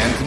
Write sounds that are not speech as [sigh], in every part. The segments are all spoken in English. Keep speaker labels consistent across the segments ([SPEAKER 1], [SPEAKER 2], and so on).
[SPEAKER 1] And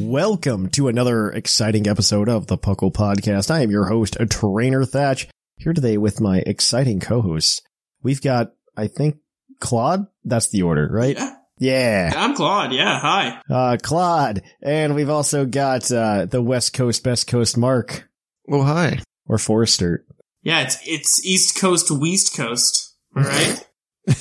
[SPEAKER 2] Welcome to another exciting episode of the Puckle Podcast. I am your host, Trainer Thatch, here today with my exciting co-hosts. We've got, I think, Claude. That's the order, right?
[SPEAKER 3] Yeah.
[SPEAKER 2] Yeah,
[SPEAKER 3] I'm Claude. Yeah, hi.
[SPEAKER 2] uh, Claude, and we've also got uh, the West Coast, Best Coast, Mark
[SPEAKER 4] Oh hi.
[SPEAKER 2] or Forrester.
[SPEAKER 3] Yeah, it's it's East Coast, West Coast. All right.
[SPEAKER 4] [laughs]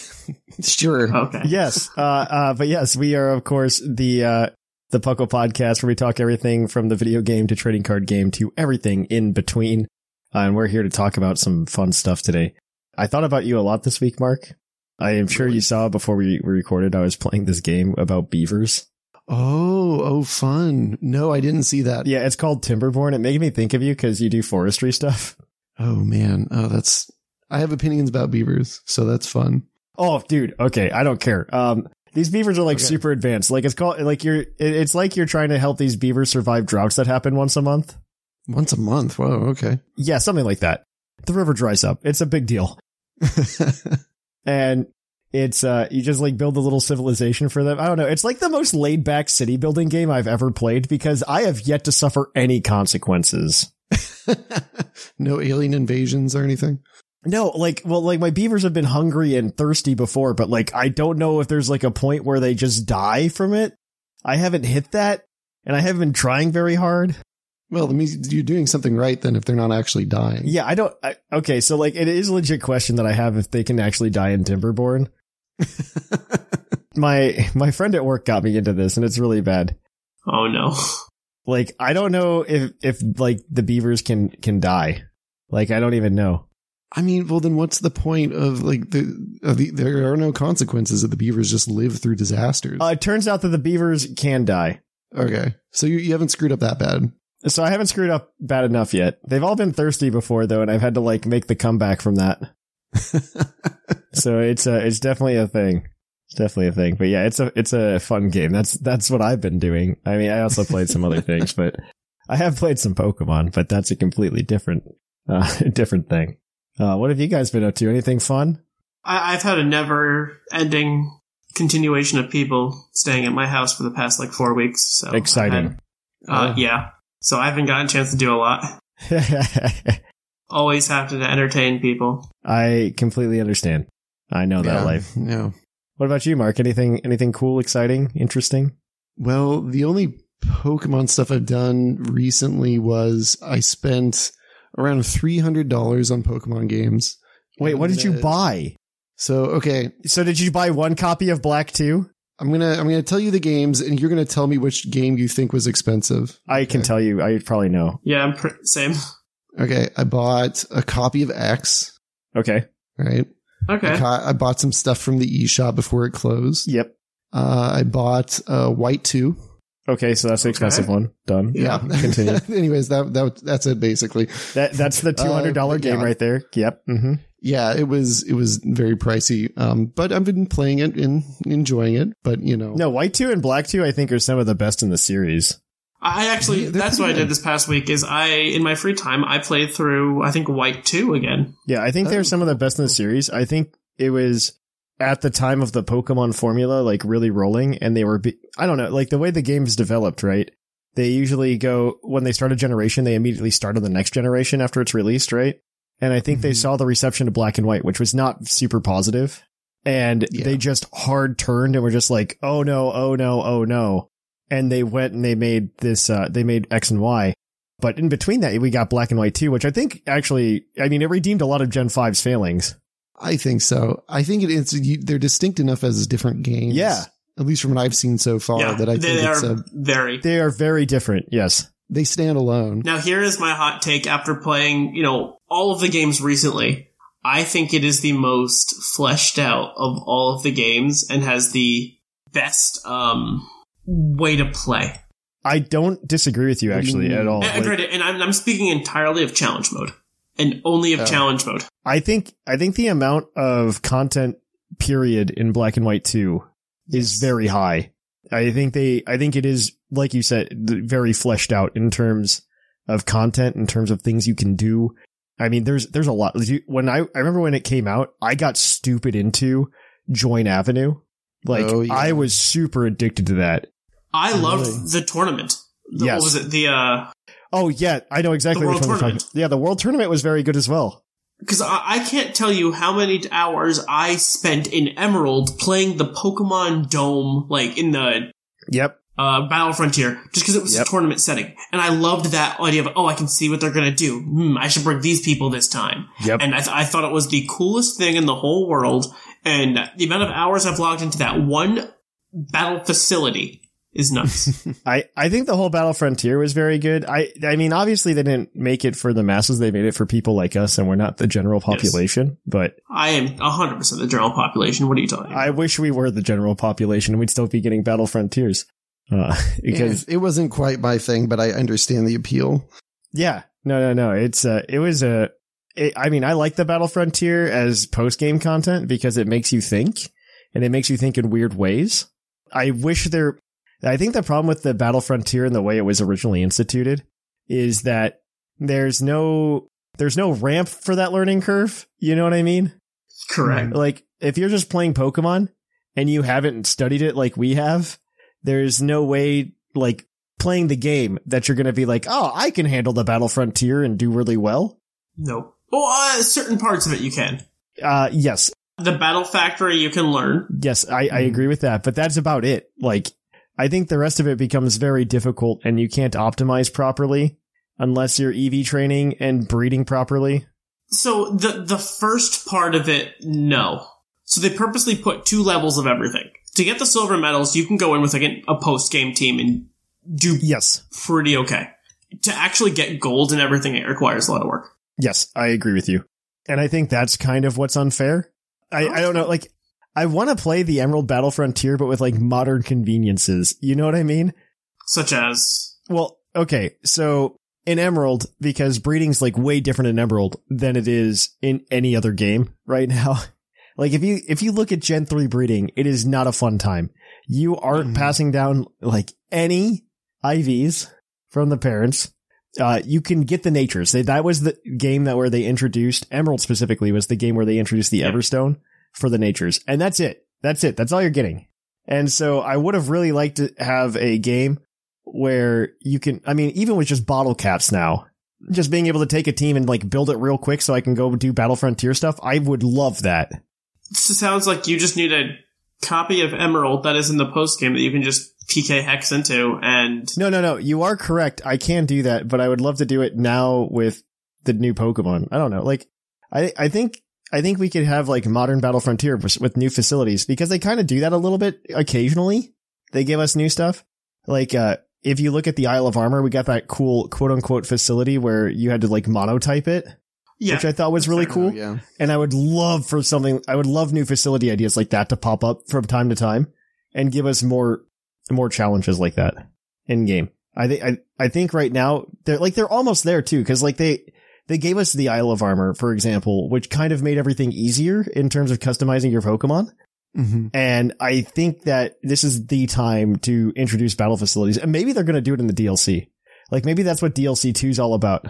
[SPEAKER 4] Sure.
[SPEAKER 3] Okay.
[SPEAKER 2] Yes, uh, uh, but yes, we are of course the uh, the Puckle Podcast, where we talk everything from the video game to trading card game to everything in between, uh, and we're here to talk about some fun stuff today. I thought about you a lot this week, Mark. I am sure you saw before we, we recorded. I was playing this game about beavers.
[SPEAKER 4] Oh, oh fun. No, I didn't see that.
[SPEAKER 2] Yeah, it's called Timberborn. It made me think of you because you do forestry stuff.
[SPEAKER 4] Oh man. Oh that's I have opinions about beavers, so that's fun.
[SPEAKER 2] Oh, dude. Okay, I don't care. Um, these beavers are like
[SPEAKER 4] Okay.
[SPEAKER 2] super advanced. Like it's called like you're. it- It's like you're trying to help these beavers survive droughts that happen once a month.
[SPEAKER 4] Once a month. Wow, okay. [laughs]
[SPEAKER 2] Yeah, something like that. The river dries up. It's a big deal, and it's uh, you just like build a little civilization for them. I don't know. It's like the most laid back city building game I've ever played because I have yet to suffer any consequences.
[SPEAKER 4] no alien invasions or anything.
[SPEAKER 2] No, like, well, like my beavers have been hungry and thirsty before, but like, I don't know if there's like a point where they just die from it. I haven't hit that and I haven't been trying very hard.
[SPEAKER 4] Well, that means you're doing something right then if they're not actually dying.
[SPEAKER 2] Yeah, I don't. I, okay, so like, it is a legit question that I have if they can actually die in Timberborn. my, my friend at work got me into this and it's really bad.
[SPEAKER 3] Oh no.
[SPEAKER 2] Like, I don't know if, if like the beavers can, can die. Like, I don't even know.
[SPEAKER 4] I mean, well then what's the point of like the, of the there are no consequences if the beavers just live through disasters.
[SPEAKER 2] Uh, it turns out that the beavers can die.
[SPEAKER 4] okay. So you, you haven't screwed up
[SPEAKER 2] [laughs]
[SPEAKER 4] that bad.
[SPEAKER 2] So I haven't screwed up bad enough yet. They've all been thirsty before though, and I've had to like make the comeback from that. so it's a, it's definitely a thing. It's definitely a thing. But yeah, it's a, it's a fun game. That's, that's what I've been doing. I mean, I also played some other things, but I have played some Pokemon, but that's a completely different, uh, [laughs] different thing. Uh, what have you guys been up to? Anything fun?
[SPEAKER 3] I, I've had a never-ending continuation of people staying at my house for the past like four weeks. So
[SPEAKER 2] Exciting.
[SPEAKER 3] I had- uh, yeah. So I haven't gotten a chance to do a lot. Always have to entertain people.
[SPEAKER 2] [laughs] I completely understand. I know that
[SPEAKER 4] Yeah.
[SPEAKER 2] life.
[SPEAKER 4] No.
[SPEAKER 2] What about you, Mark? Anything, anything cool, exciting, interesting?
[SPEAKER 4] Well, the only Pokemon stuff I've done recently was I spent around three hundred dollars on Pokemon games.
[SPEAKER 2] Wait, what did you
[SPEAKER 4] And, uh,
[SPEAKER 2] buy?
[SPEAKER 4] So okay,
[SPEAKER 2] So did you buy one copy of Black 2?
[SPEAKER 4] I'm gonna I'm gonna tell you the games, and you're gonna tell me which game you think was expensive.
[SPEAKER 2] I can tell you. I probably know.
[SPEAKER 3] Yeah, I'm pr- same. [laughs]
[SPEAKER 4] Okay, I bought a copy of X.
[SPEAKER 2] Okay.
[SPEAKER 4] Right, I,
[SPEAKER 3] Okay.
[SPEAKER 4] ca- I bought some stuff from the eShop before it closed.
[SPEAKER 2] Yep.
[SPEAKER 4] Uh, I bought uh, White Two.
[SPEAKER 2] Okay, so that's the expensive
[SPEAKER 3] Okay.
[SPEAKER 2] one. Done. [laughs]
[SPEAKER 4] Yeah.
[SPEAKER 2] Continue.
[SPEAKER 4] [laughs] Anyways, that that that's it basically.
[SPEAKER 2] that that's the two hundred dollar
[SPEAKER 4] [laughs] Uh,
[SPEAKER 2] game
[SPEAKER 4] yeah.
[SPEAKER 2] right there. Yep. Mm-hmm.
[SPEAKER 4] yeah, it was it was very pricey. Um, but I've been playing it and enjoying it. But you know,
[SPEAKER 2] No, White Two and Black Two, I think, are some of the best in the series.
[SPEAKER 3] I actually
[SPEAKER 4] They're
[SPEAKER 3] that's what I
[SPEAKER 4] pretty
[SPEAKER 3] did
[SPEAKER 4] good.
[SPEAKER 3] this past week is I in my free time I played through I think White Two again.
[SPEAKER 2] Yeah, I think they're
[SPEAKER 4] Oh,
[SPEAKER 2] some of the best in the series. I think it was at the time of the Pokemon formula, like really rolling, and they were. Be- I don't know, like the way the game's developed, right? They usually go when they start a generation, they immediately start on the next generation after it's released, right? And I think they
[SPEAKER 4] Mhm.
[SPEAKER 2] saw the reception to black and white, which was not super positive, And
[SPEAKER 4] Yeah.
[SPEAKER 2] they just hard turned and were just like, oh no, oh no, oh no. And they went and they made this, uh, they made X and Y. But in between that, we got black and white too, which I think actually, I mean, it redeemed a lot of Gen 5's failings.
[SPEAKER 4] I think so. I think it, it's you, they're distinct enough as different games.
[SPEAKER 2] Yeah.
[SPEAKER 4] At least from what I've seen so far,
[SPEAKER 3] yeah,
[SPEAKER 4] that Oh, I
[SPEAKER 3] they
[SPEAKER 4] think it's
[SPEAKER 3] are
[SPEAKER 4] a,
[SPEAKER 3] very.
[SPEAKER 2] They are very different. Yes.
[SPEAKER 4] they stand alone.
[SPEAKER 3] Now, here is my hot take after playing, you know, all of the games recently. I think it is the most fleshed out of all of the games and has the best um, way to play.
[SPEAKER 2] I don't disagree with you
[SPEAKER 4] What do you
[SPEAKER 2] actually
[SPEAKER 4] mean?
[SPEAKER 2] at all.
[SPEAKER 3] And, and
[SPEAKER 2] Like-
[SPEAKER 3] granted, and I'm, I'm speaking entirely of challenge mode and only of
[SPEAKER 4] Oh.
[SPEAKER 3] challenge mode.
[SPEAKER 2] I think I think the amount of content period in Black and White 2 is very high. I think they I think it is like you said th- very fleshed out in terms of content in terms of things you can do. I mean there's there's a lot You- when I I remember when it came out I got stupid into Join Avenue. Like
[SPEAKER 4] Oh, yeah.
[SPEAKER 2] I was super addicted to that.
[SPEAKER 3] I
[SPEAKER 4] Oh, Really?
[SPEAKER 3] loved the tournament. The,
[SPEAKER 2] Yes.
[SPEAKER 3] What was it? The uh,
[SPEAKER 2] Oh yeah, I know exactly
[SPEAKER 3] The
[SPEAKER 2] which one
[SPEAKER 3] World
[SPEAKER 2] we're talking
[SPEAKER 3] Tournament.
[SPEAKER 2] about. Yeah, the World Tournament was very good as well.
[SPEAKER 3] Because I, I can't tell you how many hours I spent in Emerald playing the Pokemon Dome, like in the
[SPEAKER 2] Yep.
[SPEAKER 3] uh, Battle Frontier, just because it was
[SPEAKER 2] Yep.
[SPEAKER 3] a tournament setting. And I loved that idea of, oh, I can see what they're going to do. Hmm, I should bring these people this time.
[SPEAKER 2] Yep.
[SPEAKER 3] And I, th- I thought it was the coolest thing in the whole world. And the amount of hours I've logged into that one battle facility
[SPEAKER 2] [laughs]
[SPEAKER 3] is nuts.
[SPEAKER 2] I, I think the whole Battle Frontier was very good. I I mean, obviously they didn't make it for the masses; they made it for people like us, and we're not the general population. But
[SPEAKER 3] I am 100% the general population. What are you talking about?
[SPEAKER 2] I wish we were the general population, and we'd still be getting Battle Frontiers, uh, [laughs] because
[SPEAKER 4] Yeah, it wasn't quite my thing, but I understand the appeal.
[SPEAKER 2] yeah, no, no, no. It's uh, it was a. It, I mean, I like the Battle Frontier as post game content because it makes you think, and it makes you think in weird ways. I wish there. I think the problem with the Battle Frontier and the way it was originally instituted is that there's no there's no ramp for that learning curve. You know what I mean? [laughs]
[SPEAKER 3] Correct.
[SPEAKER 2] Like if you're just playing Pokemon and you haven't studied it like we have, there's no way like playing the game that you're going to be like, "Oh, I can handle the battle frontier and do really well."
[SPEAKER 3] No. Well, uh, certain parts of it you can.
[SPEAKER 2] Uh yes.
[SPEAKER 3] The Battle Factory you can learn.
[SPEAKER 2] Yes, I I agree with that, but that's about it. Like I think the rest of it becomes very difficult and you can't optimize properly unless you're EV training and breeding properly.
[SPEAKER 3] So the the first part of it, no. So they purposely put two levels of everything. To get the silver medals, you can go in with like an, a post game team and do
[SPEAKER 2] Yes.
[SPEAKER 3] pretty okay. To actually get gold and everything, it requires a lot of work.
[SPEAKER 2] Yes, I agree with you. And I think that's kind of what's unfair. I, I don't know, like I want to play the Emerald Battle Frontier, but with like modern conveniences. You know what I mean?
[SPEAKER 3] Such as
[SPEAKER 2] Well, okay, so in Emerald, because breeding's like way different in Emerald than it is in any other game [laughs] right now. Like if you if you look at Gen 3 breeding, it is not a fun time. You aren't
[SPEAKER 4] Mhm.
[SPEAKER 2] passing down like any IVs from the parents. Uh, you can get the natures. They, that was the game that where they introduced Emerald specifically was the game where they introduced the
[SPEAKER 3] Yeah.
[SPEAKER 2] Everstone for the natures, and that's it. That's it. That's all you're getting. And so I would have really liked to have a game where you can. I mean, even with just bottle caps now, just being able to take a team and like build it real quick, so I can go do Battle Frontier stuff. I would love that.
[SPEAKER 3] it sounds like you just need a copy of Emerald that is in the post game that you can just PK hex into and
[SPEAKER 2] No, no, no. You are correct. I can do that, but I would love to do it now with the new Pokemon. I don't know. Like, I, I think, I think we could have like modern Battle Frontier with with new facilities because they kind of do that a little bit occasionally. They give us new stuff. Like, uh, if you look at the Isle of Armor, we got that cool quote unquote facility where you had to like monotype it,
[SPEAKER 3] yeah.
[SPEAKER 2] which I thought was really cool.
[SPEAKER 4] yeah.
[SPEAKER 2] And I would love for something, I would love new facility ideas like that to pop up from time to time and give us more, more challenges like that in game. I think, I, I think right now they're like, they're almost there too. Cause like they, they gave us the Isle of Armor, for example, which kind of made everything easier in terms of customizing your Pokemon.
[SPEAKER 4] hmm
[SPEAKER 2] And I think that this is the time to introduce battle facilities. And maybe they're going to do it in the DLC. Like maybe that's what DLC 2 is all about.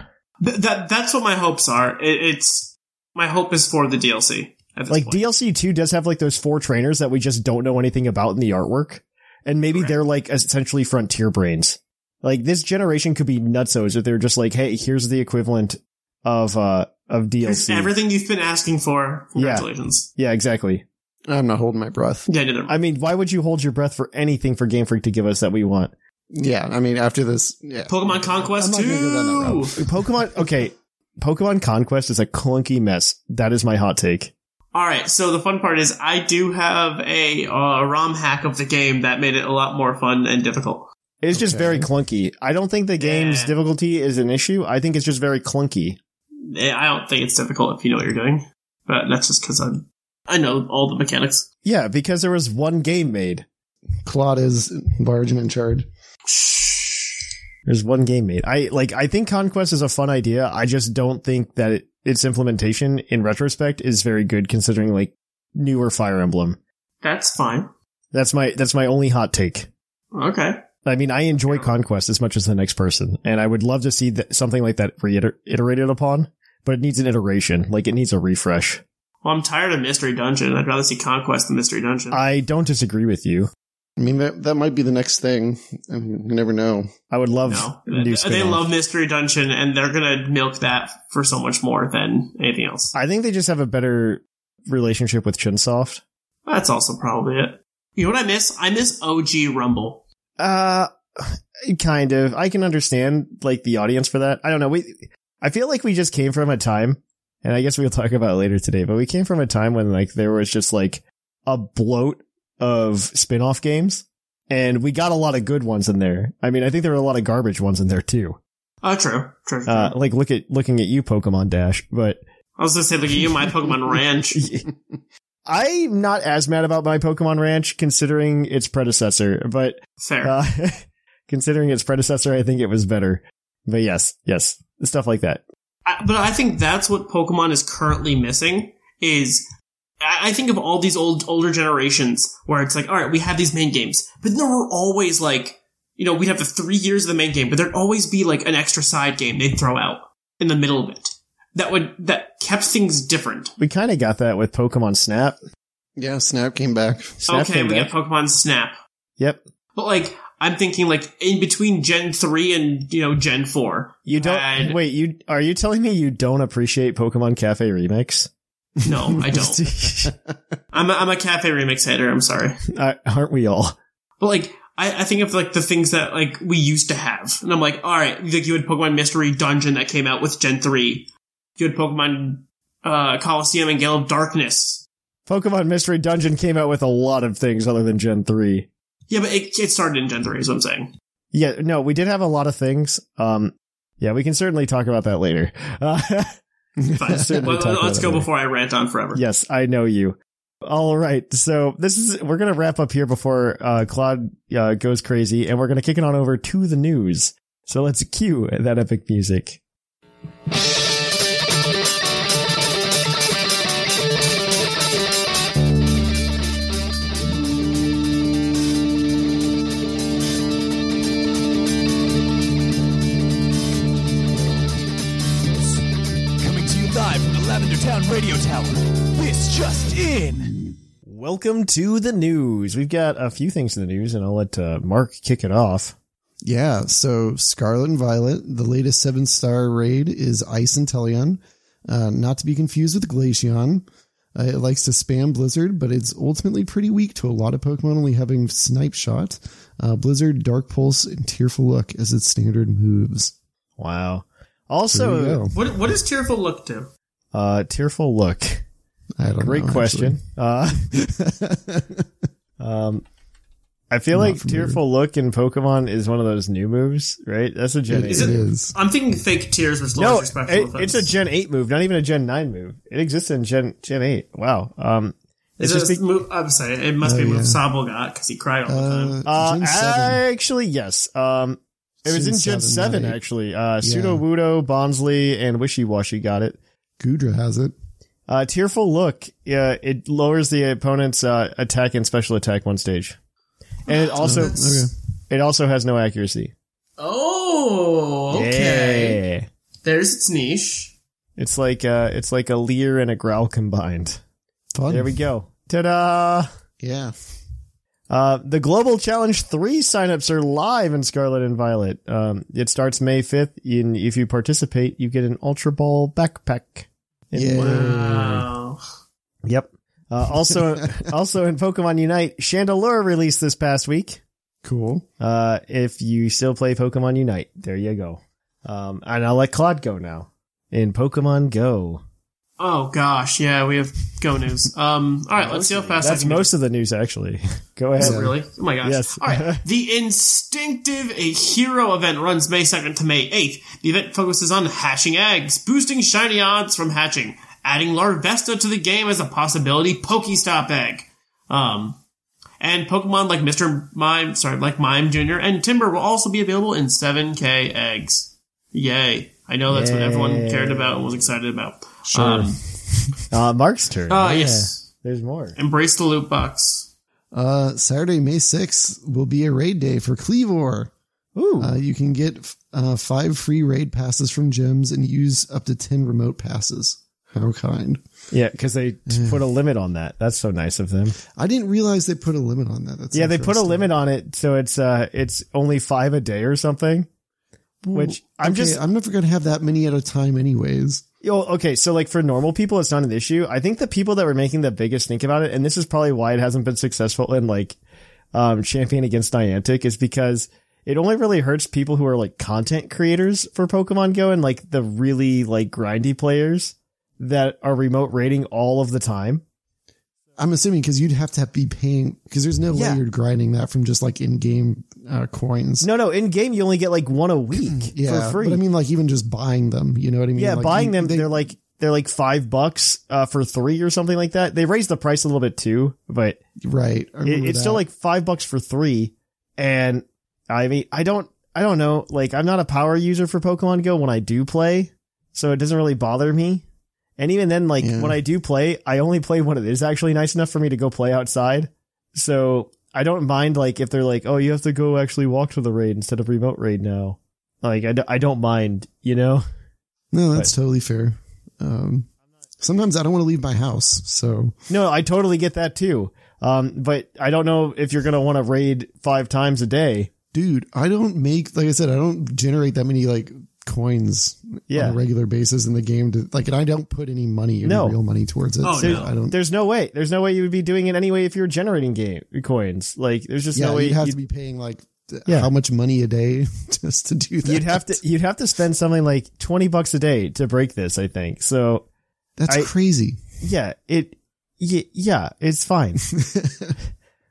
[SPEAKER 3] Th- that that's what my hopes are. It, it's my hope is for the DLC. At this
[SPEAKER 2] like
[SPEAKER 3] point.
[SPEAKER 2] DLC two does have like those four trainers that we just don't know anything about in the artwork, and maybe
[SPEAKER 3] Correct.
[SPEAKER 2] they're like essentially frontier brains. Like this generation could be nutsos if they're just like, hey, here's the equivalent of uh of
[SPEAKER 3] Here's
[SPEAKER 2] DLC.
[SPEAKER 3] everything you've been asking for.
[SPEAKER 2] Yeah.
[SPEAKER 3] Congratulations.
[SPEAKER 2] yeah, exactly.
[SPEAKER 4] I'm not holding my breath.
[SPEAKER 3] Yeah, I did it.
[SPEAKER 2] I mean, why would you hold your breath for anything for Game Freak to give us that we want?
[SPEAKER 4] Yeah, I mean after this, yeah.
[SPEAKER 3] Pokemon Conquest
[SPEAKER 4] I'm not gonna go down that
[SPEAKER 3] 2!
[SPEAKER 4] road.
[SPEAKER 2] Pokemon, [laughs] okay, Pokemon Conquest is a clunky mess. That is my hot take.
[SPEAKER 3] Alright, so the fun part is I do have a uh, ROM hack of the game that made it a lot more fun and difficult.
[SPEAKER 2] It's just
[SPEAKER 4] Okay.
[SPEAKER 2] very clunky. I don't think the game's
[SPEAKER 3] Yeah.
[SPEAKER 2] difficulty is an issue. I think it's just very clunky.
[SPEAKER 3] Eh, I don't think it's difficult if you know what you're doing, but that's just because I'm. I know all the mechanics.
[SPEAKER 2] Yeah, because there was one game made.
[SPEAKER 4] Claude is large and in charge.
[SPEAKER 2] There's one game made. I like. I think Conquest is a fun idea. I just don't think that it, its implementation, in retrospect, is very good considering like newer Fire Emblem.
[SPEAKER 3] That's fine.
[SPEAKER 2] That's my that's my only hot take.
[SPEAKER 3] Okay.
[SPEAKER 2] I mean, I enjoy Conquest as much as the next person, and I would love to see that something like that reiter- iterated upon. But it needs an iteration, like it needs a refresh.
[SPEAKER 3] Well, I'm tired of Mystery Dungeon. I'd rather see Conquest than Mystery Dungeon.
[SPEAKER 2] I don't disagree with you.
[SPEAKER 4] I mean that that might be the next thing. I mean, you never know.
[SPEAKER 2] I would love
[SPEAKER 3] no.
[SPEAKER 2] a new.
[SPEAKER 3] They
[SPEAKER 2] spin-off.
[SPEAKER 3] love Mystery Dungeon, and they're gonna milk that for so much more than anything else.
[SPEAKER 2] I think they just have a better relationship with Chinsoft.
[SPEAKER 3] That's also probably it. You know what I miss? I miss OG Rumble.
[SPEAKER 2] Uh, [sighs] kind of. I can understand like the audience for that. I don't know. We, I feel like we just came from a time, and I guess we'll talk about it later today. But we came from a time when like there was just like a bloat of spin-off games, and we got a lot of good ones in there. I mean, I think there were a lot of garbage ones in there too.
[SPEAKER 3] Oh, true, true. true.
[SPEAKER 2] Uh, like look at looking at you, Pokemon Dash. But [laughs]
[SPEAKER 3] I was gonna say, look at you, my Pokemon Ranch.
[SPEAKER 2] I'm not as mad about my Pokemon Ranch considering its predecessor. But
[SPEAKER 3] Fair.
[SPEAKER 2] Uh, [laughs] considering its predecessor, I think it was better. But yes, yes, stuff like that.
[SPEAKER 3] I, but I think that's what Pokemon is currently missing. Is I, I think of all these old older generations where it's like, all right, we have these main games, but there were always like, you know, we'd have the three years of the main game, but there'd always be like an extra side game they'd throw out in the middle of it. That would that kept things different.
[SPEAKER 2] We kind of got that with Pokemon Snap.
[SPEAKER 4] Yeah, Snap came back.
[SPEAKER 2] Snap
[SPEAKER 3] okay,
[SPEAKER 2] came
[SPEAKER 3] we
[SPEAKER 2] back.
[SPEAKER 3] got Pokemon Snap.
[SPEAKER 2] Yep.
[SPEAKER 3] But like, I'm thinking like in between Gen three and you know Gen four.
[SPEAKER 2] You don't
[SPEAKER 3] And-
[SPEAKER 2] wait. You are you telling me you don't appreciate Pokemon Cafe Remix? [laughs]
[SPEAKER 3] No, I don't. I'm a, I'm a cafe remix hater. I'm sorry.
[SPEAKER 2] Uh, Aren't we all?
[SPEAKER 3] But like, I, I think of like the things that like we used to have, and I'm like, all right, like you had Pokemon Mystery Dungeon that came out with Gen three, you had Pokemon uh, Coliseum and Gale of Darkness.
[SPEAKER 2] Pokemon Mystery Dungeon came out with a lot of things other than Gen three.
[SPEAKER 3] Yeah, but it, it started in Gen three, is what
[SPEAKER 2] [laughs]
[SPEAKER 3] I'm saying.
[SPEAKER 2] Yeah, no, we did have a lot of things. Um, yeah, we can certainly talk about that later. Uh, [laughs]
[SPEAKER 3] Fine.
[SPEAKER 2] Certainly
[SPEAKER 3] Let-
[SPEAKER 2] talk about
[SPEAKER 3] let's
[SPEAKER 2] it
[SPEAKER 3] go
[SPEAKER 2] later.
[SPEAKER 3] before I rant on forever.
[SPEAKER 2] Yes, I know you. All right, so this is we're gonna wrap up here before uh, Claude uh, goes crazy, and we're gonna kick it on over to the news. So let's cue that epic music.
[SPEAKER 5] Coming to you live from the Lavender Town Radio Tower. This just in.
[SPEAKER 2] Welcome to the news. We've got a few things in the news, and I'll let uh, Mark kick it off.
[SPEAKER 4] Yeah, so Scarlet and Violet, the latest seven star raid is Ice and Teleon, uh, not to be confused with Glaceon. Uh, it likes to spam Blizzard, but it's ultimately pretty weak to a lot of Pokemon, only having Snipe Shot, uh, Blizzard, Dark Pulse, and Tearful Look as its standard moves.
[SPEAKER 2] Wow.
[SPEAKER 4] There you
[SPEAKER 2] Also,
[SPEAKER 4] go.
[SPEAKER 3] What what does Tearful look to?
[SPEAKER 2] uh, tearful look.
[SPEAKER 4] I don't
[SPEAKER 2] Great
[SPEAKER 4] know,
[SPEAKER 2] question. Uh, [laughs] um, I feel like tearful look in Pokemon is one of those new moves, right? That's a Gen
[SPEAKER 4] actually.
[SPEAKER 2] 8.
[SPEAKER 3] Is
[SPEAKER 4] it
[SPEAKER 3] it-
[SPEAKER 4] is.
[SPEAKER 3] I'm thinking fake tears, which
[SPEAKER 2] No,
[SPEAKER 3] lowers respectful
[SPEAKER 2] it- it's
[SPEAKER 3] offense.
[SPEAKER 2] a Gen eight move, not even a Gen nine move. It exists in Gen Gen eight. Wow. Um,
[SPEAKER 3] Is
[SPEAKER 2] it's just be-
[SPEAKER 3] it a move, I'm sorry, it must be a move Sobble got because he cried all the time.
[SPEAKER 4] Uh,
[SPEAKER 2] uh,
[SPEAKER 4] Gen 7.
[SPEAKER 2] actually yes. Um, it was
[SPEAKER 4] Gen
[SPEAKER 2] in Gen
[SPEAKER 4] 7,
[SPEAKER 2] seven
[SPEAKER 4] not eight.
[SPEAKER 2] actually. Uh, Pseudo Wudo, Bonsley, and Wishy Washy got it.
[SPEAKER 4] Gudra has it.
[SPEAKER 2] Uh, Tearful Look. Uh, it lowers the opponent's uh, attack and special attack one stage, and
[SPEAKER 3] Ah,
[SPEAKER 2] it also
[SPEAKER 4] Okay.
[SPEAKER 2] it also has no accuracy.
[SPEAKER 3] Oh, okay.
[SPEAKER 2] Yeah.
[SPEAKER 3] There's its niche.
[SPEAKER 2] It's like uh, it's like a leer and a growl combined.
[SPEAKER 4] Fun.
[SPEAKER 2] There we go. Ta-da!
[SPEAKER 4] Yeah.
[SPEAKER 2] Uh, the Global Challenge 3 signups are live in Scarlet and Violet. Um, it starts May 5th, and if you participate, you get an Ultra Ball backpack.
[SPEAKER 4] Yeah.
[SPEAKER 3] Wow.
[SPEAKER 2] Yep. Uh, also, [laughs] also in Pokemon Unite, Chandelure released this past week.
[SPEAKER 4] Cool.
[SPEAKER 2] Uh, if you still play Pokemon Unite, there you go. Um, and I'll let Claude go now. In Pokemon Go,
[SPEAKER 3] Oh gosh, yeah, we have go news. Um, all right, let's see how fast I
[SPEAKER 2] that's
[SPEAKER 3] can do
[SPEAKER 2] most of the news actually. [laughs] go ahead.
[SPEAKER 3] this, Really? Oh my gosh!
[SPEAKER 2] Yes.
[SPEAKER 3] All right, the instinctive a hero event runs May second to May eighth. The event focuses on hatching eggs, boosting shiny odds from hatching, adding Larvesta to the game as a possibility Pokestop egg. Um, and Pokemon like Mr. Mime, sorry, like Mime Junior and Timber will also be available in seven K eggs. Yay! I know that's what everyone cared about and was excited about. Sure. Um,
[SPEAKER 2] Uh, Mark's turn.
[SPEAKER 3] Ah, yes.
[SPEAKER 2] There's more.
[SPEAKER 3] Embrace the loot box.
[SPEAKER 4] Uh, Saturday, May 6th will be a raid day for Cleavor.
[SPEAKER 2] Ooh.
[SPEAKER 4] Uh, you can get f- uh, five free raid passes from gyms and use up to 10 remote passes. How kind.
[SPEAKER 2] yeah, because they
[SPEAKER 4] Mm.
[SPEAKER 2] t- put a limit on that. That's so nice of them.
[SPEAKER 4] I didn't realize they put a limit on that. That's
[SPEAKER 2] yeah, they put a
[SPEAKER 4] interesting.
[SPEAKER 2] limit on it, so it's uh, it's only five a day or something. Which I'm
[SPEAKER 4] Okay,
[SPEAKER 2] just
[SPEAKER 4] I'm never going to have that many at a time, anyways.
[SPEAKER 2] Yo, okay, so like for normal people, it's not an issue. I think the people that were making the biggest think about it, and this is probably why it hasn't been successful in like um, Champion against Niantic, is because it only really hurts people who are like content creators for Pokemon Go and like the really like grindy players that are remote rating all of the time.
[SPEAKER 4] I'm assuming because you'd have to be paying because there's no
[SPEAKER 2] Yeah.
[SPEAKER 4] way you're grinding that from just like in-game uh, coins.
[SPEAKER 2] No, no, in game you only get like one a week
[SPEAKER 4] [clears throat] yeah,
[SPEAKER 2] for free.
[SPEAKER 4] But I mean, like even just buying them, you know what I mean?
[SPEAKER 2] yeah,
[SPEAKER 4] Like,
[SPEAKER 2] buying
[SPEAKER 4] you-
[SPEAKER 2] them,
[SPEAKER 4] they-
[SPEAKER 2] they, are like they're like five bucks uh, for three or something like that. They raised the price a little bit too, but
[SPEAKER 4] right. I
[SPEAKER 2] it,
[SPEAKER 4] remember
[SPEAKER 2] it's still
[SPEAKER 4] that.
[SPEAKER 2] like five bucks for three and i mean i don't i don't know like i'm not a power user for pokemon go when i do play so it doesn't really bother me and even then like
[SPEAKER 4] Yeah.
[SPEAKER 2] when i do play i only play when it is actually nice enough for me to go play outside so i don't mind like if they're like oh you have to go actually walk to the raid instead of remote raid now like I d- I don't mind you know
[SPEAKER 4] no, that's totally fair. Um, sometimes I don't want to leave my house, so
[SPEAKER 2] No, I totally get that too. Um, but I don't know if you're gonna want to raid five times a day.
[SPEAKER 4] dude, I don't make like I said, I don't generate that many like coins
[SPEAKER 2] Yeah.
[SPEAKER 4] on a regular basis in the game to like, and I don't put any money, any
[SPEAKER 2] No.
[SPEAKER 4] real money towards it.
[SPEAKER 3] Oh,
[SPEAKER 4] so
[SPEAKER 3] no.
[SPEAKER 4] I don't.
[SPEAKER 2] There's no way. There's no way you would be doing it anyway if you were generating game coins. Like there's just
[SPEAKER 4] Yeah,
[SPEAKER 2] no way
[SPEAKER 4] you'd have
[SPEAKER 2] you'd,
[SPEAKER 4] to be paying like th-
[SPEAKER 2] Yeah.
[SPEAKER 4] how much money a day [laughs] just to do that.
[SPEAKER 2] you'd have to you'd have to spend something like twenty bucks a day to break this. I think so.
[SPEAKER 4] That's
[SPEAKER 2] I-
[SPEAKER 4] crazy.
[SPEAKER 2] Yeah, it. Yeah, yeah it's fine.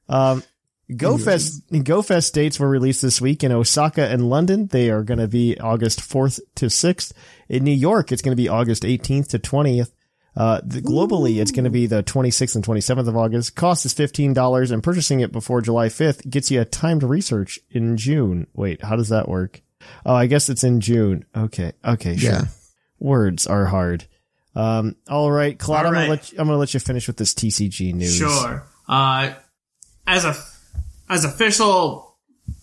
[SPEAKER 2] um, GoFest GoFest dates were released this week in Osaka and London. They are going to be August fourth to sixth. In New York, it's going to be August eighteenth to twentieth. Uh, the, globally, it's going to be the 26th and 27th of August. Cost is $15 and purchasing it before July 5th gets you a timed research in June. Wait, how does that work? Oh, I guess it's in June. Okay. Okay. Sure.
[SPEAKER 4] Yeah.
[SPEAKER 2] Words are hard. Um, all right, Claude,
[SPEAKER 3] All
[SPEAKER 2] I'm gonna
[SPEAKER 3] right.
[SPEAKER 2] let you, I'm gonna let you finish with this TCG news.
[SPEAKER 3] Sure. Uh, as a as official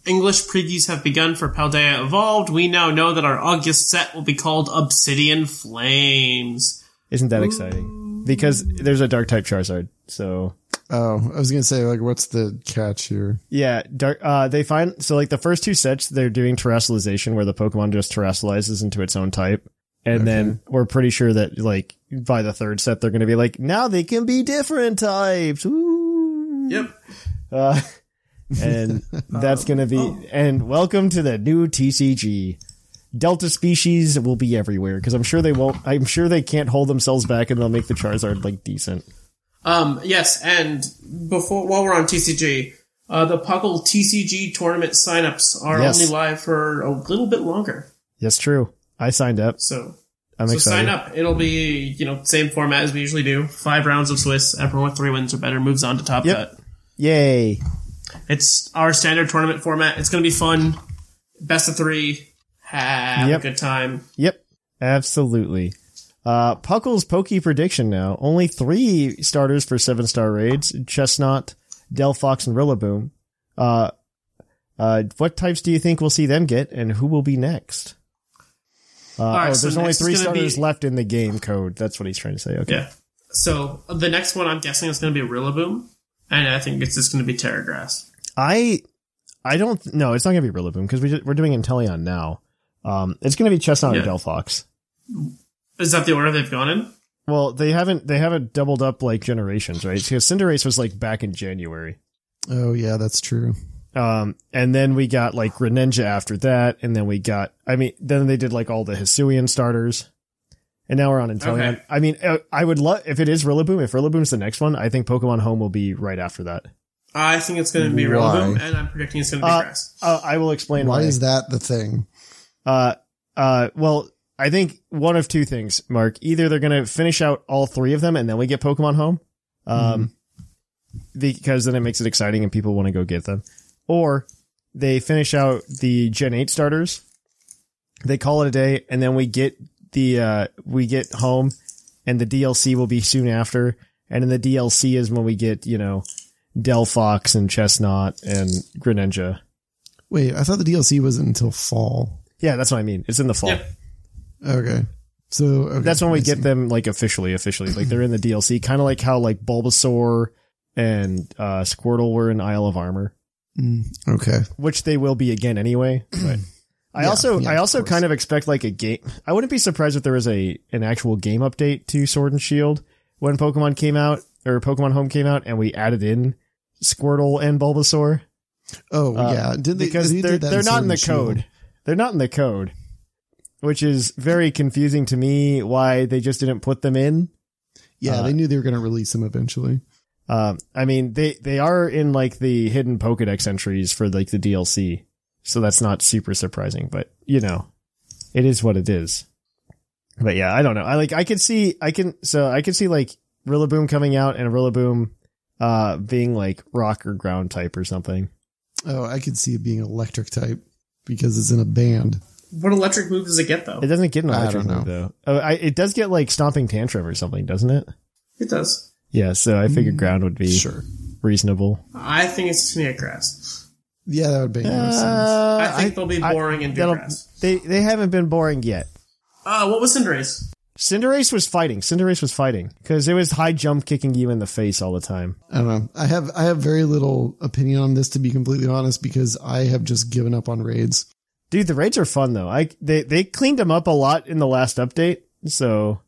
[SPEAKER 3] English previews have begun for Paldea Evolved, we now know that our August set will be called Obsidian Flames.
[SPEAKER 2] Isn't that exciting? Because there's a dark type Charizard. So
[SPEAKER 4] Oh, I was gonna say like, what's the catch here?
[SPEAKER 2] yeah, dark. Uh, they find so like the first two sets they're doing terrestrialization where the Pokemon just terrestrializes into its own type, and then we're pretty sure that like by the third set they're gonna be like now they can be different types. Woo.
[SPEAKER 3] Yep.
[SPEAKER 2] Uh, and
[SPEAKER 3] [laughs]
[SPEAKER 2] that's going to be,
[SPEAKER 3] Oh.
[SPEAKER 2] and welcome to the new TCG. Delta species will be everywhere because I'm sure they won't, I'm sure they can't hold themselves back and they'll make the Charizard like decent.
[SPEAKER 3] Um, yes, and before while we're on TCG, uh, the Puckle TCG tournament signups are
[SPEAKER 2] Yes.
[SPEAKER 3] only live for a little bit longer.
[SPEAKER 2] That's true. I signed up.
[SPEAKER 3] So
[SPEAKER 2] I'm
[SPEAKER 3] so
[SPEAKER 2] excited.
[SPEAKER 3] sign up. It'll be you know same format as we usually do. Five rounds of Swiss. Everyone with three wins or better moves on to top
[SPEAKER 2] Yep.
[SPEAKER 3] cut.
[SPEAKER 2] Yay.
[SPEAKER 3] It's our standard tournament format. It's going to be fun. Best of three. Have
[SPEAKER 2] Yep.
[SPEAKER 3] a good time.
[SPEAKER 2] Yep. Absolutely. Uh, Puckle's pokey prediction now. Only three starters for seven star raids. Chestnut, Del Fox, and Rillaboom. Uh, uh, what types do you think we'll see them get and who will be next? Uh,
[SPEAKER 3] right,
[SPEAKER 2] oh,
[SPEAKER 3] so
[SPEAKER 2] there's only
[SPEAKER 3] next is
[SPEAKER 2] three
[SPEAKER 3] gonna
[SPEAKER 2] starters
[SPEAKER 3] be-
[SPEAKER 2] left in the game code. That's what he's trying to say. Okay.
[SPEAKER 3] Yeah. So the next one, I'm guessing, is going to be Rillaboom, and I think it's just going to be Terragrass.
[SPEAKER 2] I, I don't, no, it's not going to be Rillaboom because we, ju- we're doing Inteleon now. Um, it's going to be Chestnut
[SPEAKER 3] Yeah.
[SPEAKER 2] and Del Fox.
[SPEAKER 3] Is that the order they've gone in?
[SPEAKER 2] Well, they haven't they haven't doubled up like generations, right? Because Cinderace was like back in January.
[SPEAKER 4] Oh yeah, that's true.
[SPEAKER 2] Um, and then we got like Greninja after that, and then we got I mean, then they did like all the Hisuian starters. And now we're on Inteleon.
[SPEAKER 3] Okay.
[SPEAKER 2] I mean, uh, I would love if it is Rillaboom. If Rillaboom's the next one, I think Pokemon Home will be right after that.
[SPEAKER 3] I think it's going to be
[SPEAKER 4] Why?
[SPEAKER 3] relevant, and I'm predicting it's going to be
[SPEAKER 2] Uh,
[SPEAKER 3] grass.
[SPEAKER 2] uh, I will explain
[SPEAKER 4] Why
[SPEAKER 2] why.
[SPEAKER 4] is that the thing?
[SPEAKER 2] Uh, uh, well, I think one of two things, Mark. Either they're going to finish out all three of them, and then we get Pokemon Home, um, because then it makes it exciting and people want to go get them. Or they finish out the Gen Eight starters, they call it a day, and then we get the uh, we get home, and the DLC will be [laughs] soon after. And in the DLC is when we get you know Delphox and Chestnut and Greninja.
[SPEAKER 4] Wait, I thought the DLC wasn't until fall.
[SPEAKER 2] Yeah, that's what I mean. It's in the fall.
[SPEAKER 3] Yep.
[SPEAKER 4] Okay, so okay,
[SPEAKER 2] That's when we
[SPEAKER 4] I
[SPEAKER 2] get
[SPEAKER 4] see.
[SPEAKER 2] them like officially, officially. Like they're in
[SPEAKER 4] [laughs]
[SPEAKER 2] the DLC, kind of like how like Bulbasaur and uh, Squirtle were in Isle of Armor,
[SPEAKER 4] Mm, okay,
[SPEAKER 2] which they will be again
[SPEAKER 4] [clears throat]
[SPEAKER 2] anyway. But I also,
[SPEAKER 4] yeah,
[SPEAKER 2] I
[SPEAKER 4] of
[SPEAKER 2] also
[SPEAKER 4] course.
[SPEAKER 2] kind of expect like a game. I wouldn't be surprised if there was a an actual game update to Sword and Shield when Pokemon came out or Pokemon Home came out, and we added in Squirtle and Bulbasaur
[SPEAKER 4] Oh
[SPEAKER 2] Uh,
[SPEAKER 4] yeah, did they,
[SPEAKER 2] because
[SPEAKER 4] they
[SPEAKER 2] they're
[SPEAKER 4] did that
[SPEAKER 2] they're not
[SPEAKER 4] Sword
[SPEAKER 2] in the
[SPEAKER 4] and Shield.
[SPEAKER 2] code. They're not in the code, which is very confusing to me. Why they just didn't put them in?
[SPEAKER 4] Yeah,
[SPEAKER 2] Uh,
[SPEAKER 4] they knew they were going to release them eventually.
[SPEAKER 2] Um, I mean, they they are in like the hidden Pokedex entries for like the DLC, so that's not super surprising. But you know, it is what it is. But yeah, I don't know. I like I could see I can so I could see like Rillaboom coming out and Rillaboom uh being like rock or ground type or something.
[SPEAKER 4] Oh, I could see it being electric type because it's in a band.
[SPEAKER 3] What electric move does it get though?
[SPEAKER 2] It doesn't get an
[SPEAKER 4] I
[SPEAKER 2] electric
[SPEAKER 4] don't
[SPEAKER 2] move, though. Oh, I, it does get like stomping tantrum or something, doesn't it?
[SPEAKER 3] It does.
[SPEAKER 2] Yeah. So I figured ground would be
[SPEAKER 4] Mm, Sure.
[SPEAKER 2] reasonable.
[SPEAKER 3] I think it's going to get grass.
[SPEAKER 4] Yeah, that would make more sense.
[SPEAKER 2] Uh,
[SPEAKER 3] I think they'll be boring and do
[SPEAKER 2] that'll-
[SPEAKER 3] grass.
[SPEAKER 2] They they haven't been boring yet.
[SPEAKER 3] Uh, what was Cinderace?
[SPEAKER 2] Cinderace was fighting. Cinderace was fighting because it was high jump kicking you in the face all the time.
[SPEAKER 4] I don't know. I have I have very little opinion on this to be completely honest because I have just given up on raids.
[SPEAKER 2] Dude, the raids are fun though. I they they cleaned them up a lot in the last update. So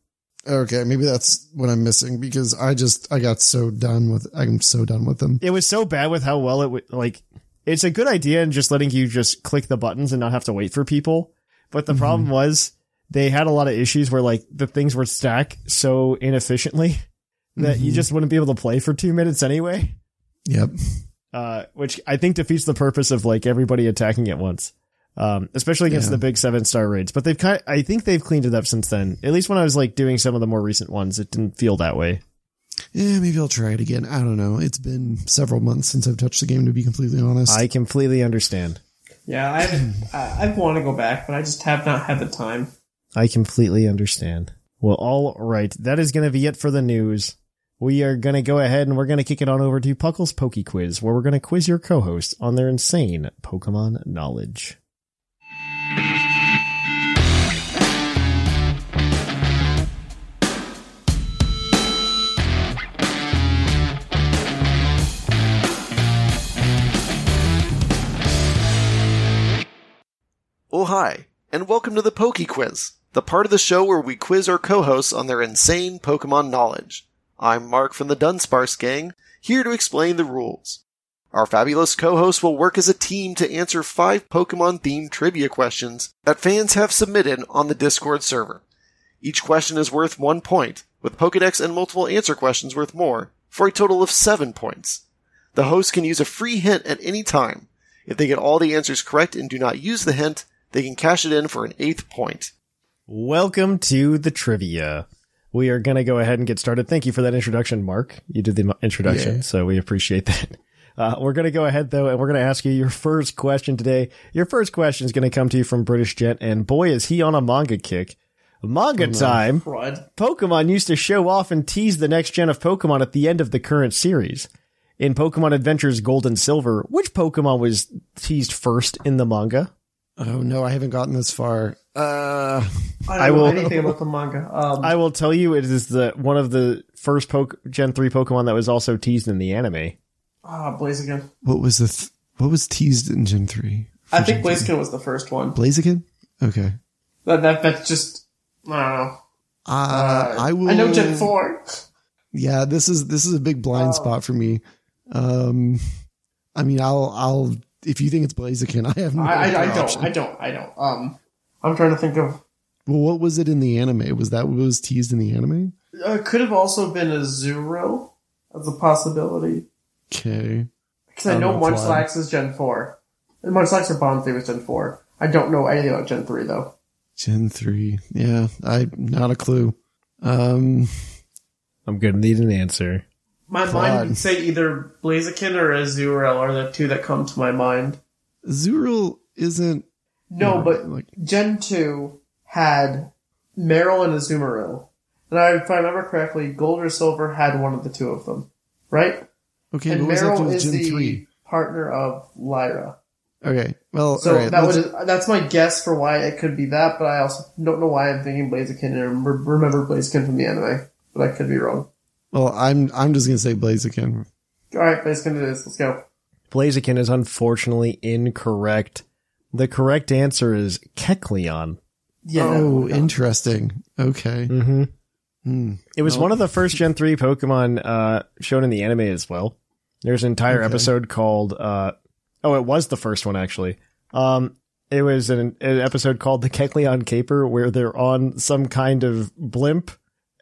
[SPEAKER 4] Okay, maybe that's what I'm missing because I just I got so done with I'm so done with them.
[SPEAKER 2] it was so bad with how well it would like. It's a good idea in just letting you just click the buttons and not have to wait for people. But the problem was they had a lot of issues where like the things were stacked so inefficiently [laughs] that you just wouldn't be able to play for two minutes anyway.
[SPEAKER 4] Yep.
[SPEAKER 2] uh, which I think defeats the purpose of like everybody attacking at once, um, especially against
[SPEAKER 4] Yeah.
[SPEAKER 2] the big seven star raids. But they've kind, I think they've cleaned it up since then. At least when I was like doing some of the more recent ones, it didn't feel that way.
[SPEAKER 4] Yeah, maybe I'll try it again. I don't know. It's been several months since I've touched the game to be completely honest.
[SPEAKER 2] I completely understand.
[SPEAKER 3] Yeah, I I, I want to go back, but I just have not had the time.
[SPEAKER 2] I completely understand. Well, all right, that is going to be it for the news. We are going to go ahead and we're going to kick it on over to Puckle's Poke Quiz, where we're going to quiz your co-host on their insane Pokemon knowledge.
[SPEAKER 6] Oh, hi, and welcome to the Poke Quiz, the part of the show where we quiz our co hosts on their insane Pokemon knowledge. I'm Mark from the Dunsparce Gang, here to explain the rules. Our fabulous co hosts will work as a team to answer five Pokemon themed trivia questions that fans have submitted on the Discord server. Each question is worth one point, with Pokedex and multiple answer questions worth more, for a total of seven points. The host can use a free hint at any time. If they get all the answers correct and do not use the hint, they can cash it in for an eighth point.
[SPEAKER 2] Welcome to the trivia. We are going to go ahead and get started. Thank you for that introduction, Mark. You did the mo- introduction,
[SPEAKER 4] Yeah.
[SPEAKER 2] so we appreciate that. Uh, we're going to go ahead though, and we're going to ask you your first question today. Your first question is going to come to you from British Jet, and boy, is he on a manga kick. Manga time.
[SPEAKER 3] Crud.
[SPEAKER 2] Pokemon used to show off and tease the next gen of Pokemon at the end of the current series. In Pokemon Adventures Gold and Silver, which Pokemon was teased first in the manga?
[SPEAKER 4] oh no, I haven't gotten this far. Uh
[SPEAKER 2] I
[SPEAKER 3] I, don't
[SPEAKER 2] will-
[SPEAKER 3] know anything about the manga. Um,
[SPEAKER 2] I will tell you, it is the one of the first poke, Gen three Pokemon that was also teased in the anime.
[SPEAKER 3] ah, Blaziken.
[SPEAKER 4] what was the th- what was teased in Gen 3?
[SPEAKER 3] I think Blaziken was the first one.
[SPEAKER 4] Blaziken? Okay.
[SPEAKER 3] That, that that's just I don't know.
[SPEAKER 4] Uh, I will.
[SPEAKER 3] I know Gen Oh. 4.
[SPEAKER 4] Yeah, this is this is a big blind spot for me. Um, I mean, I'll I'll if you think it's Blaziken, [laughs] I have no
[SPEAKER 3] I, I, I
[SPEAKER 4] other
[SPEAKER 3] don't.
[SPEAKER 4] option.
[SPEAKER 3] I don't. I don't. Um, I'm trying to think of.
[SPEAKER 4] Well, what was it in the anime? Was that what was teased in the anime?
[SPEAKER 3] Uh, could have also been a Zero as a possibility.
[SPEAKER 4] Okay,
[SPEAKER 3] Because I
[SPEAKER 4] I
[SPEAKER 3] know
[SPEAKER 4] don't know why.
[SPEAKER 3] Munchlax is Gen 4. And Munchlax or Bond 3 was Gen 4. I don't know anything about Gen 3, though.
[SPEAKER 4] Gen three. Yeah, I not a clue. Um,
[SPEAKER 2] I'm gonna need an answer.
[SPEAKER 3] My
[SPEAKER 4] God.
[SPEAKER 3] mind would say either Blaziken or Azurill are the two that come to my mind.
[SPEAKER 4] Zuril isn't.
[SPEAKER 3] No, but
[SPEAKER 4] like
[SPEAKER 3] Gen 2 had Meryl and Azumarill. And I, if I remember correctly, Gold or Silver had one of the two of them. Right?
[SPEAKER 4] okay,
[SPEAKER 3] and
[SPEAKER 4] but what was that
[SPEAKER 3] Meryl
[SPEAKER 4] do
[SPEAKER 3] is
[SPEAKER 4] with Gen
[SPEAKER 3] the
[SPEAKER 4] three?
[SPEAKER 3] partner of Lyra.
[SPEAKER 4] Okay, well,
[SPEAKER 3] So
[SPEAKER 4] all right,
[SPEAKER 3] that
[SPEAKER 4] let's-
[SPEAKER 3] would, that's my guess for why it could be that, but I also don't know why I'm thinking Blaziken and re- remember Blaziken from the anime. But I could be wrong.
[SPEAKER 4] well, I'm I'm just gonna say Blaziken.
[SPEAKER 3] Alright, Blaziken it is. Let's go.
[SPEAKER 2] Blaziken is unfortunately incorrect. The correct answer is Kecleon.
[SPEAKER 3] Yeah.
[SPEAKER 4] oh, interesting. Okay.
[SPEAKER 2] Mm-hmm.
[SPEAKER 4] Hmm.
[SPEAKER 2] It was one of the first Gen 3 Pokemon uh, shown in the anime as well. There's an entire episode called. Uh, oh, it was the first one, actually. Um, it was an, an episode called The Kecleon Caper, where they're on some kind of blimp,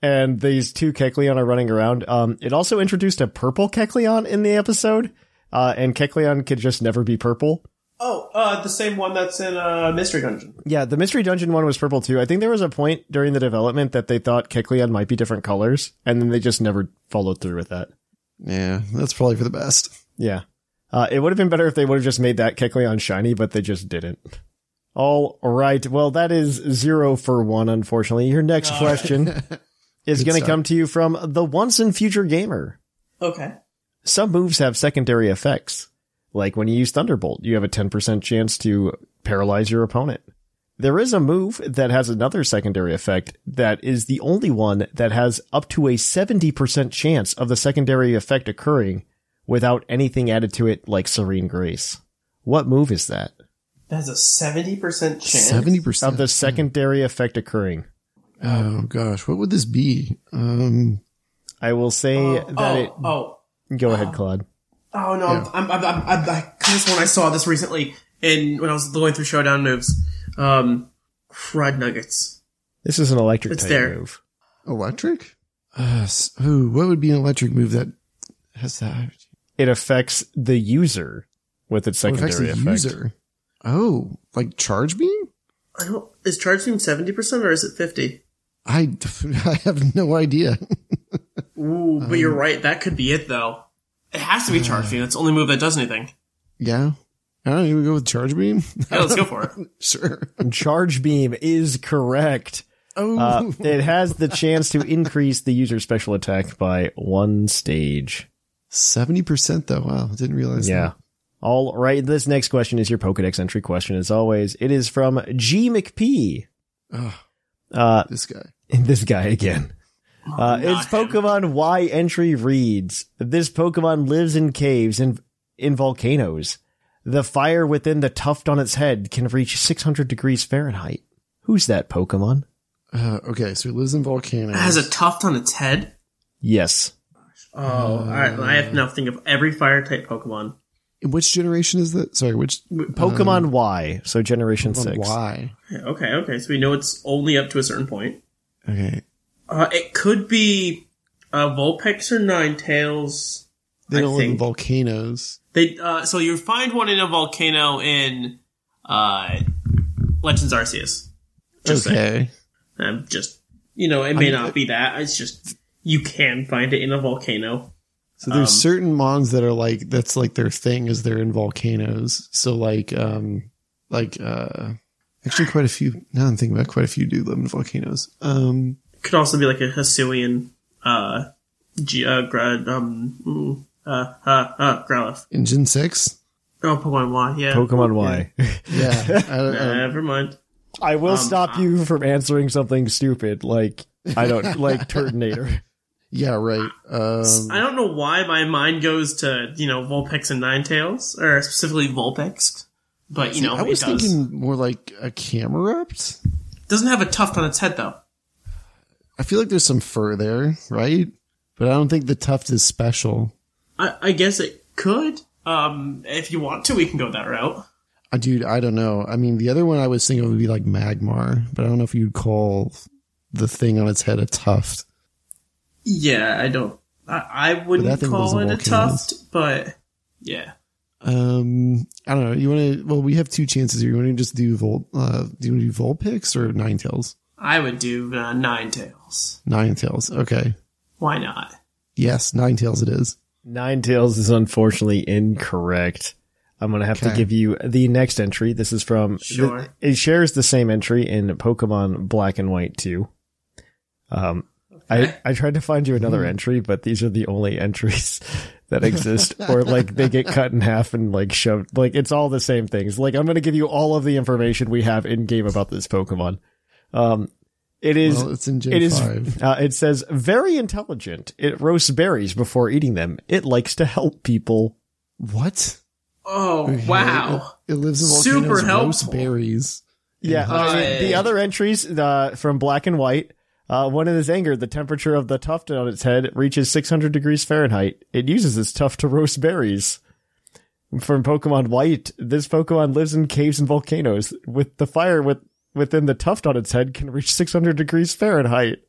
[SPEAKER 2] and these two Kecleon are running around. Um, it also introduced a purple Kecleon in the episode, uh, and Kecleon could just never be purple.
[SPEAKER 3] Oh, uh, the same one that's in uh, Mystery Dungeon.
[SPEAKER 2] Yeah, the Mystery Dungeon one was purple too. I think there was a point during the development that they thought Kecleon might be different colors, and then they just never followed through with that.
[SPEAKER 4] Yeah, that's probably for the best.
[SPEAKER 2] Yeah. Uh, it would have been better if they would have just made that Kecleon shiny, but they just didn't. All right. Well, that is zero for one, unfortunately. Your next question is going to come to you from the once and future gamer.
[SPEAKER 3] Okay.
[SPEAKER 2] Some moves have secondary effects. Like when you use Thunderbolt, you have a 10% chance to paralyze your opponent. There is a move that has another secondary effect that is the only one that has up to a 70% chance of the secondary effect occurring without anything added to it like Serene Grace. What move is that?
[SPEAKER 3] That's a seventy percent chance.
[SPEAKER 4] Seventy
[SPEAKER 2] Of
[SPEAKER 4] percent.
[SPEAKER 2] the secondary effect occurring.
[SPEAKER 4] Oh gosh, what would this be? Um,
[SPEAKER 2] I will say
[SPEAKER 3] Oh,
[SPEAKER 2] that
[SPEAKER 3] oh, oh,
[SPEAKER 2] it. Go ahead, Claude.
[SPEAKER 3] oh no! I'm, I'm, I'm, I'm, I'm, this one I saw this recently, in when I was going through Showdown moves, um, fried nuggets.
[SPEAKER 2] This is an electric
[SPEAKER 3] It's
[SPEAKER 2] type
[SPEAKER 3] there.
[SPEAKER 2] move.
[SPEAKER 4] electric. Uh, s- oh, what would be an electric move that has that?
[SPEAKER 2] It affects the user with its
[SPEAKER 4] what Oh, affects
[SPEAKER 2] secondary
[SPEAKER 4] the
[SPEAKER 2] effect.
[SPEAKER 4] user? Oh, like charge beam?
[SPEAKER 3] I don't. Is charge beam seventy percent or is it fifty?
[SPEAKER 4] I [laughs] I have no idea. [laughs]
[SPEAKER 3] Ooh, but
[SPEAKER 4] Um,
[SPEAKER 3] you're right. That could be it though. It has to be charge beam. That's the only move that does anything.
[SPEAKER 4] yeah, I don't even go with charge beam. [laughs]
[SPEAKER 3] Yeah, let's go for it.
[SPEAKER 4] sure.
[SPEAKER 2] Charge beam is correct.
[SPEAKER 4] Oh,
[SPEAKER 2] Uh, it has the chance to increase the user's special attack by one stage.
[SPEAKER 4] seventy percent though. Wow, I didn't realize.
[SPEAKER 2] Yeah. All right. This next question is your Pokedex entry question, as always. It is from G McP. [laughs]
[SPEAKER 4] that. Ugh,
[SPEAKER 2] Uh,
[SPEAKER 4] this guy.
[SPEAKER 2] this guy again. Uh,
[SPEAKER 3] not
[SPEAKER 2] its Pokemon Y entry reads: This Pokemon lives in caves and in volcanoes. The fire within the tuft on its head can reach 600 degrees Fahrenheit. Who's that Pokemon?
[SPEAKER 4] Uh, okay, so he lives in volcanoes.
[SPEAKER 3] It has a tuft on its head.
[SPEAKER 2] Yes.
[SPEAKER 3] Oh, all right.
[SPEAKER 4] Uh,
[SPEAKER 3] I have to now think of every fire type Pokemon.
[SPEAKER 4] which generation is that? Sorry, which um,
[SPEAKER 2] Pokemon Y, so Generation
[SPEAKER 4] Pokemon
[SPEAKER 2] 6.
[SPEAKER 4] Y?
[SPEAKER 3] Okay, okay. So we know it's only up to a certain point.
[SPEAKER 4] Okay,
[SPEAKER 3] Uh, it could be uh, Vulpix or Ninetales.
[SPEAKER 4] they
[SPEAKER 3] I
[SPEAKER 4] don't live in
[SPEAKER 3] think-
[SPEAKER 4] volcanoes.
[SPEAKER 3] They uh, so you find one in a volcano in uh, Legends Arceus. Just saying.
[SPEAKER 4] okay.
[SPEAKER 3] I'm just you know it may not be that. It's just you can find it in a volcano.
[SPEAKER 4] So there's
[SPEAKER 3] Um,
[SPEAKER 4] certain mons that are like that's like their thing is they're in volcanoes. So like um like uh actually quite a few now I'm thinking about it, quite a few do live in volcanoes. Um
[SPEAKER 3] Could also be like a Hisuian uh, G- uh, gra- um, mm, uh, uh, uh, Growlithe.
[SPEAKER 4] in Gen six?
[SPEAKER 3] Oh, Pokemon Y. Yeah.
[SPEAKER 2] [laughs]
[SPEAKER 3] Uh,
[SPEAKER 2] Pokemon Y.
[SPEAKER 4] Yeah. I don't- I don't-
[SPEAKER 3] Never mind.
[SPEAKER 2] [laughs] I
[SPEAKER 4] Um,
[SPEAKER 2] will stop
[SPEAKER 4] uh,
[SPEAKER 2] you from answering something stupid like I
[SPEAKER 4] [laughs]
[SPEAKER 2] don't like Turtonator.
[SPEAKER 4] [laughs] yeah, right. Um
[SPEAKER 3] I don't know why my mind goes to you know Vulpix and Ninetales, or specifically Vulpix, but you know
[SPEAKER 4] I was
[SPEAKER 3] it does.
[SPEAKER 4] thinking more like a Camerupt.
[SPEAKER 3] Doesn't have a tuft on its head though.
[SPEAKER 4] I feel like there's some fur there, right? But I don't think the tuft is special.
[SPEAKER 3] I, I guess it could. Um, if you want to, we can go that route.
[SPEAKER 4] Uh, dude, I don't know. I mean, the other one I was thinking would be like Magmar, but I don't know if you'd call the thing on its head a tuft.
[SPEAKER 3] Yeah, I don't. I, I
[SPEAKER 4] But that
[SPEAKER 3] wouldn't
[SPEAKER 4] thing
[SPEAKER 3] call it
[SPEAKER 4] wasn't
[SPEAKER 3] a
[SPEAKER 4] volcanoes.
[SPEAKER 3] tuft, but yeah.
[SPEAKER 4] Um, I don't know. You want to? Well, we have two chances here. You want to just do Vol? Uh, do you want to do Vulpix or Ninetales?
[SPEAKER 3] I would do uh, nine tails.
[SPEAKER 4] Ninetales. Okay.
[SPEAKER 3] Why not?
[SPEAKER 4] Yes, Ninetales. It is.
[SPEAKER 2] Nine Tails is unfortunately incorrect. I'm gonna have to
[SPEAKER 4] Okay.
[SPEAKER 2] give you the next entry. This is from
[SPEAKER 3] Sure.
[SPEAKER 2] it shares the same entry in Pokemon Black and White 2. Um, I, I tried to find you
[SPEAKER 4] Hmm.
[SPEAKER 2] another entry, but these are the only entries that exist, or like they get cut in half and like shoved. Like it's all the same things. Like I'm going to give you all of the information we have in game about this Pokemon. Um, it is.
[SPEAKER 4] Well, it's in Gen
[SPEAKER 2] it is.
[SPEAKER 4] five.
[SPEAKER 2] Uh, it says very intelligent. It roasts berries before eating them. It likes to help people.
[SPEAKER 4] What?
[SPEAKER 3] Oh wow!
[SPEAKER 4] It, it lives in
[SPEAKER 3] Super
[SPEAKER 4] volcanoes. roasts
[SPEAKER 3] helpful.
[SPEAKER 4] berries.
[SPEAKER 2] Oh, Yeah, I mean,
[SPEAKER 3] Uh,
[SPEAKER 2] the other entries uh, from Black and White. Uh, when it is angered, the temperature of the tuft on its head reaches 600 degrees Fahrenheit. It uses its tuft to roast berries. From Pokemon White, this Pokemon lives in caves and volcanoes. With the fire with within the tuft on its head can reach 600 degrees Fahrenheit.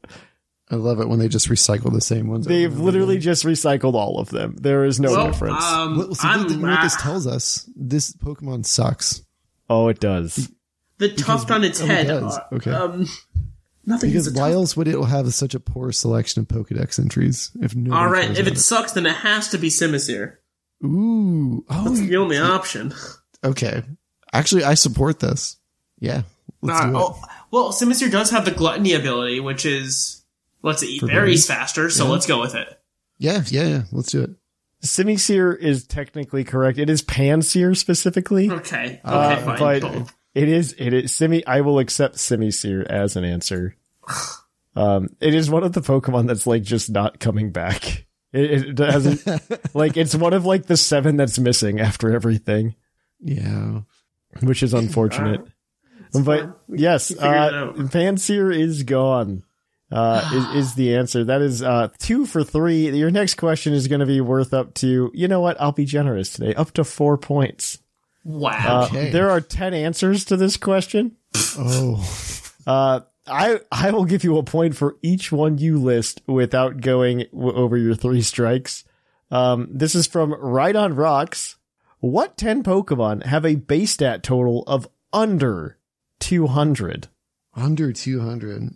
[SPEAKER 4] I love it when they just recycle the same ones.
[SPEAKER 2] They've literally just recycled all of them. There is no
[SPEAKER 3] well,
[SPEAKER 2] difference.
[SPEAKER 3] um,
[SPEAKER 4] Well, so
[SPEAKER 3] I'm,
[SPEAKER 4] the thing what this
[SPEAKER 3] ah,
[SPEAKER 4] tells us, this Pokemon sucks.
[SPEAKER 2] oh, it does.
[SPEAKER 3] the tuft on its
[SPEAKER 4] oh, it
[SPEAKER 3] head.
[SPEAKER 4] does.
[SPEAKER 3] uh,
[SPEAKER 4] Okay.
[SPEAKER 3] Um, nothing
[SPEAKER 4] Because
[SPEAKER 3] is a
[SPEAKER 4] why
[SPEAKER 3] tuft.
[SPEAKER 4] else would it have such a poor selection of Pokedex entries? If no,
[SPEAKER 3] All right, if it sucks, then it has to be Simisear.
[SPEAKER 4] ooh, oh,
[SPEAKER 3] That's the only option.
[SPEAKER 4] okay. Actually, I support this. Yeah, let's
[SPEAKER 3] Uh,
[SPEAKER 4] do it.
[SPEAKER 3] oh, well, Simisear does have the gluttony ability, which is let's eat
[SPEAKER 4] For
[SPEAKER 3] berries
[SPEAKER 4] berries?
[SPEAKER 3] faster. So let's go with it.
[SPEAKER 4] Yeah, yeah, yeah. Let's do it.
[SPEAKER 2] Simisear is technically correct. It is Panseer specifically.
[SPEAKER 3] Okay. Okay.
[SPEAKER 2] Uh,
[SPEAKER 3] fine.
[SPEAKER 2] but
[SPEAKER 3] [laughs] boom.
[SPEAKER 2] it is it is semi. I will accept semi seer as an answer. Um, it is one of the Pokemon that's like just not coming back. It, it
[SPEAKER 3] [laughs]
[SPEAKER 2] doesn't like it's one of like the seven that's missing after everything,
[SPEAKER 4] Yeah.
[SPEAKER 2] which is unfortunate.
[SPEAKER 3] Ah. fine.
[SPEAKER 2] but yes,
[SPEAKER 3] figure it
[SPEAKER 2] uh,
[SPEAKER 3] out.
[SPEAKER 2] Panseer is gone.
[SPEAKER 3] [sighs]
[SPEAKER 2] Uh, is, is the answer that is uh two for three. Your next question is going to be worth up to you know what? I'll be generous today, up to four points.
[SPEAKER 3] Wow.
[SPEAKER 2] Uh,
[SPEAKER 4] Okay.
[SPEAKER 2] There are ten answers to this question.
[SPEAKER 4] Oh,
[SPEAKER 2] Uh, I I will give you a point for each one you list without going w- over your three strikes. Um, this is from Right on Rocks. What ten Pokemon have a base stat total of under two hundred?
[SPEAKER 4] under two hundred.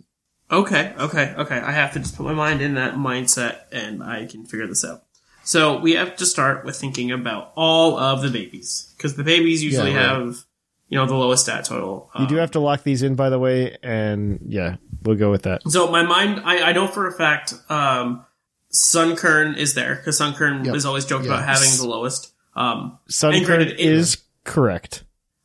[SPEAKER 3] Okay, okay, okay. I have to just put my mind in that mindset and I can figure this out. So we have to start with thinking about all of the babies because the babies usually
[SPEAKER 4] right.
[SPEAKER 3] have, you know, the lowest stat total.
[SPEAKER 2] You do
[SPEAKER 3] Um,
[SPEAKER 2] have to lock these in, by the way, and yeah, we'll go with that.
[SPEAKER 3] Um, So my mind, I, I know for a fact, um, Sunkern is there because Sunkern
[SPEAKER 4] Yep.
[SPEAKER 3] is always joked about
[SPEAKER 4] Yes.
[SPEAKER 3] having the lowest. Um, And
[SPEAKER 2] Sunkern
[SPEAKER 3] granted, it-
[SPEAKER 2] is correct.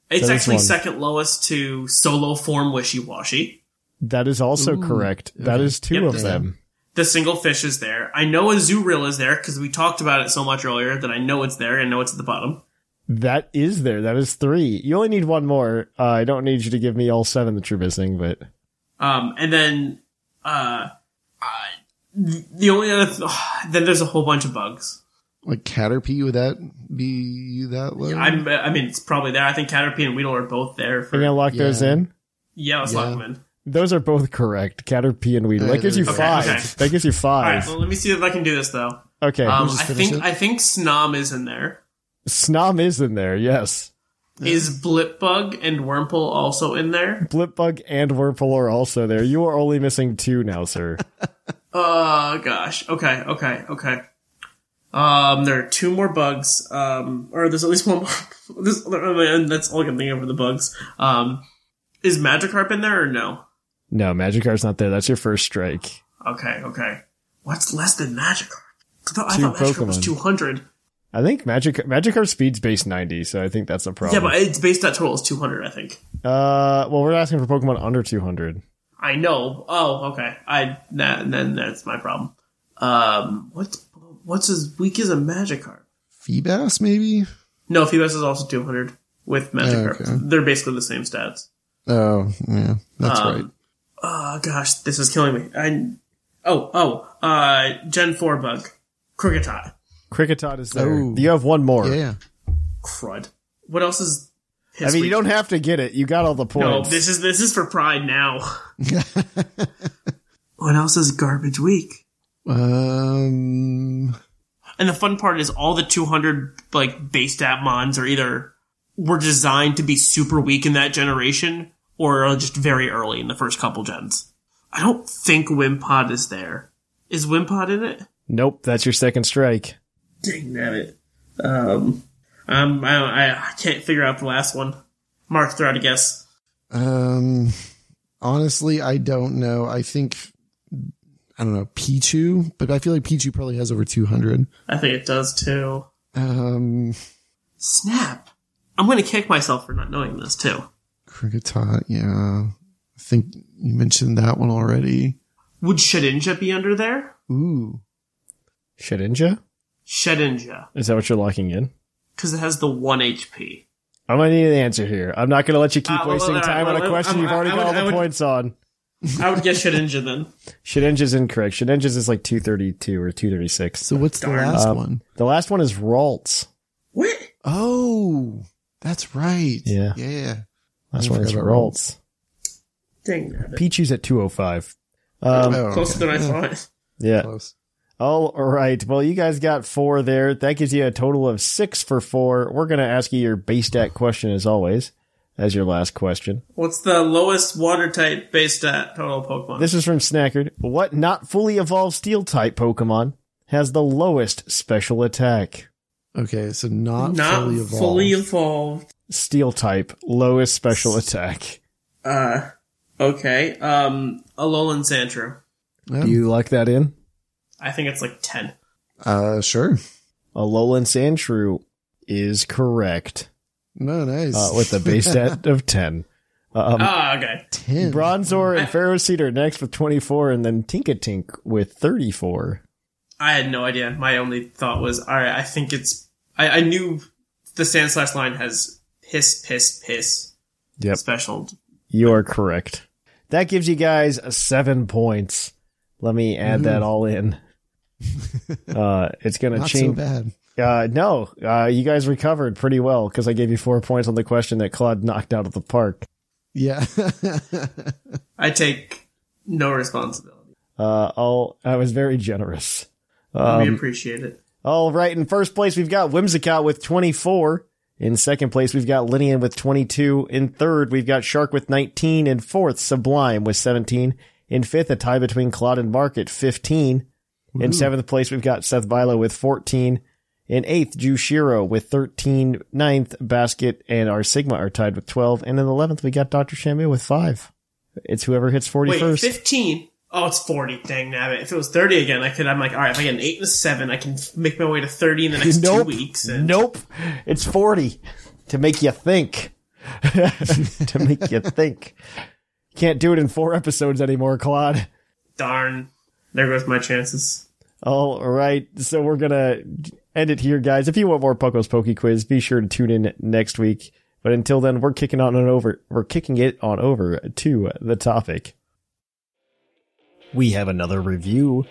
[SPEAKER 3] it's
[SPEAKER 2] That is
[SPEAKER 3] actually
[SPEAKER 2] one.
[SPEAKER 3] second lowest to solo form Wishy Washy.
[SPEAKER 2] That is also correct. That is two
[SPEAKER 3] Yep,
[SPEAKER 2] of
[SPEAKER 3] this-
[SPEAKER 2] them.
[SPEAKER 3] The single fish is there. I know Azuril is there because we talked about it so much earlier that I know it's there and know it's at the bottom.
[SPEAKER 2] That is there. That is three. You only need one more. Uh, I don't need you to give me all seven that you're missing, but
[SPEAKER 3] Um, and then, uh, I- the only other, [sighs] then there's a whole bunch of bugs.
[SPEAKER 4] Like Caterpie, would that be that low?
[SPEAKER 3] I'm, I mean, it's probably there. I think Caterpie and Weedle are both there
[SPEAKER 2] you're gonna
[SPEAKER 3] for,
[SPEAKER 2] lock those
[SPEAKER 4] Yeah.
[SPEAKER 2] in.
[SPEAKER 3] yeah, let's lock them in.
[SPEAKER 2] Those are both correct. Caterpie and Weedle.
[SPEAKER 4] Hey,
[SPEAKER 2] That gives you
[SPEAKER 4] there we
[SPEAKER 3] go.
[SPEAKER 2] five.
[SPEAKER 3] Okay, okay.
[SPEAKER 2] That gives you
[SPEAKER 3] All right,
[SPEAKER 2] five.
[SPEAKER 3] well, let me see if I can do this though.
[SPEAKER 2] Okay.
[SPEAKER 3] Um,
[SPEAKER 4] just
[SPEAKER 3] I
[SPEAKER 4] finish
[SPEAKER 3] think,
[SPEAKER 4] it?
[SPEAKER 3] I think Snom is in there.
[SPEAKER 2] Snom is in there. Yes.
[SPEAKER 3] Is Blipbug and Wurmple also in there?
[SPEAKER 2] Blipbug and Whirlpool are also there. You are only missing two now,
[SPEAKER 3] [laughs]
[SPEAKER 2] sir.
[SPEAKER 3] Oh gosh. Okay. Okay. Okay. Um, there are two more bugs. Um, or there's at least one more. [laughs] this, I mean, that's all I can think of for the bugs. Um, is Magikarp in there or no?
[SPEAKER 2] no, Magikarp's not there. That's your first strike.
[SPEAKER 3] Okay. Okay. What's less than Magikarp? I thought, I
[SPEAKER 2] Two
[SPEAKER 3] thought Magikarp was
[SPEAKER 2] Pokemon.
[SPEAKER 3] 200.
[SPEAKER 2] I think Magic Magikarp speed's base ninety, so I think that's a
[SPEAKER 3] Yeah,
[SPEAKER 2] problem.
[SPEAKER 3] but its base stat total is 200, I think.
[SPEAKER 2] uh, well, we're asking for Pokemon under two hundred.
[SPEAKER 3] I know. Oh, okay. I that, then that's my problem. Um, what what's as weak as a Magikarp?
[SPEAKER 4] Feebas, maybe.
[SPEAKER 3] No, Phoebus is also 200 with Magikarp.
[SPEAKER 4] Okay.
[SPEAKER 2] Oh,
[SPEAKER 3] They're basically the same stats.
[SPEAKER 4] Oh, yeah, that's
[SPEAKER 3] Um,
[SPEAKER 4] right.
[SPEAKER 3] Oh gosh, this is killing me. I oh oh uh Gen four bug Cricketot.
[SPEAKER 2] Cricketot is there.
[SPEAKER 4] Oh.
[SPEAKER 2] You have one more.
[SPEAKER 4] Yeah, yeah.
[SPEAKER 3] Crud. What else is?
[SPEAKER 2] I
[SPEAKER 3] his
[SPEAKER 2] mean,
[SPEAKER 3] week-
[SPEAKER 2] you don't have to get it. You got all the
[SPEAKER 3] No,
[SPEAKER 2] points.
[SPEAKER 3] this is this is for pride now. what else is garbage week?
[SPEAKER 4] [laughs] Um,
[SPEAKER 3] And the fun part is all the 200 like base stat mons are either were designed to be super weak in that generation or are just very early in the first couple gens. I don't think Wimpod is there. Is Wimpod in it?
[SPEAKER 2] nope, that's your second strike.
[SPEAKER 3] Dang it. Um, um I, don't, I, I can't figure out the last one. Mark, throw out a guess.
[SPEAKER 4] um, honestly, I don't know. I think I don't know Pichu, but I feel like Pichu probably has over two hundred.
[SPEAKER 3] I think it does too.
[SPEAKER 4] Um,
[SPEAKER 3] Snap. I'm gonna kick myself for not knowing this too.
[SPEAKER 4] Cricketot, yeah. I think you mentioned that one already.
[SPEAKER 3] Would Shedinja be under there?
[SPEAKER 4] Ooh,
[SPEAKER 2] Shedinja?
[SPEAKER 3] Shedinja.
[SPEAKER 2] Is that what you're locking in?
[SPEAKER 3] Because it has the 1 HP.
[SPEAKER 2] I'm gonna need an answer here. I'm not gonna let you keep
[SPEAKER 3] Uh, well,
[SPEAKER 2] wasting
[SPEAKER 3] all right,
[SPEAKER 2] time
[SPEAKER 3] well,
[SPEAKER 2] on a
[SPEAKER 3] well,
[SPEAKER 2] question
[SPEAKER 3] I'm-
[SPEAKER 2] you've already
[SPEAKER 3] I
[SPEAKER 2] got
[SPEAKER 3] would-
[SPEAKER 2] all
[SPEAKER 3] I
[SPEAKER 2] the
[SPEAKER 3] would-
[SPEAKER 2] points on.
[SPEAKER 3] I would guess Shedinja then. [laughs]
[SPEAKER 2] Shedinja's incorrect. Shedinja's is like 232 or 236.
[SPEAKER 4] so what's the last
[SPEAKER 2] Um,
[SPEAKER 4] one?
[SPEAKER 2] The last one is Ralts.
[SPEAKER 3] What?
[SPEAKER 4] Oh, that's right.
[SPEAKER 2] Yeah.
[SPEAKER 4] yeah.
[SPEAKER 2] Last
[SPEAKER 4] I
[SPEAKER 2] one
[SPEAKER 4] forgot
[SPEAKER 2] is
[SPEAKER 4] about
[SPEAKER 2] Ralts.
[SPEAKER 3] Dang it.
[SPEAKER 2] Pichu's at 205. Um,
[SPEAKER 4] Oh,
[SPEAKER 3] Closer
[SPEAKER 4] okay.
[SPEAKER 3] than I thought.
[SPEAKER 2] yeah.
[SPEAKER 4] Close.
[SPEAKER 2] All right. Well, you guys got four there. That gives you a total of six for four. We're going to ask you your base stat question as always, as your last question.
[SPEAKER 3] What's the lowest water type based at total Pokemon?
[SPEAKER 2] This is from Snackard. What not fully evolved steel type Pokemon has the lowest special attack?
[SPEAKER 4] Okay, so not,
[SPEAKER 3] not
[SPEAKER 4] fully evolved.
[SPEAKER 3] fully evolved.
[SPEAKER 2] Steel type, lowest special attack.
[SPEAKER 3] Uh, okay. Um, Alolan Sandshrew.
[SPEAKER 4] Yeah.
[SPEAKER 2] Do you lock that in?
[SPEAKER 3] I think it's like 10.
[SPEAKER 4] uh, sure.
[SPEAKER 2] Alolan Sandshrew is correct
[SPEAKER 4] No, nice.
[SPEAKER 2] uh, with a
[SPEAKER 4] [laughs]
[SPEAKER 2] base stat of 10. Um,
[SPEAKER 3] Ah, okay.
[SPEAKER 4] ten.
[SPEAKER 2] Bronzor and Pharaohseed are next with 24, and then Tinkatink with 34.
[SPEAKER 3] I had no idea. My only thought was, alright, I think it's. I, I knew the Sandslash line has piss, piss, piss
[SPEAKER 2] Yep.
[SPEAKER 3] special.
[SPEAKER 2] You are correct. That gives you guys seven points. Let me add that all
[SPEAKER 4] [laughs]
[SPEAKER 2] in. uh, it's going to
[SPEAKER 4] not so
[SPEAKER 2] change.
[SPEAKER 4] bad.
[SPEAKER 2] uh, no, uh, you guys recovered pretty well because I gave you four points on the question that Claude knocked out of the park.
[SPEAKER 4] Yeah.
[SPEAKER 3] I take no responsibility.
[SPEAKER 2] Uh, I'll, I was very generous. Um,
[SPEAKER 3] we appreciate it.
[SPEAKER 2] All right. In first place, we've got Whimsicott with 24. In second place, we've got Linian with 22. In third, we've got Shark with 19. In fourth, Sublime with 17. In fifth, a tie between Claude and Mark at 15. In seventh place, we've got Seth Vilo with 14. In eighth, Jushiro with 13. Ninth, Basket and our Sigma are tied with 12. And in 11th, we got Dr. Shamu with 5. It's whoever hits 40
[SPEAKER 3] Wait,
[SPEAKER 2] first.
[SPEAKER 3] 15? Oh, it's 40. Dang, nabbit. If it was 30 again, I could, I'm like, all right, if I get an 8 and a 7, I can f- make my way to 30 in the
[SPEAKER 2] [laughs]
[SPEAKER 3] next
[SPEAKER 2] nope.
[SPEAKER 3] two weeks. And
[SPEAKER 2] Nope. It's 40 to make you think. [laughs] to make you think. Can't do it in four episodes anymore, Claude.
[SPEAKER 3] Darn. There goes my chances.
[SPEAKER 2] All right. So we're going to end it here, guys. If you want more Pucko's Poke Quiz, be sure to tune in next week. But until then, we're kicking on and over. We're kicking it on over to the topic. We have another review.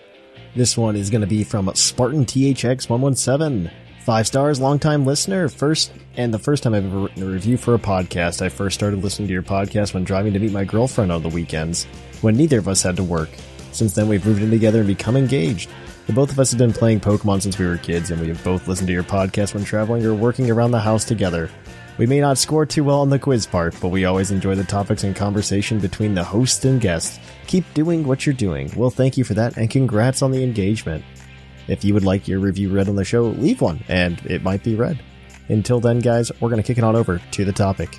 [SPEAKER 2] This one is going to be from Spartan THX 117. Five stars, longtime listener. First, and the first time I've ever written a review for a podcast. I first started listening to your podcast when driving to meet my girlfriend on the weekends, when neither of us had to work. Since then, we've moved in together and become engaged. The both of us have been playing Pokemon since we were kids, and we have both listened to your podcast when traveling or working around the house together. We may not score too well on the quiz part, but we always enjoy the topics and conversation between the host and guests. Keep doing what you're doing. Well, thank you for that, and congrats on the engagement. If you would like your review read on the show, leave one, and it might be read. Until then, guys, we're going to kick it on over to the topic.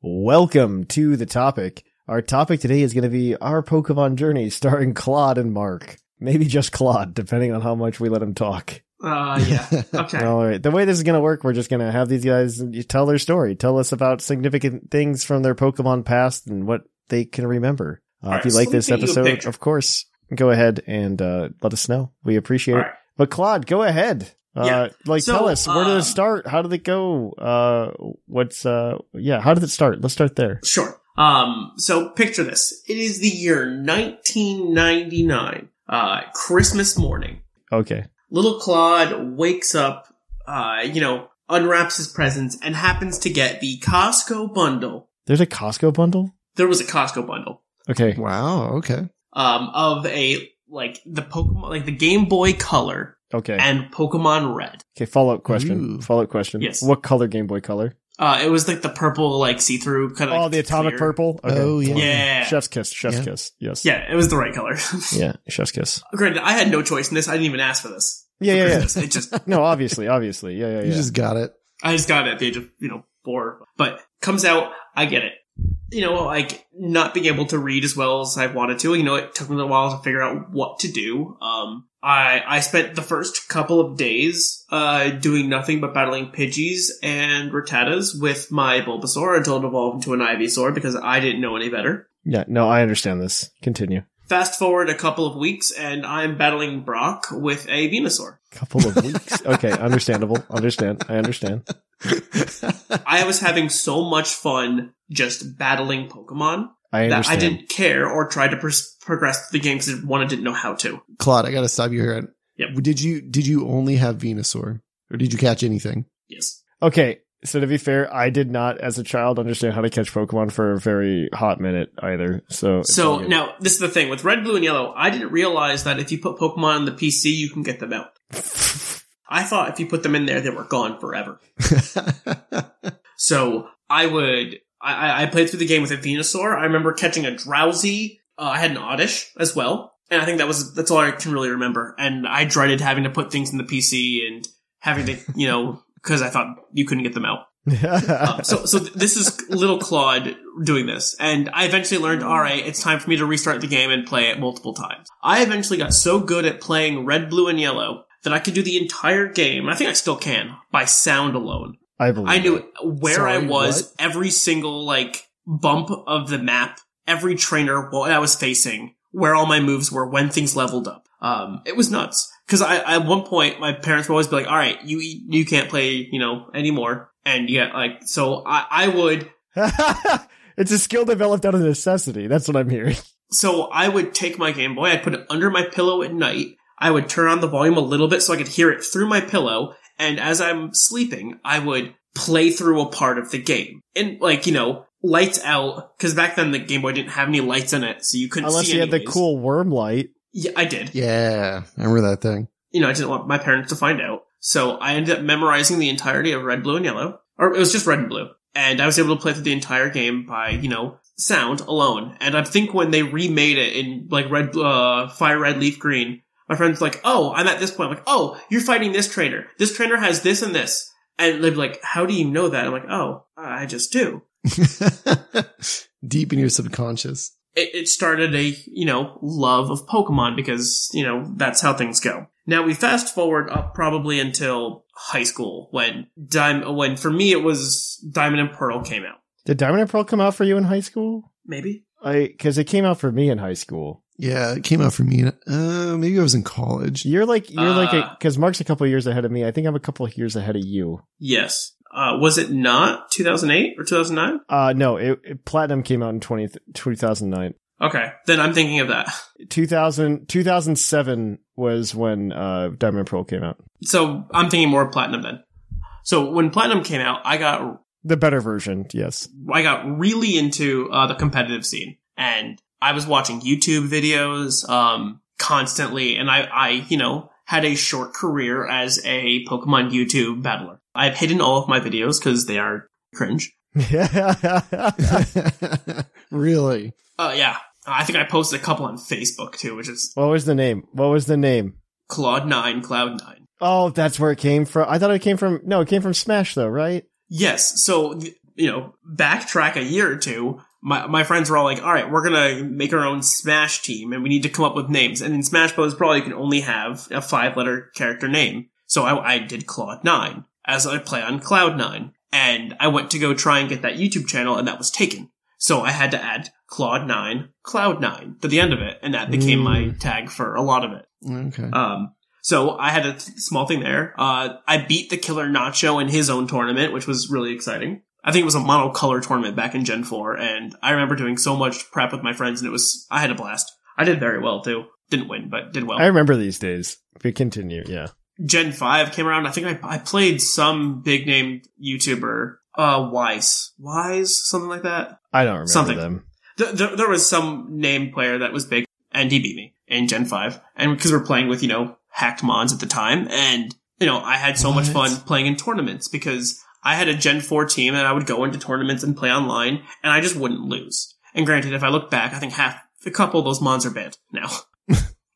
[SPEAKER 2] Welcome to the topic. Our topic today is going to be our Pokemon journey starring Claude and Mark. Maybe just Claude, depending on how much we let him talk.
[SPEAKER 3] Uh,
[SPEAKER 2] [laughs]
[SPEAKER 4] [laughs]
[SPEAKER 3] yeah. Okay.
[SPEAKER 2] All right. The way this is going to work, we're just going to have these guys you tell their story. Tell us about significant things from their Pokemon past and what they can remember. Uh,
[SPEAKER 3] All
[SPEAKER 2] if
[SPEAKER 3] right,
[SPEAKER 2] you
[SPEAKER 3] so
[SPEAKER 2] like
[SPEAKER 3] let me
[SPEAKER 2] this
[SPEAKER 3] paint you a
[SPEAKER 2] episode,
[SPEAKER 3] picture.
[SPEAKER 2] of course, go ahead and uh, let us know. We appreciate
[SPEAKER 3] All
[SPEAKER 2] it.
[SPEAKER 3] right.
[SPEAKER 2] But Claude, go ahead. Uh,
[SPEAKER 3] Yeah.
[SPEAKER 2] Like,
[SPEAKER 3] So,
[SPEAKER 2] tell us where did
[SPEAKER 3] um,
[SPEAKER 2] uh, it start? How did it go? Uh, what's uh, yeah? How did it start? Let's start there.
[SPEAKER 3] Sure. Um, so picture this. It is the year 1999, uh, Christmas morning.
[SPEAKER 2] Okay.
[SPEAKER 3] Little Claude wakes up, uh, you know, unwraps his presents and happens to get the Costco bundle.
[SPEAKER 2] There's a Costco bundle?
[SPEAKER 3] There was a Costco bundle,
[SPEAKER 2] [laughs] Okay.
[SPEAKER 4] Wow. Okay.
[SPEAKER 3] um, of a, like, the Pokemon, like the Game Boy Color
[SPEAKER 2] Okay.
[SPEAKER 3] and Pokemon Red.
[SPEAKER 2] okay, follow up question.
[SPEAKER 4] Ooh.
[SPEAKER 2] Follow up question.
[SPEAKER 3] Yes.
[SPEAKER 2] What color Game Boy color?
[SPEAKER 3] Uh, it was like the purple, like, see-through kind of.
[SPEAKER 2] oh, the atomic purple? Okay.
[SPEAKER 4] Oh, yeah.
[SPEAKER 3] Yeah.
[SPEAKER 2] Chef's kiss. Chef's
[SPEAKER 4] Yeah.
[SPEAKER 2] kiss. Yes.
[SPEAKER 3] Yeah, it was the right color. [laughs]
[SPEAKER 2] Yeah. Chef's kiss.
[SPEAKER 3] Granted, I had no choice in this. I didn't even ask for this.
[SPEAKER 2] Yeah, yeah, yeah.
[SPEAKER 3] It just
[SPEAKER 2] no, obviously, obviously. Yeah, yeah, yeah.
[SPEAKER 4] You just got it.
[SPEAKER 3] I just got it at the age of, you know, four. But comes out, I get it. You know, like not being able to read as well as I wanted to. You know, it took me a while to figure out what to do. Um, I I spent the first couple of days uh, doing nothing but battling Pidgeys and Rattatas with my Bulbasaur until it evolved into an Ivysaur because I didn't know any better.
[SPEAKER 2] yeah, no, I understand this. Continue.
[SPEAKER 3] Fast forward a couple of weeks, and I'm battling Brock with a Venusaur.
[SPEAKER 2] Couple of [laughs] weeks. Okay, understandable. Understand. I understand.
[SPEAKER 3] I was having so much fun just battling Pokemon.
[SPEAKER 2] I
[SPEAKER 3] that I
[SPEAKER 2] understand.
[SPEAKER 3] didn't care or try to pers- progress the game because one, I didn't know how to.
[SPEAKER 4] Claude, I gotta stop you here.
[SPEAKER 3] Yep.
[SPEAKER 4] Did you did you only have Venusaur, or did you catch anything? [laughs]
[SPEAKER 3] Yes.
[SPEAKER 2] Okay, so to be fair, I did not, as a child, understand how to catch Pokemon for a very hot minute either. So, it's all
[SPEAKER 3] So
[SPEAKER 2] good.
[SPEAKER 3] now this is the thing with red, blue, and yellow. I didn't realize that if you put Pokemon on the PC, you can get them out. I thought if you put them in there, they were gone forever. So I would. I, I- I played through the game with a Venusaur. I remember catching a Drowsy. Uh, I had an Oddish as well, and I think that was that's all I can really remember. And I dreaded having to put things in the PC and having to, you know, [laughs] because I thought you couldn't get them out. Um, so so th- this is little Claude doing this, and I eventually learned. All right, it's time for me to restart the game and play it multiple times. I eventually got so good at playing Red, Blue, and Yellow that I could do the entire game. I think I still can by sound alone.
[SPEAKER 2] I believe
[SPEAKER 3] I knew
[SPEAKER 2] it.
[SPEAKER 3] where I
[SPEAKER 4] Sorry,
[SPEAKER 3] was,
[SPEAKER 4] what?
[SPEAKER 3] every single like bump of the map, every trainer, what I was facing, where all my moves were, when things leveled up. Um, it was nuts because I at one point my parents would always be like, "All right, you you can't play, you know, anymore." And yeah, like so, I I would
[SPEAKER 2] [laughs] it's a skill developed out of necessity. That's what I'm hearing.
[SPEAKER 3] so I would take my Game Boy, I'd put it under my pillow at night. I would turn on the volume a little bit so I could hear it through my pillow, and as I'm sleeping, I would play through a part of the game. And like, you know, lights out, because back then the Game Boy didn't have any lights in it, so you couldn't
[SPEAKER 2] Unless
[SPEAKER 3] see
[SPEAKER 2] you had the
[SPEAKER 3] anyways.
[SPEAKER 2] cool worm light.
[SPEAKER 3] Yeah, I did.
[SPEAKER 4] [laughs] yeah, I remember that thing. [laughs]
[SPEAKER 3] You know, I didn't want my parents to find out. So I ended up memorizing the entirety of red, blue, and yellow. Or it was just red and blue. And I was able to play through the entire game by, you know, sound alone. And I think when they remade it in like red, uh, fire red, leaf green, my friend's like, oh, I'm at this point. I'm like, oh, you're fighting this trainer. This trainer has this and this. And they'd be like, how do you know that? I'm like, oh, I just do.
[SPEAKER 4] Deep in your subconscious.
[SPEAKER 3] it, it started a you know love of Pokemon because you know that's how things go. Now we fast forward up probably until high school when Diamond when for me it was Diamond and Pearl came out.
[SPEAKER 2] Did Diamond and Pearl come out for you in high school?
[SPEAKER 3] Maybe
[SPEAKER 2] I because it came out for me in high school.
[SPEAKER 4] Yeah, it came out for me. Uh, maybe I was in college.
[SPEAKER 2] You're like you're like a
[SPEAKER 3] Ah.
[SPEAKER 2] because Mark's a couple years ahead of me. I think I'm a couple of years ahead of you.
[SPEAKER 3] yes. Uh, was it not 2008 or 2009?
[SPEAKER 2] Uh no, it, it- Platinum came out in 20, 2009.
[SPEAKER 3] Okay, then I'm thinking of that.
[SPEAKER 2] 2000, 2007 was when uh, Diamond and Pearl came out.
[SPEAKER 3] So I'm thinking more of Platinum then. So when Platinum came out, I got
[SPEAKER 2] The better version,
[SPEAKER 3] [laughs]
[SPEAKER 2] yes.
[SPEAKER 3] I got really into uh, the competitive scene, and I was watching YouTube videos um, constantly, and I, I, you know, had a short career as a Pokemon YouTube battler. I've hidden all of my videos because they are cringe.
[SPEAKER 2] what
[SPEAKER 4] really?
[SPEAKER 3] Uh, yeah, I think I posted a couple on Facebook too, which is
[SPEAKER 2] was the name? What was the name?
[SPEAKER 3] Claude Nine, Cloud Nine.
[SPEAKER 2] Oh, that's where it came from. I thought it came from. No, it came from Smash, though, right?
[SPEAKER 3] Yes, so th- you know, backtrack a year or two. My, my friends were all like, all right, we're gonna make our own Smash team and we need to come up with names. And in Smash Bros. Brawl, you can only have a five letter character name. So I, I did Claude9 as I play on Cloud9. And I went to go try and get that YouTube channel and that was taken. So I had to add Claude9, Cloud9 to the end of it. And that became my tag for a lot of it.
[SPEAKER 4] Okay. [laughs]
[SPEAKER 3] Um, so I had a th- small thing there. Uh, I beat the killer Nacho in his own tournament, which was really exciting. I think it was a monocolor tournament back in Gen 4, and I remember doing so much prep with my friends, and it was, I had a blast. I did very well too. Didn't win, but did well.
[SPEAKER 2] I remember these days. We continue, yeah.
[SPEAKER 3] Gen 5 came around. I think I, I played some big name YouTuber, uh, Wise. Wise? Something like that?
[SPEAKER 2] I don't remember
[SPEAKER 3] Something.
[SPEAKER 2] them.
[SPEAKER 3] Th- th- there was some named player that was big, and he beat me in Gen 5. And because we're playing with, you know, hacked mons at the time, and, you know, I had so much
[SPEAKER 4] What?
[SPEAKER 3] fun playing in tournaments because I had a Gen 4 team and I would go into tournaments and play online, and I just wouldn't lose. And granted, if I look back, I think half, a couple of those mons are banned now.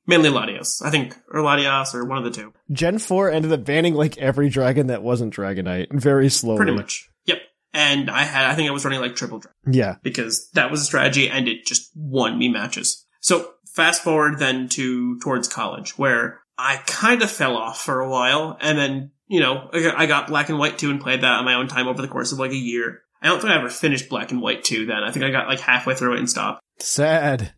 [SPEAKER 3] Mainly Latios. I think, or Latios, or one of the two.
[SPEAKER 2] Gen 4 ended up banning like every dragon that wasn't Dragonite very slowly.
[SPEAKER 3] Pretty much. Yep. And I had, I think I was running like triple dragon
[SPEAKER 2] Yeah.
[SPEAKER 3] because that was a strategy and it just won me matches. So fast forward then to towards college where I kind of fell off for a while and then, you know, I got- I got black and white two and played that on my own time over the course of like a year. I don't think I ever finished black and white two then. I think I got like halfway through it and stopped.
[SPEAKER 2] Sad.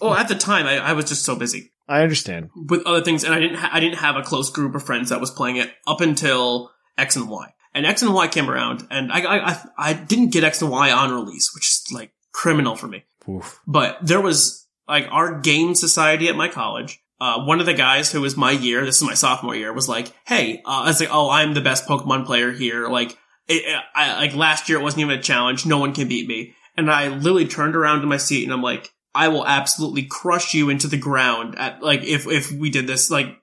[SPEAKER 3] Oh, at the time I, I was just so busy.
[SPEAKER 2] I understand.
[SPEAKER 3] with other things, and I didn't ha- I didn't have a close group of friends that was playing it up until X and Y. And X and Y came around, and I I, I, I didn't get X and Y on release, which is like criminal for me.
[SPEAKER 2] Oof.
[SPEAKER 3] But there was like our game society at my college. Uh, one of the guys who was my year, this is my sophomore year, was like, "Hey," uh, I was like, "Oh, I'm the best Pokemon player here." Like, it, it- I like last year it wasn't even a challenge. No one can beat me. And I literally turned around to my seat and I'm like, "I will absolutely crush you into the ground." At like if if we did this like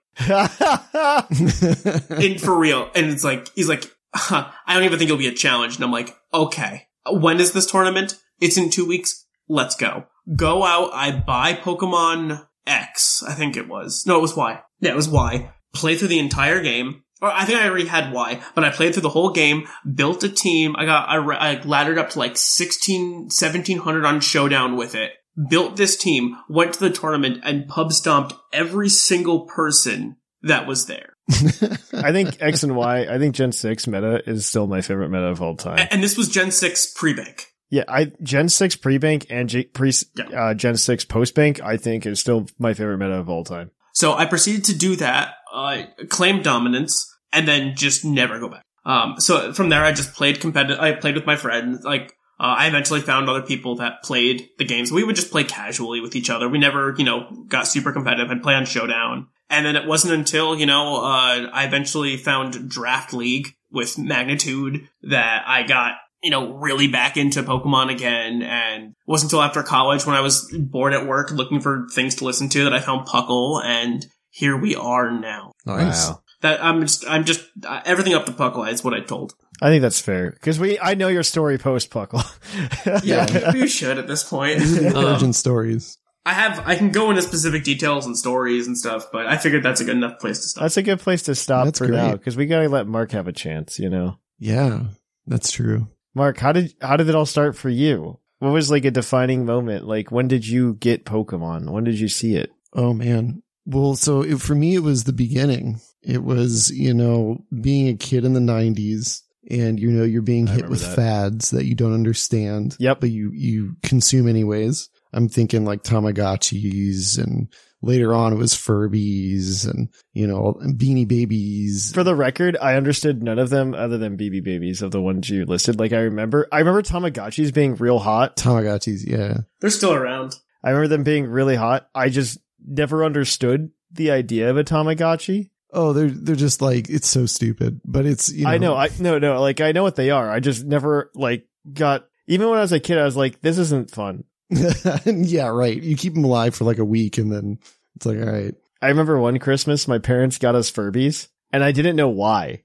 [SPEAKER 3] in for real. And it's like, he's like, huh, I don't even think it'll be a challenge. And I'm like, okay, when is this tournament? It's in two weeks. Let's go. Go out. I buy Pokemon X. I think it was. No, it was Y. Yeah, it was Y. Play through the entire game. Or I think I already had Y, but I played through the whole game, built a team. I got, I, ra- I laddered up to like 16, 1700 on showdown with it. Built this team, went to the tournament and pub stomped every single person that was there.
[SPEAKER 2] I think X and Y, I think Gen 6 meta is still my favorite meta of all time.
[SPEAKER 3] A- And this was Gen 6 pre-bank.
[SPEAKER 2] Yeah, I Gen 6 pre-bank and G, pre
[SPEAKER 3] Yeah.
[SPEAKER 2] uh, Gen 6 post-bank, I think is still my favorite meta of all time.
[SPEAKER 3] So I proceeded to do that, uh, claim dominance, and then just never go back. Um, so from there, I just played competitive. I played with my friends. Like uh, I eventually found other people that played the games. We would just play casually with each other. We never, you know, got super competitive. I'd play on Showdown, and then it wasn't until you know uh, I eventually found Draft League with Magnitude that I got you know really back into Pokemon again. And it wasn't until after college when I was bored at work looking for things to listen to that I found Puckle, and here we are now.
[SPEAKER 4] nice.
[SPEAKER 3] That I'm just I'm just uh, everything up to Puckle is what I told.
[SPEAKER 2] I think that's fair because we. I know your story post [laughs] Puckle.
[SPEAKER 3] Yeah, you should at this point. [laughs]
[SPEAKER 4] Origin
[SPEAKER 3] Um,
[SPEAKER 4] stories.
[SPEAKER 3] I have I can go into specific details and stories and stuff, but I figured that's a good enough place to stop.
[SPEAKER 2] that's a good place to stop
[SPEAKER 4] That's
[SPEAKER 2] for now
[SPEAKER 4] great.
[SPEAKER 2] because we gotta let Mark have a chance. You know,
[SPEAKER 4] Yeah, that's true.
[SPEAKER 2] Mark, how did how did it all start for you? What was like a defining moment? Like when did you get Pokemon? When did you see it?
[SPEAKER 4] Oh man. Well, so it, for me, it was the beginning. It was, you know, being a kid in the '90s, and you know, you're being
[SPEAKER 2] I
[SPEAKER 4] hit
[SPEAKER 2] remember
[SPEAKER 4] with
[SPEAKER 2] that.
[SPEAKER 4] fads that you don't understand.
[SPEAKER 2] Yep.
[SPEAKER 4] but you you consume anyways. I'm thinking like Tamagotchis, and later on it was Furbies, and you know, and Beanie Babies.
[SPEAKER 2] For the record, I understood none of them other than BB Babies of the ones you listed. Like I remember, I remember Tamagotchis being real hot.
[SPEAKER 4] Tamagotchis, yeah.
[SPEAKER 3] They're still around.
[SPEAKER 2] I remember them being really hot. I just never understood the idea of a Tamagotchi.
[SPEAKER 4] Oh, they're they're just like it's so stupid, but it's you know,
[SPEAKER 2] I know. I no no. Like I know what they are. I just never like got. Even when I was a kid, I was like, "This isn't fun."
[SPEAKER 4] [laughs] yeah, right. You keep them alive for like a week, and then it's like, all right, [laughs]
[SPEAKER 2] I remember one Christmas, my parents got us Furbies, and I didn't know why.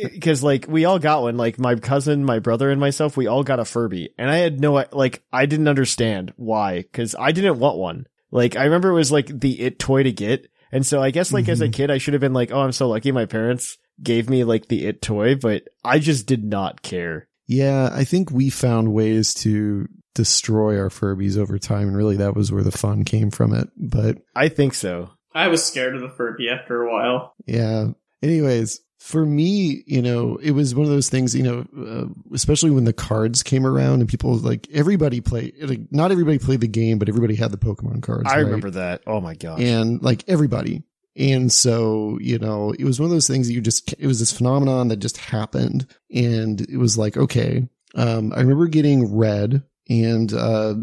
[SPEAKER 2] Because like we all got one. Like my cousin, my brother, and myself, we all got a Furby, and I had no like I didn't understand why because I didn't want one. Like I remember it was like the it toy to get, and so I guess like as
[SPEAKER 4] Mm-hmm.
[SPEAKER 2] a kid, I should have been like, "Oh, I'm so lucky." My parents gave me like the it toy, but I just did not care.
[SPEAKER 4] yeah. I think we found ways to destroy our Furbies over time, and really that was where the fun came from it. But
[SPEAKER 2] I think so.
[SPEAKER 3] I was scared of the Furby after a while.
[SPEAKER 4] Yeah. Anyways, for me, you know, it was one of those things, you know, uh, especially when the cards came around and people like everybody played, like not everybody played the game, but everybody had the Pokemon cards.
[SPEAKER 2] I
[SPEAKER 4] right?
[SPEAKER 2] remember that. Oh my gosh.
[SPEAKER 4] And like everybody. And so, you know, it was one of those things that you just, it was this phenomenon that just happened. And it was like, okay, um, I remember getting red and, uh,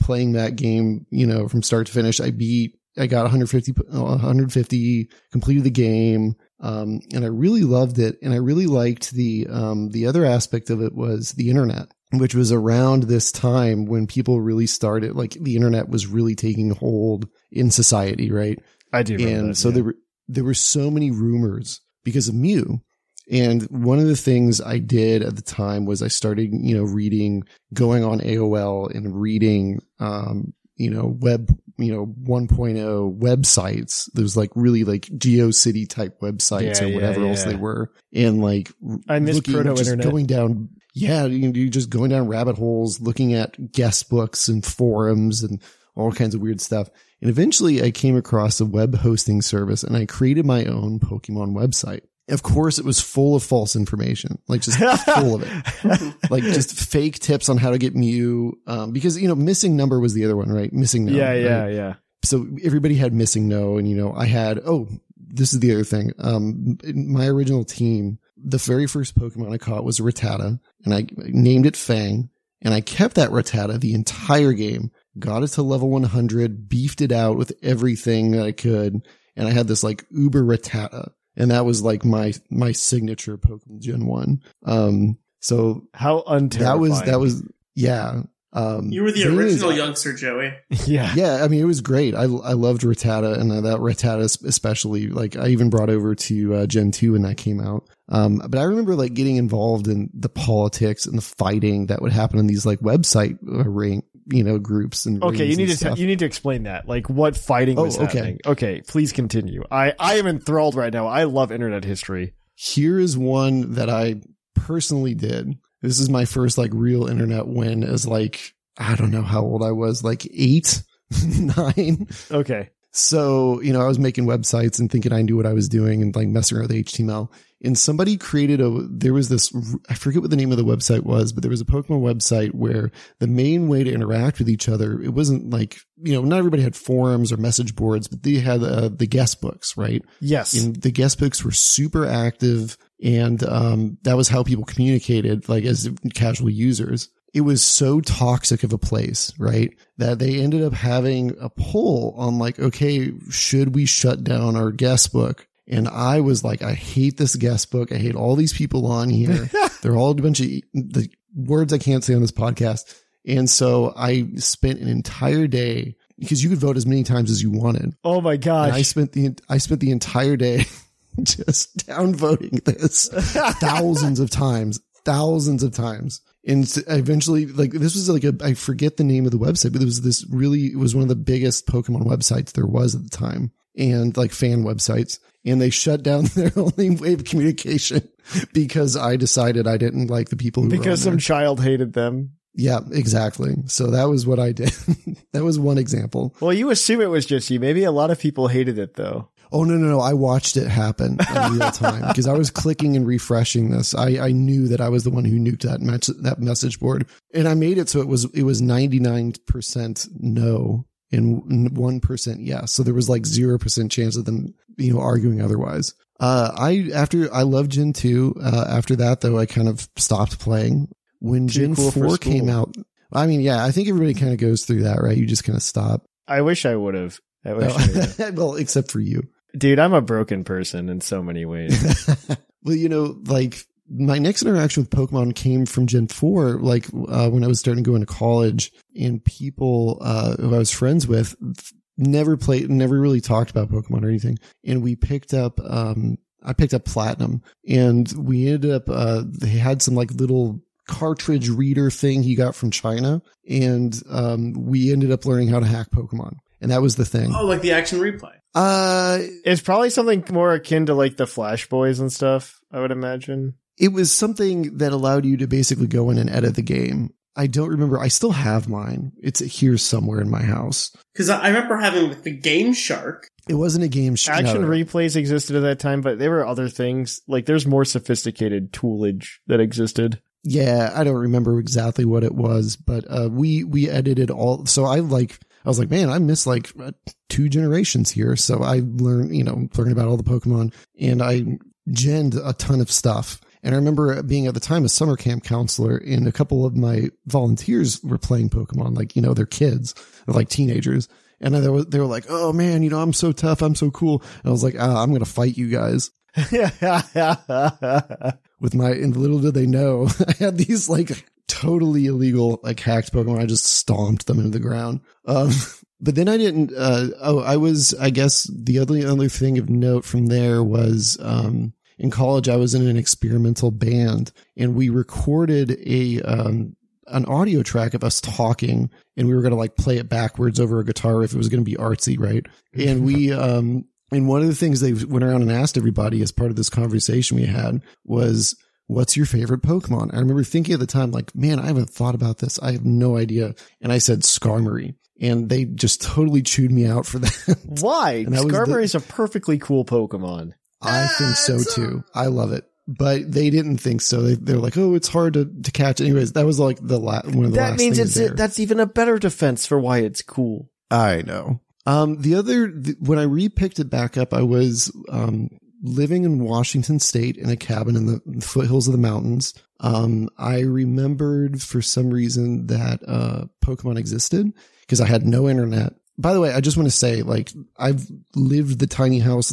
[SPEAKER 4] playing that game, you know, from start to finish. I beat, I got 150, p- uh, 150, completed the game. Um, and I really loved it. And I really liked the, um, the other aspect of it was the internet, which was around this time when people really started, like the internet was really taking hold in society, right?
[SPEAKER 2] I do. remember
[SPEAKER 4] and
[SPEAKER 2] that,
[SPEAKER 4] so
[SPEAKER 2] yeah.
[SPEAKER 4] there were there were so many rumors because of Mew. And one of the things I did at the time was I started, you know, reading, going on AOL and reading, um, you know, web, you know, 1.0 websites. Those like really like GeoCity type websites
[SPEAKER 2] Yeah,
[SPEAKER 4] or
[SPEAKER 2] yeah,
[SPEAKER 4] whatever else
[SPEAKER 2] yeah.
[SPEAKER 4] they were. And like
[SPEAKER 2] I miss
[SPEAKER 4] looking-
[SPEAKER 2] proto
[SPEAKER 4] just
[SPEAKER 2] internet.
[SPEAKER 4] Going down, yeah, you- you're just going down rabbit holes, looking at guest books and forums and all kinds of weird stuff. And eventually, I came across a web hosting service, and I created my own Pokemon website. Of course, it was full of false information, like
[SPEAKER 2] [laughs]
[SPEAKER 4] just full of it like just fake tips on how to get Mew. Um, because you know, missing number was the other one, right? Missing number.
[SPEAKER 2] yeah, yeah,
[SPEAKER 4] right?
[SPEAKER 2] yeah.
[SPEAKER 4] So everybody had missing no, and you know, I had oh, this is the other thing. Um, in my original team, the very first Pokemon I caught was a Rattata, and I named it Fang, and I kept that Rattata the entire game. Got it to level 100, beefed it out with everything that I could, and I had this like Uber Rattata, and that was like my my signature Pokemon Gen One. Um, so
[SPEAKER 2] How unterrifying.
[SPEAKER 4] that was that was yeah. Um,
[SPEAKER 3] You were the
[SPEAKER 4] there is-
[SPEAKER 3] original youngster, Joey.
[SPEAKER 2] [laughs] yeah.
[SPEAKER 4] Yeah, I mean it was great. I I loved Rattata and uh, that Rattata es- especially. Like I even brought over to uh, Gen two when that came out. Um, but I remember like getting involved in the politics and the fighting that would happen in these like website uh, ring, you know, groups and
[SPEAKER 2] Okay,
[SPEAKER 4] rings
[SPEAKER 2] you need
[SPEAKER 4] and
[SPEAKER 2] to
[SPEAKER 4] stuff.
[SPEAKER 2] t- you need to explain that. Like what fighting
[SPEAKER 4] Oh,
[SPEAKER 2] was
[SPEAKER 4] okay.
[SPEAKER 2] happening. Okay, please continue. I I am enthralled right now. I love internet history.
[SPEAKER 4] Here is one that I personally did. This is my first like real internet win as like I don't know how old I was, like eight, [laughs] nine.
[SPEAKER 2] Okay.
[SPEAKER 4] So, you know, I was making websites and thinking I knew what I was doing and like messing around with HTML. And somebody created a, there was this, I forget what the name of the website was, but there was a Pokemon website where the main way to interact with each other, it wasn't like, you know, not everybody had forums or message boards, but they had uh, the guest books, right?
[SPEAKER 2] Yes.
[SPEAKER 4] And the guest books were super active. And um, that was how people communicated, like as casual users. It was so toxic of a place, right? That they ended up having a poll on, like, okay, should we shut down our guest book? And I was like, I hate this guest book. I hate all these people on here. They're all a bunch of e, the words I can't say on this podcast. And so I spent an entire day because you could vote as many times as you wanted.
[SPEAKER 2] oh my
[SPEAKER 4] And
[SPEAKER 2] gosh.
[SPEAKER 4] I spent the I spent the entire day [laughs] just
[SPEAKER 2] [laughs]
[SPEAKER 4] downvoting this thousands of times, thousands of times. And s- eventually, like this was like a I forget the name of the website, but it was this really it was one of the biggest Pokemon websites there was at the time, and like fan websites. And they shut down [laughs] their only way of communication because I decided I didn't like the people who
[SPEAKER 2] because
[SPEAKER 4] were on
[SPEAKER 2] some
[SPEAKER 4] there.
[SPEAKER 2] child hated them.
[SPEAKER 4] yeah exactly. So that was what I did. [laughs] that was one example.
[SPEAKER 2] Well, you assume it was just you. Maybe a lot of people hated it though.
[SPEAKER 4] Oh no, no, no. I watched it happen in real
[SPEAKER 2] [laughs]
[SPEAKER 4] time because I was clicking and refreshing this. I, I knew that I was the one who nuked that match, that message board and I made it. So it was, it was 99% no and 1% yes. So there was like 0% chance of them, you know, arguing otherwise. Uh, I, after I loved Gen 2, uh, after that though, I kind of stopped playing when
[SPEAKER 2] Too
[SPEAKER 4] Gen
[SPEAKER 2] cool for
[SPEAKER 4] 4 came
[SPEAKER 2] school.
[SPEAKER 4] out. I mean, yeah, I think everybody kind of goes through that, right? You just kind of stop.
[SPEAKER 2] I wish I would have. Oh, I wish I
[SPEAKER 4] [laughs]
[SPEAKER 2] would've.
[SPEAKER 4] well, except for you.
[SPEAKER 2] Dude, I'm a broken person in so many
[SPEAKER 4] [laughs]
[SPEAKER 2] ways.
[SPEAKER 4] well, you know, like my next interaction with Pokemon came from Gen 4, like uh, when I was starting to go into college, and people uh, who I was friends with never played, never really talked about Pokemon or anything. And we picked up, um, I picked up Platinum, and we ended up, uh, they had some like little cartridge reader thing he got from China, and um, we ended up learning how to hack Pokemon. And that was the thing.
[SPEAKER 3] Oh, like the action replay.
[SPEAKER 4] Uh,
[SPEAKER 2] It's probably something more akin to like the Flash Boys and stuff, I would imagine.
[SPEAKER 4] it was something that allowed you to basically go in and edit the game. I don't remember. I still have mine. It's here somewhere in my house.
[SPEAKER 3] Because I I remember having like, the Game Shark.
[SPEAKER 4] It wasn't a game. Sh-
[SPEAKER 2] Action
[SPEAKER 4] no.
[SPEAKER 2] replays existed at that time, but there were other things. Like there's more sophisticated toolage that existed.
[SPEAKER 4] yeah, I don't remember exactly what it was, but uh, we we edited all. So I like I was like, man, I missed like uh, two generations here. So I learned, you know, learning about all the Pokemon and I genned a ton of stuff. And I remember being at the time a summer camp counselor and a couple of my volunteers were playing Pokemon, like, you know, they're kids, they're like teenagers. And I, they, were, they were like, oh man, you know, I'm so tough. I'm so cool. And I was like, ah, I'm going to fight you guys with my, and little did they know [laughs] I had these like totally illegal, like hacked Pokemon. I just stomped them into the ground. Um, [laughs] but then I didn't, uh, oh, I was, I guess the other, other thing of note from there was, um, in college, I was in an experimental band and we recorded a, um, an audio track of us talking and we were going to like play it backwards over a guitar if it was going to be artsy, right? And we, um, and one of the things they went around and asked everybody as part of this conversation we had was, what's your favorite Pokemon? I remember thinking at the time, like, man, I haven't thought about this. I have no idea. And I said Skarmory and they just totally chewed me out for that.
[SPEAKER 2] Why?
[SPEAKER 4] And that was the-
[SPEAKER 2] Skarmory is a perfectly cool Pokemon.
[SPEAKER 4] I think so
[SPEAKER 2] uh,
[SPEAKER 4] too. I love it. But they didn't think so. They, they're like, oh, it's hard to, to catch. Anyways, that was like the la- one of the last
[SPEAKER 2] that means
[SPEAKER 4] things
[SPEAKER 2] it's
[SPEAKER 4] there.
[SPEAKER 2] that's even a better defense for why it's cool.
[SPEAKER 4] I know. Um, the other, th- when I repicked it back up, I was, um, living in Washington state in a cabin in the, in the foothills of the mountains. Um, I remembered for some reason that, uh, Pokemon existed because I had no internet. By the way, I just want to say, like, I've lived the tiny house,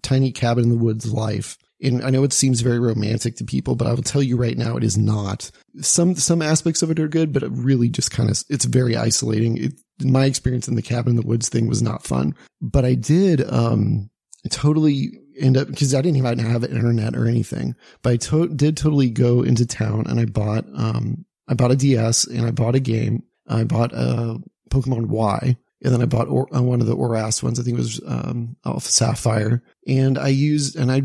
[SPEAKER 4] tiny cabin in the woods life. And I know it seems very romantic to people, but I will tell you right now, it is not. Some, some aspects of it are good, but it really just kind of, it's very isolating. It, my experience in the cabin in the woods thing was not fun, but I did, um, totally end up because I didn't even have internet or anything, but I to- did totally go into town and I bought, um, I bought a DS and I bought a game. I bought a Pokemon Y and then I bought or- uh, one of the Oras ones. I think it was, um, Alpha Sapphire and I used and I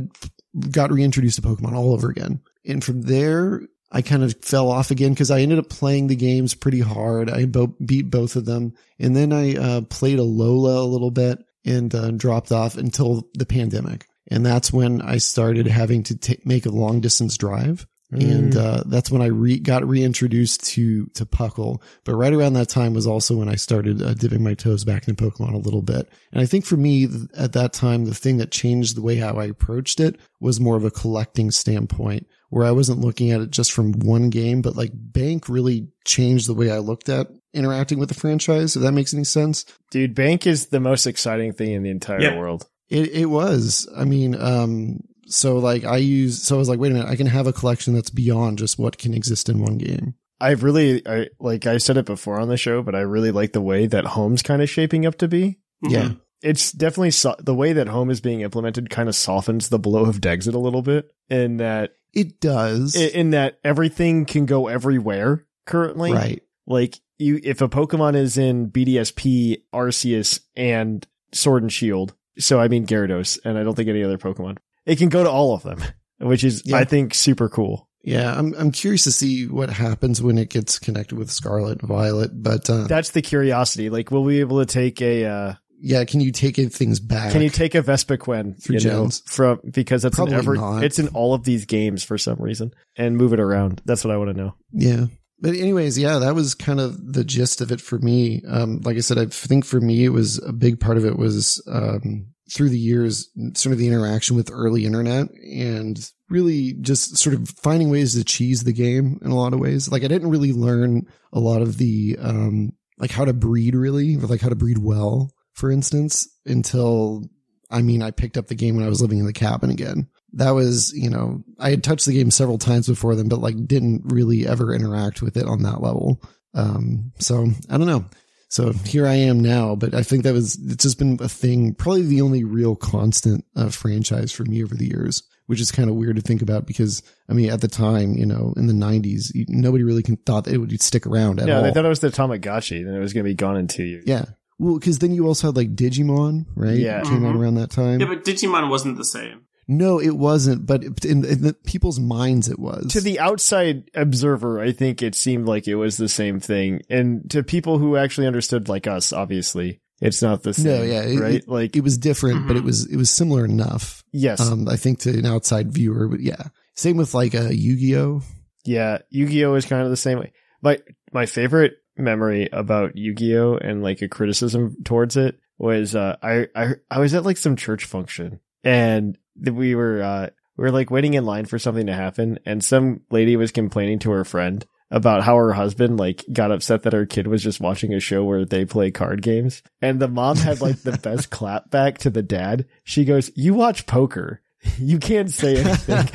[SPEAKER 4] got reintroduced to Pokemon all over again. And from there, I kind of fell off again because I ended up playing the games pretty hard. I bo- beat both of them. And then I uh, played Alola a little bit and uh, dropped off until the pandemic. And that's when I started having to ta make a long distance drive. And uh, that's when I re- got reintroduced to to Puckle. But right around that time was also when I started uh, dipping my toes back into Pokemon a little bit. And I think for me th- at that time, the thing that changed the way how I approached it was more of a collecting standpoint, where I wasn't looking at it just from one game, but like Bank really changed the way I looked at interacting with the franchise. If that makes any sense,
[SPEAKER 2] Dude, Bank is the most exciting thing in the entire
[SPEAKER 3] Yeah.
[SPEAKER 2] world.
[SPEAKER 4] It it was. I mean, um, so like I use. So I was like, wait a minute, I can have a collection that's beyond just what can exist in one game.
[SPEAKER 2] I really, I like I said it before on the show, but I really like the way that home's kind of shaping up to be.
[SPEAKER 4] Yeah.
[SPEAKER 3] Mm-hmm.
[SPEAKER 2] It's definitely so- the way that home is being implemented kind of softens the blow of Dexit a little bit in that
[SPEAKER 4] It does.
[SPEAKER 2] i- in that everything can go everywhere currently.
[SPEAKER 4] right.
[SPEAKER 2] Like you, if a Pokemon is in BDSP, Arceus, and Sword and Shield, so I mean Gyarados, and I don't think any other Pokemon, it can go to all of them, which is
[SPEAKER 4] Yeah.
[SPEAKER 2] I think super cool.
[SPEAKER 4] Yeah. I'm I'm curious to see what happens when it gets connected with Scarlet and Violet. But uh,
[SPEAKER 2] That's the curiosity. Like, will we be able to take a? uh
[SPEAKER 4] yeah, can you take it- things back?
[SPEAKER 2] Can you take a Vespiquen
[SPEAKER 4] Through
[SPEAKER 2] you know,
[SPEAKER 4] Jones.
[SPEAKER 2] from because that's in
[SPEAKER 4] Probably
[SPEAKER 2] every
[SPEAKER 4] not.
[SPEAKER 2] it's in all of these games for some reason and move it around. That's what I want to know.
[SPEAKER 4] Yeah. But anyways, yeah, that was kind of the gist of it for me. Um, like I said, I think for me, it was a big part of it was, um, through the years, sort of the interaction with early internet and really just sort of finding ways to cheese the game in a lot of ways. Like I didn't really learn a lot of the, um, like how to breed really, or like how to breed well, for instance, until, I mean, I picked up the game when I was living in the cabin again that was, you know, I had touched the game several times before then, but like didn't really ever interact with it on that level. Um, so I don't know. So here I am now, but I think that was, it's just been a thing, probably the only real constant uh, franchise for me over the years, which is kind of weird to think about because I mean, at the time, you know, in the nineties, nobody really can, thought that it would stick around at
[SPEAKER 2] Yeah,
[SPEAKER 4] all.
[SPEAKER 2] they thought it was the Tamagotchi, then it was going to be gone in two years.
[SPEAKER 4] yeah. Well, cause then you also had like Digimon, right?
[SPEAKER 2] Yeah.
[SPEAKER 4] Came out
[SPEAKER 3] Mhm.
[SPEAKER 4] around that time.
[SPEAKER 3] Yeah, but Digimon wasn't the same.
[SPEAKER 4] no, it wasn't, but in, in the people's minds, it was.
[SPEAKER 2] To the outside observer, I think it seemed like it was the same thing, and to people who actually understood, like us, obviously, it's not the same.
[SPEAKER 4] No, yeah, it-
[SPEAKER 2] right?
[SPEAKER 4] it-
[SPEAKER 2] like,
[SPEAKER 4] it was different, but it
[SPEAKER 3] Mhm.
[SPEAKER 4] was it was similar enough.
[SPEAKER 2] Mm-hmm. yes,
[SPEAKER 4] Um, I think to an outside viewer, but yeah,
[SPEAKER 2] [laughs]
[SPEAKER 4] same with like a Yu Gi Oh.
[SPEAKER 2] yeah. Yu-Gi-Oh is kind of the same way. My my favorite memory about Yu-Gi-Oh and like a criticism towards it was uh, I I I was at like some church function and th- we were uh, we were like waiting in line for something to happen and some lady was complaining to her friend about how her husband like got upset that her kid was just watching a show where they play card games and the mom had like the best clap back to the dad she goes you watch poker [laughs] you can't say
[SPEAKER 4] [laughs]
[SPEAKER 2] anything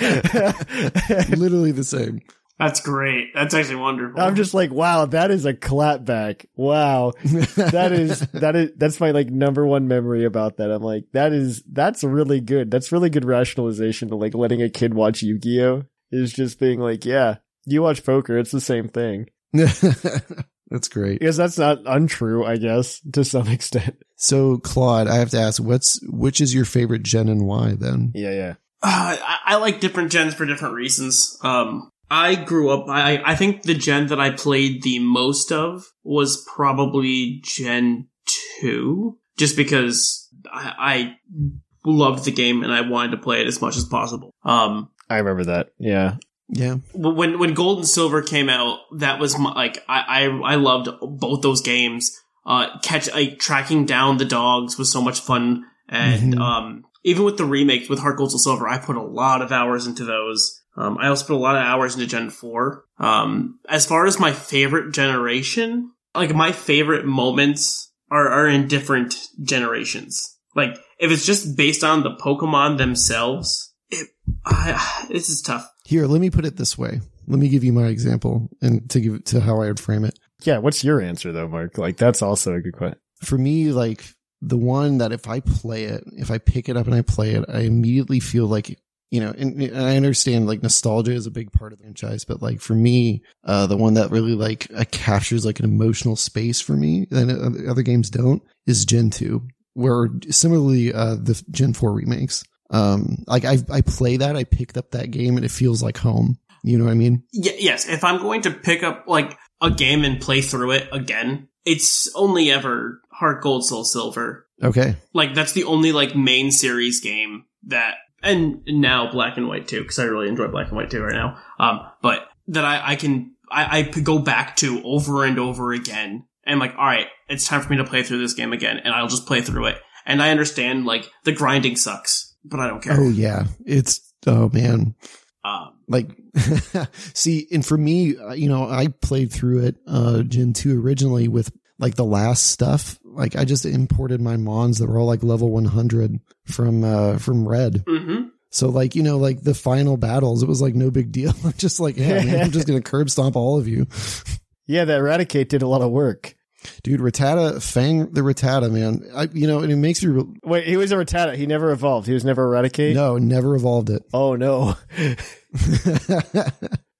[SPEAKER 4] Literally the same.
[SPEAKER 3] That's great. That's actually wonderful.
[SPEAKER 2] I'm [sighs] just like, wow, that is a clapback. Wow. [laughs] That [laughs] is that is that's my like number one memory about that. I'm like, that is that's really good. That's really good rationalization to like letting a kid watch Yu-Gi-Oh! is just being like, yeah, you watch poker, it's the same thing.
[SPEAKER 4] [laughs] That's great.
[SPEAKER 2] Because that's not untrue, I guess, to some [laughs] extent.
[SPEAKER 4] So Claude, I have to ask, what's which is your favorite gen and why then?
[SPEAKER 2] Yeah, yeah.
[SPEAKER 3] Uh, I, I like different gens for different reasons. Um, I grew up. I I think the gen that I played the most of was probably Gen two, just because I, I loved the game and I wanted to play it as much as possible. Um,
[SPEAKER 2] I remember that. Yeah.
[SPEAKER 4] Yeah.
[SPEAKER 3] when when Gold and Silver came out, that was my, like I, I I loved both those games. Uh, catch like tracking down the dogs was so much fun, and
[SPEAKER 4] Mhm.
[SPEAKER 3] um, even with the remakes with Heart Gold and Silver, I put a lot of hours into those. Um, I also put a lot of hours into Gen Four. Um, as far as my favorite generation, like my favorite moments are are in different generations. Like if it's just based on the Pokemon themselves, it I, this is tough.
[SPEAKER 4] Here, let me put it this way. Let me give you my example and to give to how I would frame it.
[SPEAKER 2] Yeah, what's your answer though, Mark? Like that's also a good question.
[SPEAKER 4] For me, like the one that if I play it, if I pick it up and I play it, I immediately feel like you know, and, and I understand like nostalgia is a big part of the franchise, but like for me, uh, the one that really like uh, captures like an emotional space for me that other- other games don't is Gen 2, where similarly, uh, the Gen 4 remakes. Um, like I, I play that, I picked up that game and it feels like home. You know what I mean?
[SPEAKER 3] Y- yes, if I'm going to pick up like a game and play through it again, it's only ever Heart Gold Soul Silver.
[SPEAKER 4] Okay.
[SPEAKER 3] Like that's the only like main series game that, and now Black and White too, because I really enjoy Black and White too right now. Um, but that I I can I, I could go back to over and over again, and like all right, it's time for me to play through this game again, and I'll just play through it. And I understand like the grinding sucks, but I don't care.
[SPEAKER 4] Oh yeah. It's, oh man.
[SPEAKER 3] Um,
[SPEAKER 4] like [laughs] see and for me uh, you know i played through it uh gen 2 originally with like the last stuff like i just imported my mons that were all like level 100 from uh from red
[SPEAKER 3] hmm
[SPEAKER 4] so like you know like the final battles it was like no big deal [laughs] i'm just like yeah man, i'm just gonna curb stomp all of you
[SPEAKER 2] Yeah, that eradicate did a lot of work.
[SPEAKER 4] dude ratata fang the ratata man i you know and it makes me re-
[SPEAKER 2] Wait, he was a Rattata. He never evolved. He was never eradicate.
[SPEAKER 4] no never evolved it [laughs]
[SPEAKER 2] Oh no. [laughs]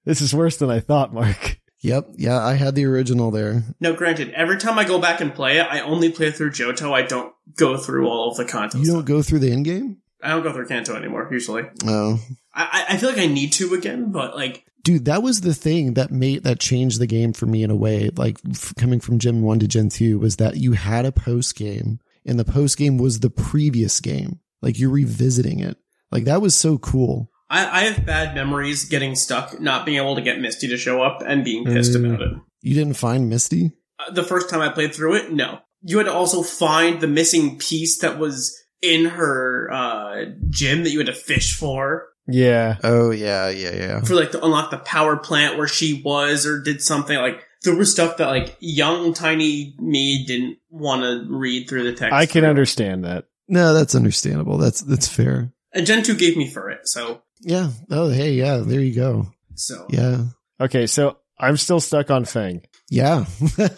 [SPEAKER 2] This is worse than I thought, Mark.
[SPEAKER 4] yep yeah i had the original there
[SPEAKER 3] Now, granted, every time I go back and play it, I only play through Johto. I don't go through all of the content.
[SPEAKER 4] you don't go through the end game
[SPEAKER 3] I don't go through Kanto anymore. Usually,
[SPEAKER 4] no
[SPEAKER 3] I, I I feel like I need to again, but like,
[SPEAKER 4] dude that was the thing that made that changed the game for me in a way like f- coming from gen 1 to gen 2 was that you had a post game and the post game was the previous game like you're revisiting it like that was so cool
[SPEAKER 3] I, I have bad memories getting stuck, not being able to get Misty to show up, and being pissed
[SPEAKER 4] Mm.
[SPEAKER 3] about it.
[SPEAKER 4] you didn't find misty
[SPEAKER 3] Uh, The first time I played through it, no, you had to also find the missing piece that was in her uh, gym that you had to fish for,
[SPEAKER 2] Yeah.
[SPEAKER 4] oh yeah yeah yeah
[SPEAKER 3] for like to unlock the power plant where she was or did something like. There was stuff that like young tiny me didn't want to read through the text.
[SPEAKER 2] I can
[SPEAKER 3] for.
[SPEAKER 2] understand that.
[SPEAKER 4] no that's understandable that's that's fair
[SPEAKER 3] And Gen 2 gave me for it, so
[SPEAKER 4] yeah oh hey yeah there you go
[SPEAKER 3] so
[SPEAKER 4] yeah
[SPEAKER 2] Okay, so I'm still stuck on Fang.
[SPEAKER 4] yeah [laughs]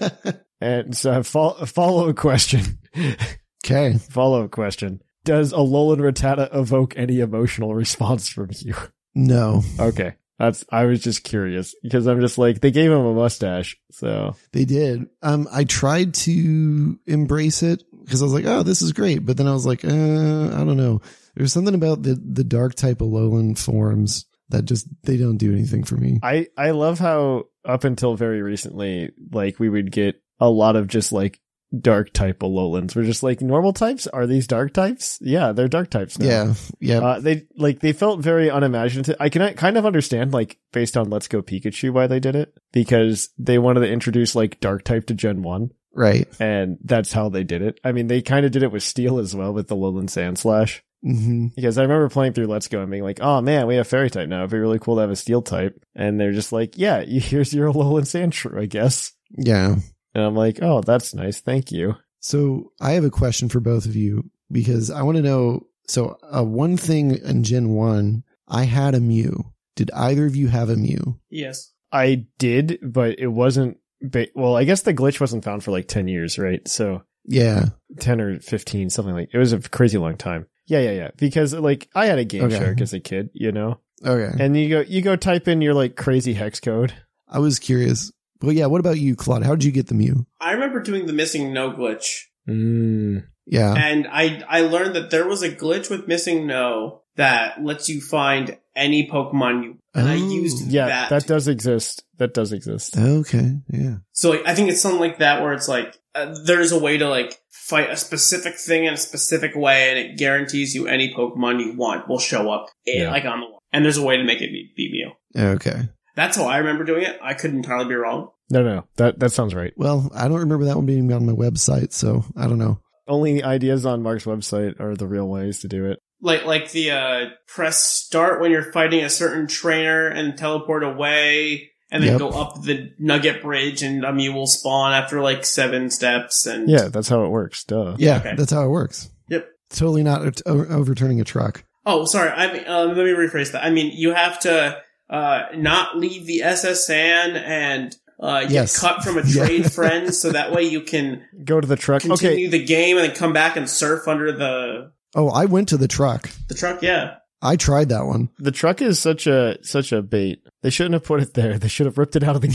[SPEAKER 2] And so [laughs] fol- follow up question. [laughs]
[SPEAKER 4] okay
[SPEAKER 2] follow up question. Does Alolan Rattata evoke any emotional response from you? [laughs]
[SPEAKER 4] no
[SPEAKER 2] Okay. That's I was just curious because I'm just like they gave him a mustache. So
[SPEAKER 4] They did. Um, I tried to embrace it because I was like, oh, this is great. But then I was like, uh, I don't know. There's something about the, the dark type Alolan forms that just, they don't do anything for me.
[SPEAKER 2] I I love how up until very recently like we would get a lot of just like dark type Alolan. We're just like normal types. Are these dark types? Yeah, they're dark types now.
[SPEAKER 4] Yeah, yeah.
[SPEAKER 2] Uh, they like they felt very unimaginative. I can kind of understand like based on Let's Go Pikachu why they did it because they wanted to introduce like dark type to Gen One,
[SPEAKER 4] right.
[SPEAKER 2] and that's how they did it. I mean, they kind of did it with Steel as well with the Lowland Sand Slash
[SPEAKER 4] hmm
[SPEAKER 2] because I remember playing through Let's Go and being like, "Oh man, we have Fairy type now. It'd be really cool to have a Steel type." And they're just like, "Yeah, [laughs] here's your Alolan Sandshrew, I guess."
[SPEAKER 4] Yeah.
[SPEAKER 2] And I'm like, "Oh, that's nice. Thank you."
[SPEAKER 4] So I have a question for both of you because I want to know. So uh, one thing in Gen One, I had a Mew. Did either of you have a Mew?
[SPEAKER 3] Yes.
[SPEAKER 2] I did, but it wasn't. Ba- well, I guess the glitch wasn't found for like ten years, right? So
[SPEAKER 4] Yeah.
[SPEAKER 2] ten or fifteen, something like. It was a crazy long time. Yeah, yeah, yeah. Because like I had a Game
[SPEAKER 4] Okay.
[SPEAKER 2] Shark as a kid, you know,
[SPEAKER 4] Okay.
[SPEAKER 2] and you go you go type in your like crazy hex code.
[SPEAKER 4] I was curious. Well, yeah. What about you, Claude? How did you get the Mew?
[SPEAKER 3] I remember doing the missing no glitch.
[SPEAKER 2] Mm.
[SPEAKER 4] Yeah.
[SPEAKER 3] And I I learned that there was a glitch with missing no that lets you find any Pokemon you and I
[SPEAKER 4] Oh.
[SPEAKER 3] used
[SPEAKER 2] Yeah,
[SPEAKER 3] that.
[SPEAKER 2] that does exist. That does exist.
[SPEAKER 4] Okay. Yeah.
[SPEAKER 3] so like I think it's something like that where it's like uh, there's a way to like fight a specific thing in a specific way and it guarantees you any Pokemon you want will show up in,
[SPEAKER 2] Yeah.
[SPEAKER 3] like on the wall. And there's a way to make it be, be Mew.
[SPEAKER 4] Okay.
[SPEAKER 3] That's how I remember doing it. I could entirely be wrong.
[SPEAKER 2] No, no, that that sounds right.
[SPEAKER 4] Well, I don't remember that one being on my website, so I don't know.
[SPEAKER 2] Only ideas on Mark's website are the real ways to do it.
[SPEAKER 3] Like like the uh, press start when you're fighting a certain trainer and teleport away and then
[SPEAKER 4] Yep.
[SPEAKER 3] go up the nugget bridge and a Mew will spawn after like seven steps and
[SPEAKER 2] Yeah, that's how it works. Duh.
[SPEAKER 4] Yeah,
[SPEAKER 3] Okay.
[SPEAKER 4] that's how it works.
[SPEAKER 3] Yep.
[SPEAKER 4] Totally not o- overturning a truck.
[SPEAKER 3] Oh, sorry. I mean, um, let me rephrase that. I mean, you have to uh, not leave the SSN and uh, get
[SPEAKER 4] Yes.
[SPEAKER 3] cut from a
[SPEAKER 4] [laughs] Yeah.
[SPEAKER 3] trade friend, so that way you
[SPEAKER 4] [laughs]
[SPEAKER 3] can
[SPEAKER 2] Go to the truck.
[SPEAKER 3] continue
[SPEAKER 2] Okay.
[SPEAKER 3] the game and then come back and surf under the
[SPEAKER 4] Oh, I went to the truck.
[SPEAKER 3] the truck. Yeah,
[SPEAKER 4] I tried that
[SPEAKER 3] [laughs]
[SPEAKER 4] one. [laughs]
[SPEAKER 2] The truck is such a such a bait. They shouldn't have put it there. They should have ripped it out of the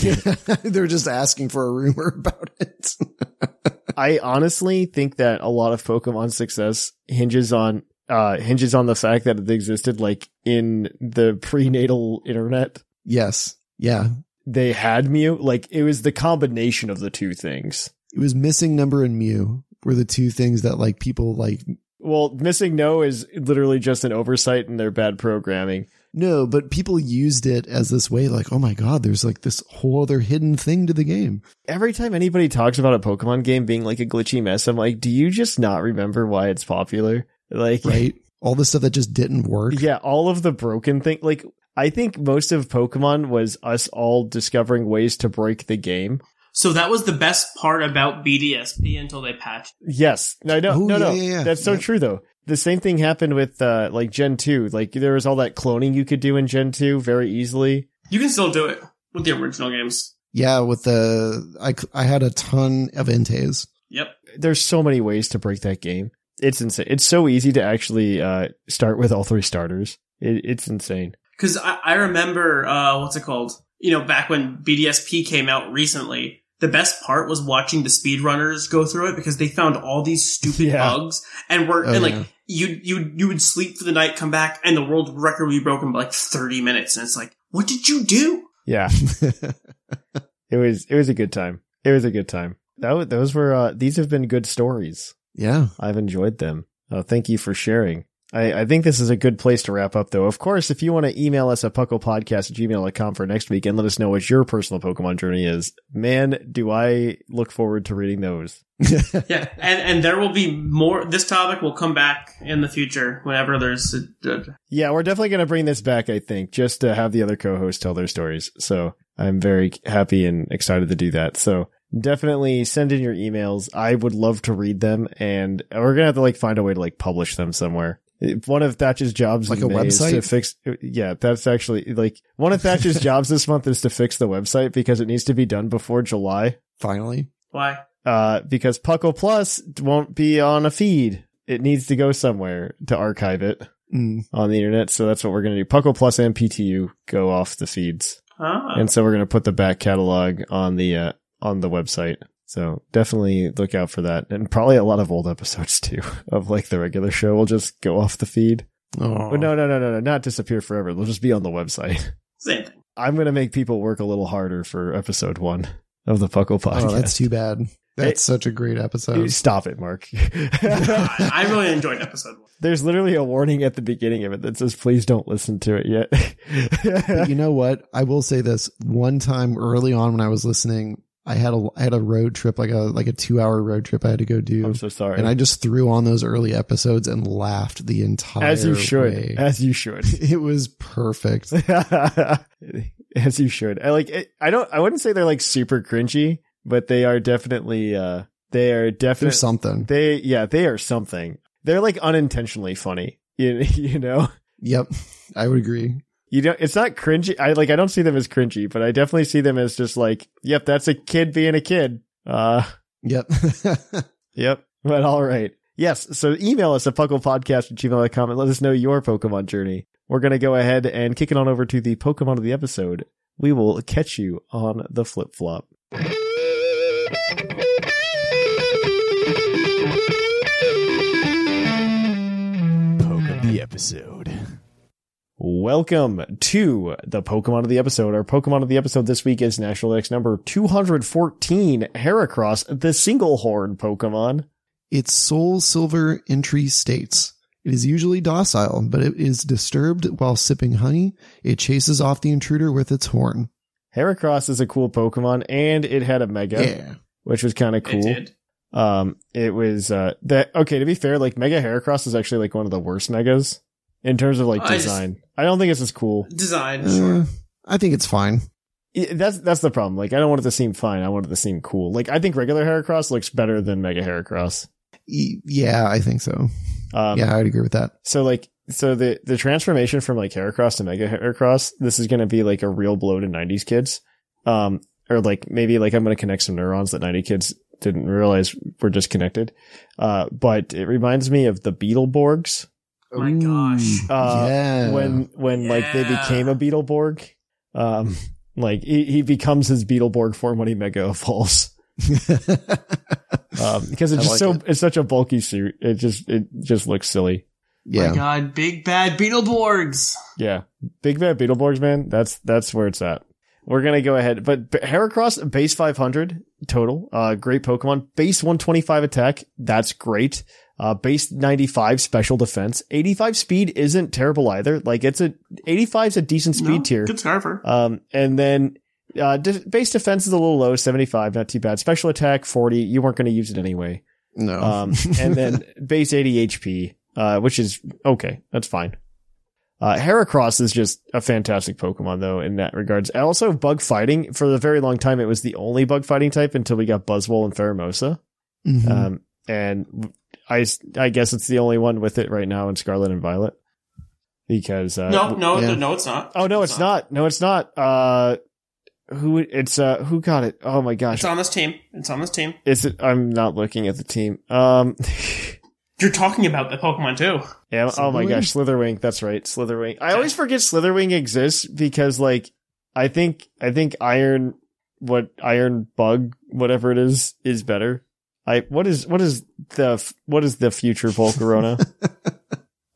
[SPEAKER 2] [laughs] game.
[SPEAKER 4] They're just asking for a rumor [laughs] about it.
[SPEAKER 2] I honestly think that a lot of Pokemon success hinges on uh hinges on the fact that it existed like in the prenatal internet.
[SPEAKER 4] yes. Yeah.
[SPEAKER 2] They had Mew. Like it was the combination of the two things.
[SPEAKER 4] It was missing number and Mew were the two things that like people like.
[SPEAKER 2] Well, missing no is literally just an oversight in their bad programming.
[SPEAKER 4] No, but people used it as this way. Like, oh my God, there's like this whole other hidden thing to the game.
[SPEAKER 2] Every time anybody talks about a Pokemon game being like a glitchy mess, I'm like, do you just not remember why it's popular? Like,
[SPEAKER 4] Right. All the stuff that just didn't work.
[SPEAKER 2] yeah, all of the broken thing. Like, I think most of Pokemon was us all discovering ways to break the game.
[SPEAKER 3] so that was the best part about BDSP until they patched.
[SPEAKER 2] Yes. No, no,
[SPEAKER 4] Oh,
[SPEAKER 2] no,
[SPEAKER 4] yeah,
[SPEAKER 2] no.
[SPEAKER 4] yeah, yeah.
[SPEAKER 2] That's so
[SPEAKER 4] Yeah.
[SPEAKER 2] true though. The same thing happened with uh like Gen 2. Like there was all that cloning you could do in Gen 2 very easily.
[SPEAKER 3] You can still do it with the original games.
[SPEAKER 4] Yeah, with the I c- I had a ton of entes.
[SPEAKER 3] Yep.
[SPEAKER 2] There's so many ways to break that game. It's insane. It's so easy to actually uh start with all three starters. It, it's insane.
[SPEAKER 3] Because I, I remember, uh, what's it called? You know, back when BDSP came out recently, the best part was watching the speedrunners go through it because they found all these stupid
[SPEAKER 2] Yeah.
[SPEAKER 3] bugs and were,
[SPEAKER 4] Oh,
[SPEAKER 3] and like,
[SPEAKER 4] yeah.
[SPEAKER 3] you, you, you would sleep for the night, come back, and the world record would be broken by like 30 minutes. And it's like, what did you
[SPEAKER 4] [laughs]
[SPEAKER 3] do?
[SPEAKER 2] Yeah. It was it was a good time. It was a good time. That wa- those were uh these have been good stories.
[SPEAKER 4] [laughs] yeah.
[SPEAKER 2] I've enjoyed them. Uh, thank you for sharing. I, I think this is a good place to wrap up, though. Of course, if you want to email us at pucklepodcast at gmail.com for next week and let us know what your personal Pokemon journey is, man, do I look forward to reading those.
[SPEAKER 3] Yeah. and, and there will be more, this topic will come back in the future whenever there's a, a,
[SPEAKER 2] Yeah, we're definitely going to bring this back, I think, just to have the other co hosts tell their stories. So I'm very happy and excited to do that. So definitely send in your emails. I would love to read them, and we're going to have to like find a way to like publish them somewhere. If One of Thatch's jobs,
[SPEAKER 4] Like
[SPEAKER 2] in
[SPEAKER 4] a
[SPEAKER 2] May is to
[SPEAKER 4] website?
[SPEAKER 2] fix. Yeah, that's actually like one of
[SPEAKER 4] [laughs]
[SPEAKER 2] Thatch's jobs this month is to fix the website because it needs to be done before July.
[SPEAKER 4] Finally.
[SPEAKER 3] why?
[SPEAKER 2] Uh, because Puckle Plus won't be on a feed. It needs to go somewhere to archive it
[SPEAKER 4] Mm.
[SPEAKER 2] on the internet. So that's what we're going to do. Puckle Plus and PTU go off the feeds.
[SPEAKER 3] Ah.
[SPEAKER 2] And so we're going to put the back catalog on the, uh, on the website. So definitely look out for that. And probably a lot of old episodes [laughs] too of like the regular show will just go off the feed.
[SPEAKER 4] Oh.
[SPEAKER 2] But no, no, no, no, no, not disappear forever. They'll just be on the website. [laughs]
[SPEAKER 3] same thing.
[SPEAKER 2] I'm going to make people work a little harder for episode one of the Puckle podcast. [laughs]
[SPEAKER 4] Oh, that's too bad. That's such a great episode.
[SPEAKER 2] Stop it, Mark. [laughs]
[SPEAKER 3] I really enjoyed episode one.
[SPEAKER 2] There's literally a warning at the beginning of it that says, please don't listen to it yet. [laughs]
[SPEAKER 4] But you know what? I will say this. One time early on when I was listening, I had a I had a road trip like a like a 2-hour road trip I had to go do.
[SPEAKER 2] I'm so sorry.
[SPEAKER 4] and I just threw on those early episodes and laughed the entire
[SPEAKER 2] as you should.
[SPEAKER 4] way.
[SPEAKER 2] As you should. [laughs]
[SPEAKER 4] [laughs] it was perfect.
[SPEAKER 2] as you should. I like. It, I don't. I wouldn't say they're like super cringy, but they are definitely. uh They are
[SPEAKER 4] There's
[SPEAKER 2] definitely.
[SPEAKER 4] something.
[SPEAKER 2] They yeah. They are something. They're like unintentionally funny. [laughs] You, you know.
[SPEAKER 4] Yep. I would agree.
[SPEAKER 2] You don't. It's not cringy. I like. I don't see them as cringy, but I definitely see them as just like. Yep, that's a kid being a kid. Uh.
[SPEAKER 4] Yep. [laughs]
[SPEAKER 2] Yep. But all right. Yes. So email us at pucklepodcast at gmail.com and let us know your Pokemon journey. We're going to go ahead and kick it on over to the Pokemon of the episode. We will catch you on the flip flop.
[SPEAKER 5] Poke of the episode.
[SPEAKER 2] Welcome to the Pokemon of the episode. Our Pokemon of the episode this week is National X number 214, Heracross, the single horn Pokemon.
[SPEAKER 4] Its sole silver entry states it is usually docile, but it is disturbed while sipping honey. It chases off the intruder with its horn.
[SPEAKER 2] Heracross is a cool Pokemon and it had a Mega,
[SPEAKER 4] Yeah.
[SPEAKER 2] which was kind of
[SPEAKER 3] It
[SPEAKER 2] cool.
[SPEAKER 3] did.
[SPEAKER 2] Um, it was uh that okay. To be fair, like Mega Heracross is actually like one of the worst megas in terms of like
[SPEAKER 3] I just-
[SPEAKER 2] design. I don't think it's as cool.
[SPEAKER 3] Design, sure.
[SPEAKER 4] Uh, I think it's fine.
[SPEAKER 2] I- That's that's the problem. Like I don't want it to seem fine. I want it to seem cool. Like I think regular Heracross looks better than Mega Heracross.
[SPEAKER 4] Y- Yeah, I think so.
[SPEAKER 2] Um,
[SPEAKER 4] yeah, I would agree with that.
[SPEAKER 2] So like so the the transformation from like Heracross to Mega Heracross, this is gonna be like a real blow to '90s kids. Um, or like maybe like I'm gonna connect some neurons that '90 kids didn't realize were disconnected. Uh, but it reminds me of the Beetleborgs.
[SPEAKER 3] Oh My gosh.
[SPEAKER 2] Uh,
[SPEAKER 4] yeah. [laughs]
[SPEAKER 2] when when like they
[SPEAKER 3] Yeah.
[SPEAKER 2] became a Beetleborg. Um, like he, he becomes his Beetleborg form when he mega evolves. Um, because
[SPEAKER 4] I
[SPEAKER 2] it's just
[SPEAKER 4] like
[SPEAKER 2] so
[SPEAKER 4] it.
[SPEAKER 2] it's such a bulky suit. It just it just looks silly.
[SPEAKER 3] My
[SPEAKER 4] yeah.
[SPEAKER 3] God, big bad Beetleborgs.
[SPEAKER 2] Yeah, big bad Beetleborgs, man. That's that's where it's at. We're gonna go ahead, but but Heracross base 500 total. Uh, great Pokemon. Base 125 attack. That's great. Uh, base 95 special defense. 85 speed isn't terrible either. Like it's a 85 is a decent speed
[SPEAKER 3] No,
[SPEAKER 2] tier.
[SPEAKER 3] Good Scarfer.
[SPEAKER 2] Um, and then uh, de- base defense is a little low, 75, not too bad. Special attack, 40. You weren't going to use it anyway.
[SPEAKER 4] No.
[SPEAKER 2] Um, and then base 80 HP, uh, which is okay. That's fine. Uh, Heracross is just a fantastic Pokemon, though, in that regards. And Also, bug fighting, for a very long time, it was the only bug fighting type until we got Buzzwole and Pheromosa.
[SPEAKER 4] Mhm.
[SPEAKER 2] Um, and I, s- I guess it's the only one with it right now in Scarlet and Violet. Because, uh,
[SPEAKER 3] no, no,
[SPEAKER 4] yeah.
[SPEAKER 3] no, it's not.
[SPEAKER 2] Oh no, it's not. No, it's not. Uh, who it's uh who got it? Oh my gosh,
[SPEAKER 3] It's on this team. It's on this team.
[SPEAKER 2] is it? I'm not looking at the team. Um, [laughs]
[SPEAKER 3] You're talking about the Pokemon too.
[SPEAKER 2] yeah. Oh my
[SPEAKER 4] Slitherwing?
[SPEAKER 2] gosh, Slitherwing. That's right, Slitherwing. I always forget Slitherwing exists because like I think I think Iron what Iron Bug whatever it is is better. I what is what is the f- what is the future Volcarona?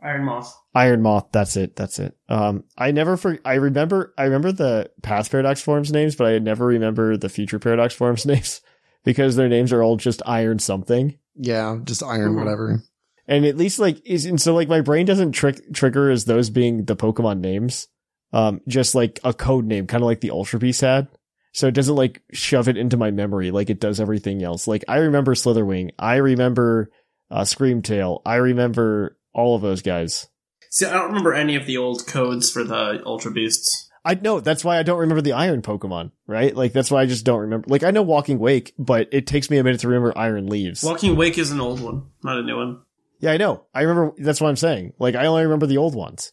[SPEAKER 3] Iron Moth.
[SPEAKER 2] Iron Moth. That's it. That's it. Um, I never for I remember I remember the past paradox forms names, but I never remember the future paradox forms [laughs] names because their names are all just Iron something.
[SPEAKER 4] yeah, just iron,
[SPEAKER 3] Mhm.
[SPEAKER 4] whatever.
[SPEAKER 2] And at least like is and so like my brain doesn't trick trigger as those being the Pokemon names, um, just like a code name, kind of like the Ultra Beast had. So it doesn't like shove it into my memory like it does everything else. Like I remember Slitherwing, I remember uh, Screamtail, I remember all of those guys.
[SPEAKER 3] See, I don't remember any of the old codes for the Ultra Beasts.
[SPEAKER 2] I know that's why I don't remember the iron Pokemon, right? Like that's why I just don't remember. Like I know Walking Wake, but it takes me a minute to remember Iron Leaves.
[SPEAKER 3] Walking Wake is an old one, not a new one.
[SPEAKER 2] yeah, I know. I remember. That's what I'm saying. Like I only remember the old ones.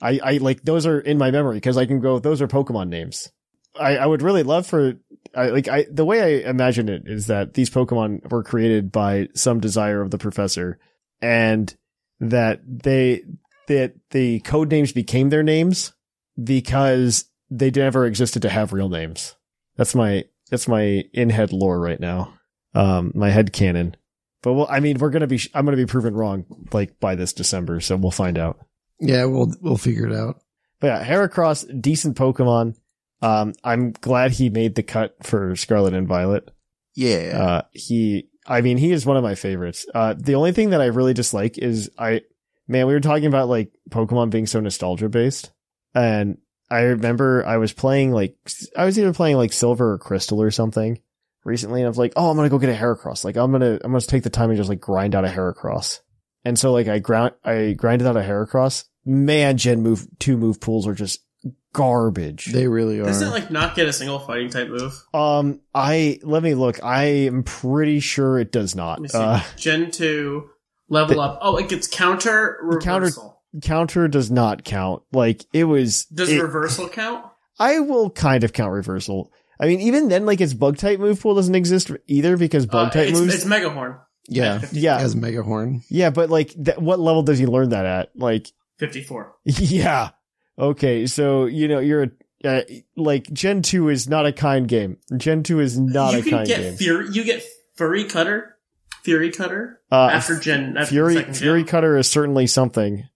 [SPEAKER 2] I, I like those are in my memory because I can go. Those are Pokemon names. I, I would really love for I like I the way I imagine it is that these Pokemon were created by some desire of the professor, and that they that the code names became their names because they never existed to have real names. That's my that's my in head lore right now. Um, my head canon. But well, I mean, we're gonna be I'm gonna be proven wrong like by this December, so we'll find out.
[SPEAKER 4] Yeah, we'll we'll figure it out.
[SPEAKER 2] But yeah, Heracross, decent Pokemon. Um, I'm glad he made the cut for Scarlet and Violet.
[SPEAKER 6] Yeah.
[SPEAKER 2] Uh, he, I mean, he is one of my favorites. Uh, the only thing that I really dislike is I, man, we were talking about like Pokemon being so nostalgia based, and I remember I was playing like I was either playing like Silver or Crystal or something recently, and I was like, oh, I'm gonna go get a Heracross. Like I'm gonna I'm gonna take the time and just like grind out a Heracross. And so like I ground I grinded out a Heracross. Man, Gen move two move pools are just garbage.
[SPEAKER 4] They really are.
[SPEAKER 3] Doesn't it like not get a single fighting type move?
[SPEAKER 2] Um, I let me look. I am pretty sure it does not.
[SPEAKER 3] Let me see.
[SPEAKER 2] Uh,
[SPEAKER 3] Gen two level up. Oh, it gets counter
[SPEAKER 2] Counter-
[SPEAKER 3] reversal.
[SPEAKER 2] counter does not count. Like it was.
[SPEAKER 3] Does
[SPEAKER 2] it-
[SPEAKER 3] reversal count?
[SPEAKER 2] I will kind of count reversal. I mean, even then, like its bug type move pool doesn't exist either because bug
[SPEAKER 3] Uh,
[SPEAKER 2] type
[SPEAKER 3] it's,
[SPEAKER 2] moves.
[SPEAKER 3] it's Mega Horn
[SPEAKER 4] yeah.
[SPEAKER 3] [laughs]
[SPEAKER 2] yeah,
[SPEAKER 4] As [laughs] Megahorn.
[SPEAKER 2] yeah, but like, th- what level does he learn that at? Like, [laughs]
[SPEAKER 3] fifty four.
[SPEAKER 2] yeah, okay, so you know you're a. Uh, like Gen two is not a kind game. Gen two is not
[SPEAKER 3] you
[SPEAKER 2] a
[SPEAKER 3] can
[SPEAKER 2] kind
[SPEAKER 3] get
[SPEAKER 2] game.
[SPEAKER 3] Fury. You get Fury Cutter. Fury Cutter
[SPEAKER 2] Uh,
[SPEAKER 3] after Gen after
[SPEAKER 2] Fury
[SPEAKER 3] second
[SPEAKER 2] Fury
[SPEAKER 3] gen.
[SPEAKER 2] Cutter is certainly something.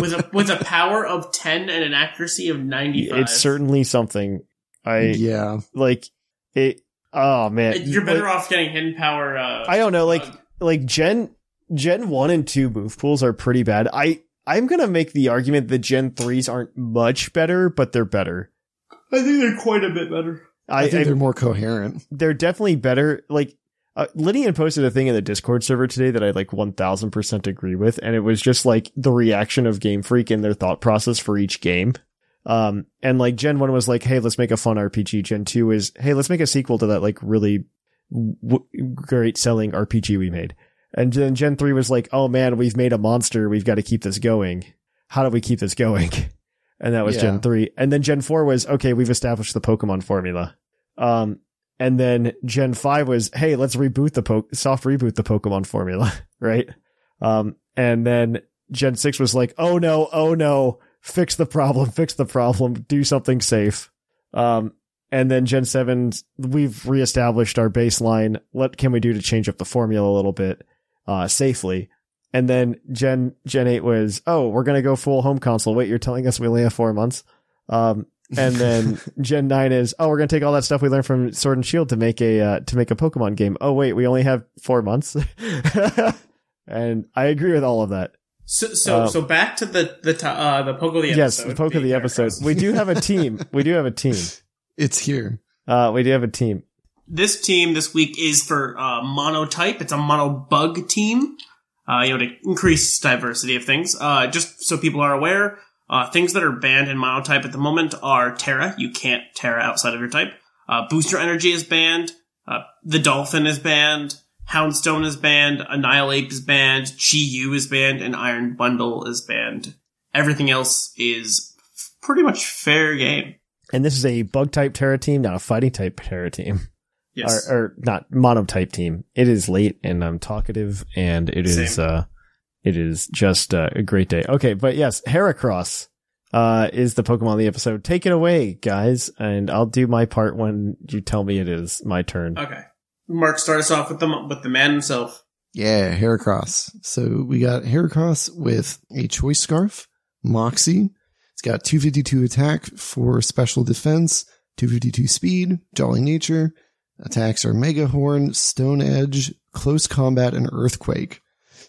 [SPEAKER 3] with a with a power of ten and an accuracy of ninety five.
[SPEAKER 2] It's certainly something. I
[SPEAKER 4] yeah.
[SPEAKER 2] like it oh man
[SPEAKER 3] You're better
[SPEAKER 2] Like,
[SPEAKER 3] off getting hidden power. Uh,
[SPEAKER 2] i don't know like
[SPEAKER 3] Bug.
[SPEAKER 2] like gen gen 1 and 2 move pools are pretty bad i i'm gonna make the argument that gen 3s aren't much better but they're better
[SPEAKER 3] I think they're quite a bit better.
[SPEAKER 2] i,
[SPEAKER 4] I, think
[SPEAKER 2] I-
[SPEAKER 4] they're more coherent.
[SPEAKER 2] they're definitely better like uh, Lydian posted a thing in the Discord server today that I like 1000% agree with, and it was just like the reaction of Game Freak and their thought process for each game. Um, and like Gen 1 was like, hey, let's make a fun RPG. Gen 2 is, hey, let's make a sequel to that like really w- great selling RPG we made. And then Gen 3 was like, oh man, we've made a monster. We've got to keep this going. How do we keep this going? [laughs] And that was
[SPEAKER 4] Yeah.
[SPEAKER 2] Gen 3. And then Gen 4 was, okay, we've established the Pokemon formula. Um, and then Gen 5 was, hey, let's reboot the po- soft reboot the Pokemon formula, [laughs] right? Um, and then Gen 6 was like, oh no, oh no, fix the problem, [laughs] fix the problem, do something safe. Um, and then Gen 7, 's, we've reestablished our baseline. What can we do to change up the formula a little bit, uh, safely? And then Gen, Gen 8 was, oh, we're going to go full home console. Wait, you're telling us we only have four months? Um, and then Gen 9 is, oh, we're going to take all that stuff we learned from Sword and Shield to make a, uh, to make a Pokemon game. Oh, wait, we only have four months. [laughs] and I agree with all of that.
[SPEAKER 3] So so
[SPEAKER 2] Um,
[SPEAKER 3] so back to the the to- uh, the poke of the episode.
[SPEAKER 2] yes, the poke of the
[SPEAKER 3] Being
[SPEAKER 2] episode.
[SPEAKER 3] Heracross.
[SPEAKER 2] We do have a team. We do have a
[SPEAKER 3] [laughs]
[SPEAKER 2] team.
[SPEAKER 4] It's here.
[SPEAKER 2] Uh, we do have a team.
[SPEAKER 3] this team this week is for uh, mono type. It's a mono bug team. Uh, you know, to increase diversity of things. Uh, just so people are aware, uh, things that are banned in mono type at the moment are Terra. You can't Terra outside of your type. Uh, Booster Energy is banned. Uh, the Dolphin is banned. Houndstone is banned. Annihilate is banned. Chi Yu is banned, and Iron Bundle is banned. Everything else is pretty much fair game.
[SPEAKER 2] And this is a bug type Terra team, not a fighting type Terra team.
[SPEAKER 3] Yes.
[SPEAKER 2] Or, or not mono type team. It is late and I'm talkative and it is
[SPEAKER 3] Same.
[SPEAKER 2] uh it is just uh, a great day. Okay, but yes, Heracross uh is the Pokemon of the episode. Take it away, guys, and I'll do my part when you tell me it is my turn.
[SPEAKER 3] Okay. Mark starts off with the with the man himself.
[SPEAKER 4] Yeah, Heracross. So we got Heracross with a choice scarf, Moxie. It's got 252 attack for special defense, 252 speed, Jolly Nature. Attacks are Mega Horn, Stone Edge, Close Combat, and Earthquake.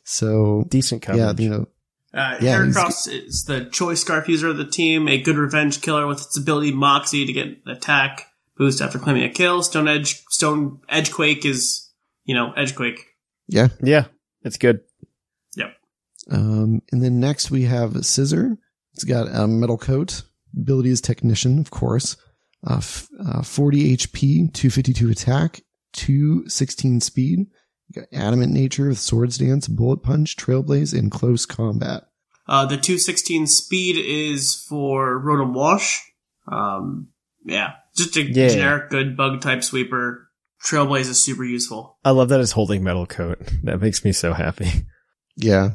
[SPEAKER 4] So,
[SPEAKER 2] Decent coverage.
[SPEAKER 4] yeah, you know,
[SPEAKER 3] Uh,
[SPEAKER 4] Yeah,
[SPEAKER 3] Heracross is the choice scarf user of the team, a good revenge killer with its ability Moxie to get an attack boost after claiming a kill. Stone Edge Stone Edgequake is you know Edgequake.
[SPEAKER 4] yeah.
[SPEAKER 2] yeah, it's good.
[SPEAKER 4] Um, and then next we have Scissor. It's got a metal coat. Ability is Technician, of course. Uh, f- uh, 40 HP, 252 attack, 216 speed. You got Adamant Nature with Swords Dance, Bullet Punch, Trailblaze, and Close Combat.
[SPEAKER 3] Uh, the two sixteen speed is for Rotom Wash. Um, yeah, just a
[SPEAKER 2] Yeah.
[SPEAKER 3] generic good bug type sweeper. Trailblaze is super useful.
[SPEAKER 2] I love that it's holding metal coat. [laughs] That makes me so happy.
[SPEAKER 4] Yeah.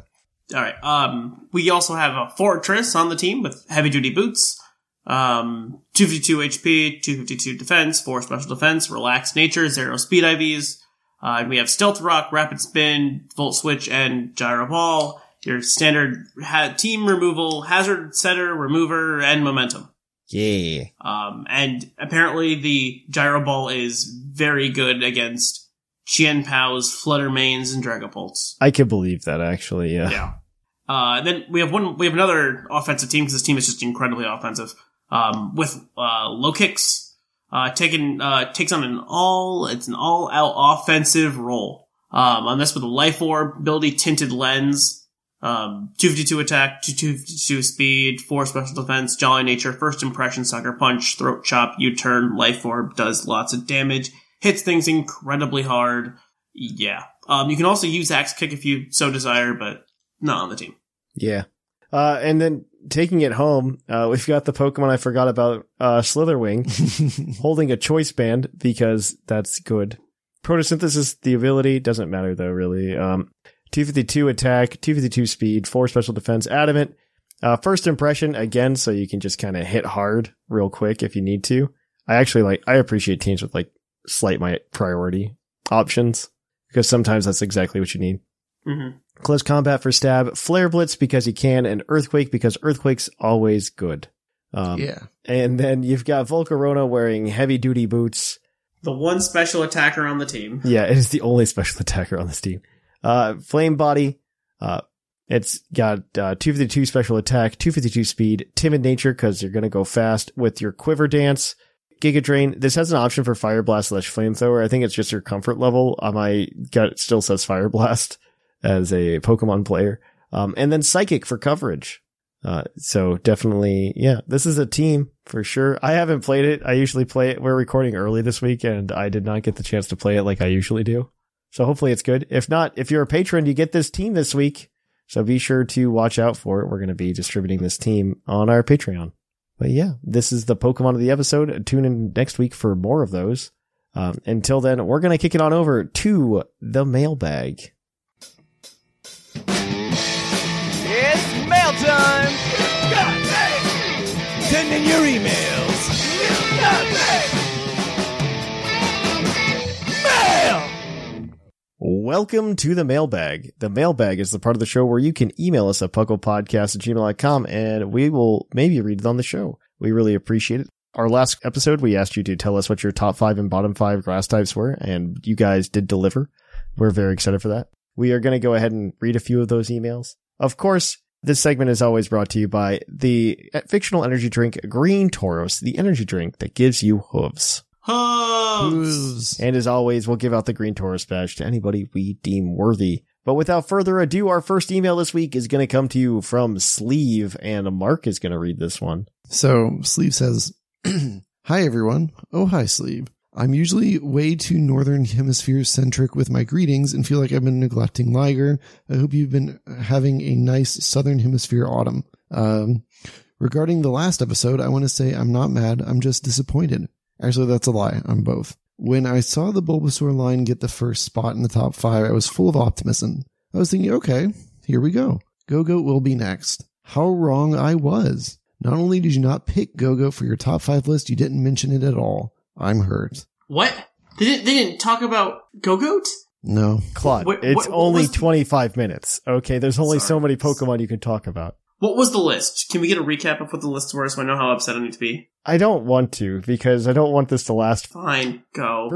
[SPEAKER 3] All right. Um, we also have a fortress on the team with heavy duty boots. Um, 252 HP, 252 defense, 4 special defense, relaxed nature, 0 speed IVs. Uh, and we have stealth rock, rapid spin, volt switch, and gyro ball. Your standard ha- team removal, hazard setter, remover, and momentum.
[SPEAKER 2] Yeah.
[SPEAKER 3] Um, and apparently the gyro ball is very good against Chien Pao's Flutter Mains and Dragapults.
[SPEAKER 2] I could believe that actually. Yeah.
[SPEAKER 3] Yeah. Uh, then we have one. We have another offensive team because this team is just incredibly offensive. Um, with uh, low kicks, uh, taking uh, takes on an all. It's an all out offensive role. Um, on this with a life orb ability, tinted lens, um, two fifty two attack, two fifty two speed, four special defense, jolly nature, first impression, sucker punch, throat chop, U turn, life orb does lots of damage, hits things incredibly hard. Yeah. Um, you can also use axe kick if you so desire, but not on the team.
[SPEAKER 2] Yeah. Uh, and then taking it home, uh, we've got the Pokemon I forgot about, uh, Slitherwing, [laughs] holding a choice band because that's good. Photosynthesis, the ability, doesn't matter though, really. Um, 252 attack, 252 speed, 4 special defense, adamant. Uh, first impression, again, so you can just kind of hit hard real quick if you need to. I actually like, I appreciate teams with like slight my priority options because sometimes that's exactly what you need
[SPEAKER 3] Mm-hmm.
[SPEAKER 2] close combat for stab, flare blitz because he can, and earthquake because earthquake's always good. Um,
[SPEAKER 4] yeah.
[SPEAKER 2] And then you've got Volcarona wearing heavy duty boots.
[SPEAKER 3] The one special attacker on the
[SPEAKER 2] [laughs]
[SPEAKER 3] team.
[SPEAKER 2] Yeah, it is the only special attacker on this team. Uh, flame body. Uh, it's got uh, 252 special attack, 252 speed, timid nature because you're gonna go fast with your quiver dance. Giga Drain. This has an option for Fire Blast slash Flamethrower. I think it's just your comfort level. Um, I got it still says Fire Blast [laughs] as a Pokemon player. Um, and then Psychic for coverage. Uh, so definitely, yeah, this is a team for sure. I haven't played it. I usually play it. We're recording early this week and I did not get the chance to play it like I usually do. So hopefully it's good. If not, if you're a patron, you get this team this week. So be sure to watch out for it. We're going to be distributing this team on our Patreon. But yeah, this is the Pokemon of the episode. Tune in next week for more of those. Um, until then, we're going to kick it on over to the mailbag.
[SPEAKER 5] It's mail time! Send in your emails! Mail!
[SPEAKER 2] Welcome to the mailbag. The mailbag is the part of the show where you can email us at pucklepodcast at gmail.com and we will maybe read it on the show. We really appreciate it. Our last episode, we asked you to tell us what your top five and bottom five grass types were, and you guys did deliver. We're very excited for that. We are going to go ahead and read a few of those emails. Of course, this segment is always brought to you by the fictional energy drink Green Tauros, the energy drink that gives you hooves.
[SPEAKER 3] Hooves.
[SPEAKER 4] Hooves.
[SPEAKER 2] And as always, we'll give out the Green Taurus badge to anybody we deem worthy. But without further ado, our first email this week is going to come to you from Sleeve, and Mark is going to read this one.
[SPEAKER 4] So Sleeve says, [clears throat] Hi, everyone. Oh, hi, Sleeve. I'm usually way too Northern Hemisphere centric with my greetings and feel like I've been neglecting Liger. I hope you've been having a nice Southern Hemisphere autumn. Um, regarding the last episode, I want to say I'm not mad. I'm just disappointed. Actually, that's a lie. I'm both. When I saw the Bulbasaur line get the first spot in the top five, I was full of optimism. I was thinking, okay, here we go. Go-Goat will be next. How wrong I was. Not only did you not pick Go-Goat for your top five list, you didn't mention it at all. I'm hurt.
[SPEAKER 3] What? They didn't, they didn't talk about Go-Goat?
[SPEAKER 4] No.
[SPEAKER 2] Claude,
[SPEAKER 3] Wait,
[SPEAKER 2] it's
[SPEAKER 3] what- what
[SPEAKER 2] only
[SPEAKER 3] was the-
[SPEAKER 2] 25 minutes. Okay, there's only so
[SPEAKER 3] Sorry.
[SPEAKER 2] many Pokemon you can talk about.
[SPEAKER 3] What was the list? Can we get a recap of what the list was so I know how upset I need to be?
[SPEAKER 2] I don't want to because I don't want this to last.
[SPEAKER 3] Fine, go.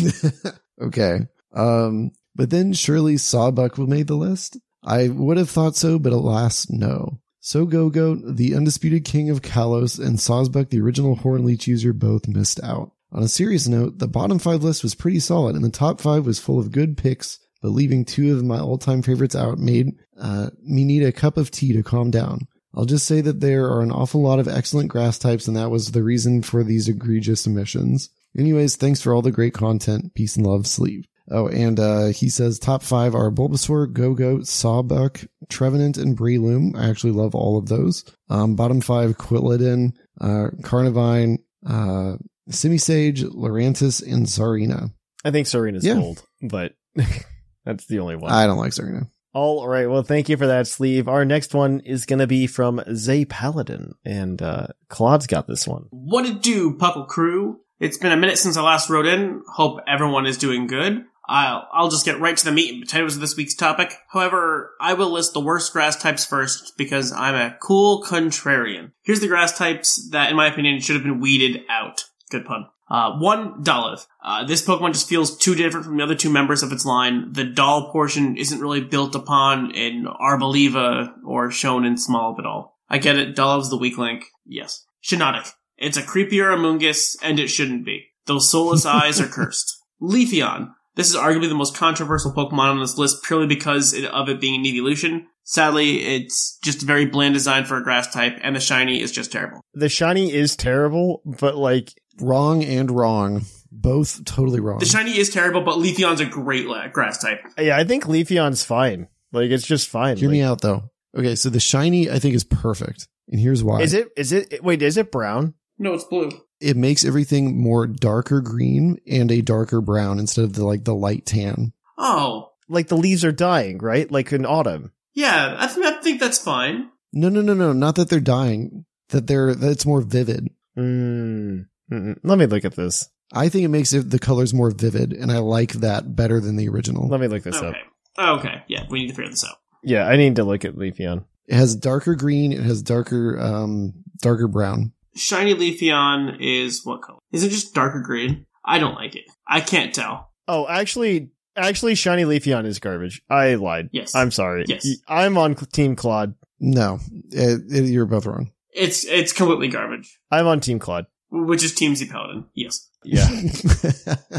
[SPEAKER 4] [laughs] okay. Um, but then surely Sawbuck will made the list. I would have thought so, but alas, no. So Go-Goat, the undisputed king of Kalos, and Sawbuck, the original Horn Leech user, both missed out. On a serious note, the bottom five list was pretty solid, and the top five was full of good picks, but leaving two of my all-time favorites out made uh, me need a cup of tea to calm down. I'll just say that there are an awful lot of excellent grass types, and that was the reason for these egregious omissions. Anyways, thanks for all the great content. Peace and love, sleeve. Oh, and uh, he says top five are Bulbasaur, Go-Goat, Sawbuck, Trevenant, and Breloom. I actually love all of those. Um, bottom five, Quilladin, uh, Carnivine, uh, Simisage, Lurantis, and Zarina.
[SPEAKER 2] I think Serena's
[SPEAKER 4] Yeah.
[SPEAKER 2] old, but [laughs] that's the only one.
[SPEAKER 4] I don't like Zarina.
[SPEAKER 2] All right. Well, thank you for that, Sleeve. Our next one is going to be from Zay Paladin, and uh, Claude's got this one.
[SPEAKER 3] Um, What it do, Puckle Crew? It's been a minute since I last wrote in. Hope everyone is doing good. I'll, I'll just get right to the meat and potatoes of this week's topic. However, I will list the worst grass types first because I'm a cool contrarian. Here's the grass types that, in my opinion, should have been weeded out. Good pun. Uh, one, Dolliv. Uh, this Pokemon just feels too different from the other two members of its line. The doll portion isn't really built upon in Arbaliva or shown in Small at all. I get it, Dolliv's the weak link. Yes. Shinotic. It's a creepier Amoongus, and it shouldn't be. Those [laughs] soulless eyes are cursed. Leafeon. This is arguably the most controversial Pokemon on this list purely because it- of it being an evolution. Sadly, it's just a very bland design for a grass type, and the shiny is just terrible.
[SPEAKER 2] The shiny is terrible, Oh, but like
[SPEAKER 4] Wrong and wrong. Both totally wrong.
[SPEAKER 3] The shiny is terrible, but Leafeon's a great la- grass type.
[SPEAKER 2] yeah, I think Leafeon's fine. Like it's just fine.
[SPEAKER 4] Hear me
[SPEAKER 2] Like,
[SPEAKER 4] out though. Okay, so the shiny I think is perfect. And here's why.
[SPEAKER 2] Is it is it wait, is it brown?
[SPEAKER 3] No, it's blue.
[SPEAKER 4] it makes everything more darker green and a darker brown instead of the like the light tan.
[SPEAKER 3] Oh,
[SPEAKER 2] Like the leaves are dying, right? Like in autumn.
[SPEAKER 3] yeah, I, th- I think that's fine.
[SPEAKER 4] No, no, no, no. Not that they're dying. That they're that it's more vivid.
[SPEAKER 2] Mm. Mm-mm. Let me look at this.
[SPEAKER 4] I think it makes it, the colors more vivid, and I like that better than the original.
[SPEAKER 2] Let me look this up.
[SPEAKER 3] okay. Okay, yeah, we need to figure this out.
[SPEAKER 2] Yeah, I need to look at Leafeon.
[SPEAKER 4] It has darker green. It has darker um darker brown.
[SPEAKER 3] Shiny Leafeon is what color? Is it just darker green? I don't like it. I can't tell.
[SPEAKER 2] Oh, actually, actually, shiny Leafeon is garbage. I lied.
[SPEAKER 3] Yes.
[SPEAKER 2] I'm sorry.
[SPEAKER 3] Yes.
[SPEAKER 2] I'm on Team Claude.
[SPEAKER 4] No, it, it- you're both wrong.
[SPEAKER 3] It's it's completely garbage,
[SPEAKER 2] I'm on Team Claude.
[SPEAKER 3] which is Team Z Paladin.
[SPEAKER 2] [laughs]
[SPEAKER 3] Yes. [laughs]
[SPEAKER 2] Yeah.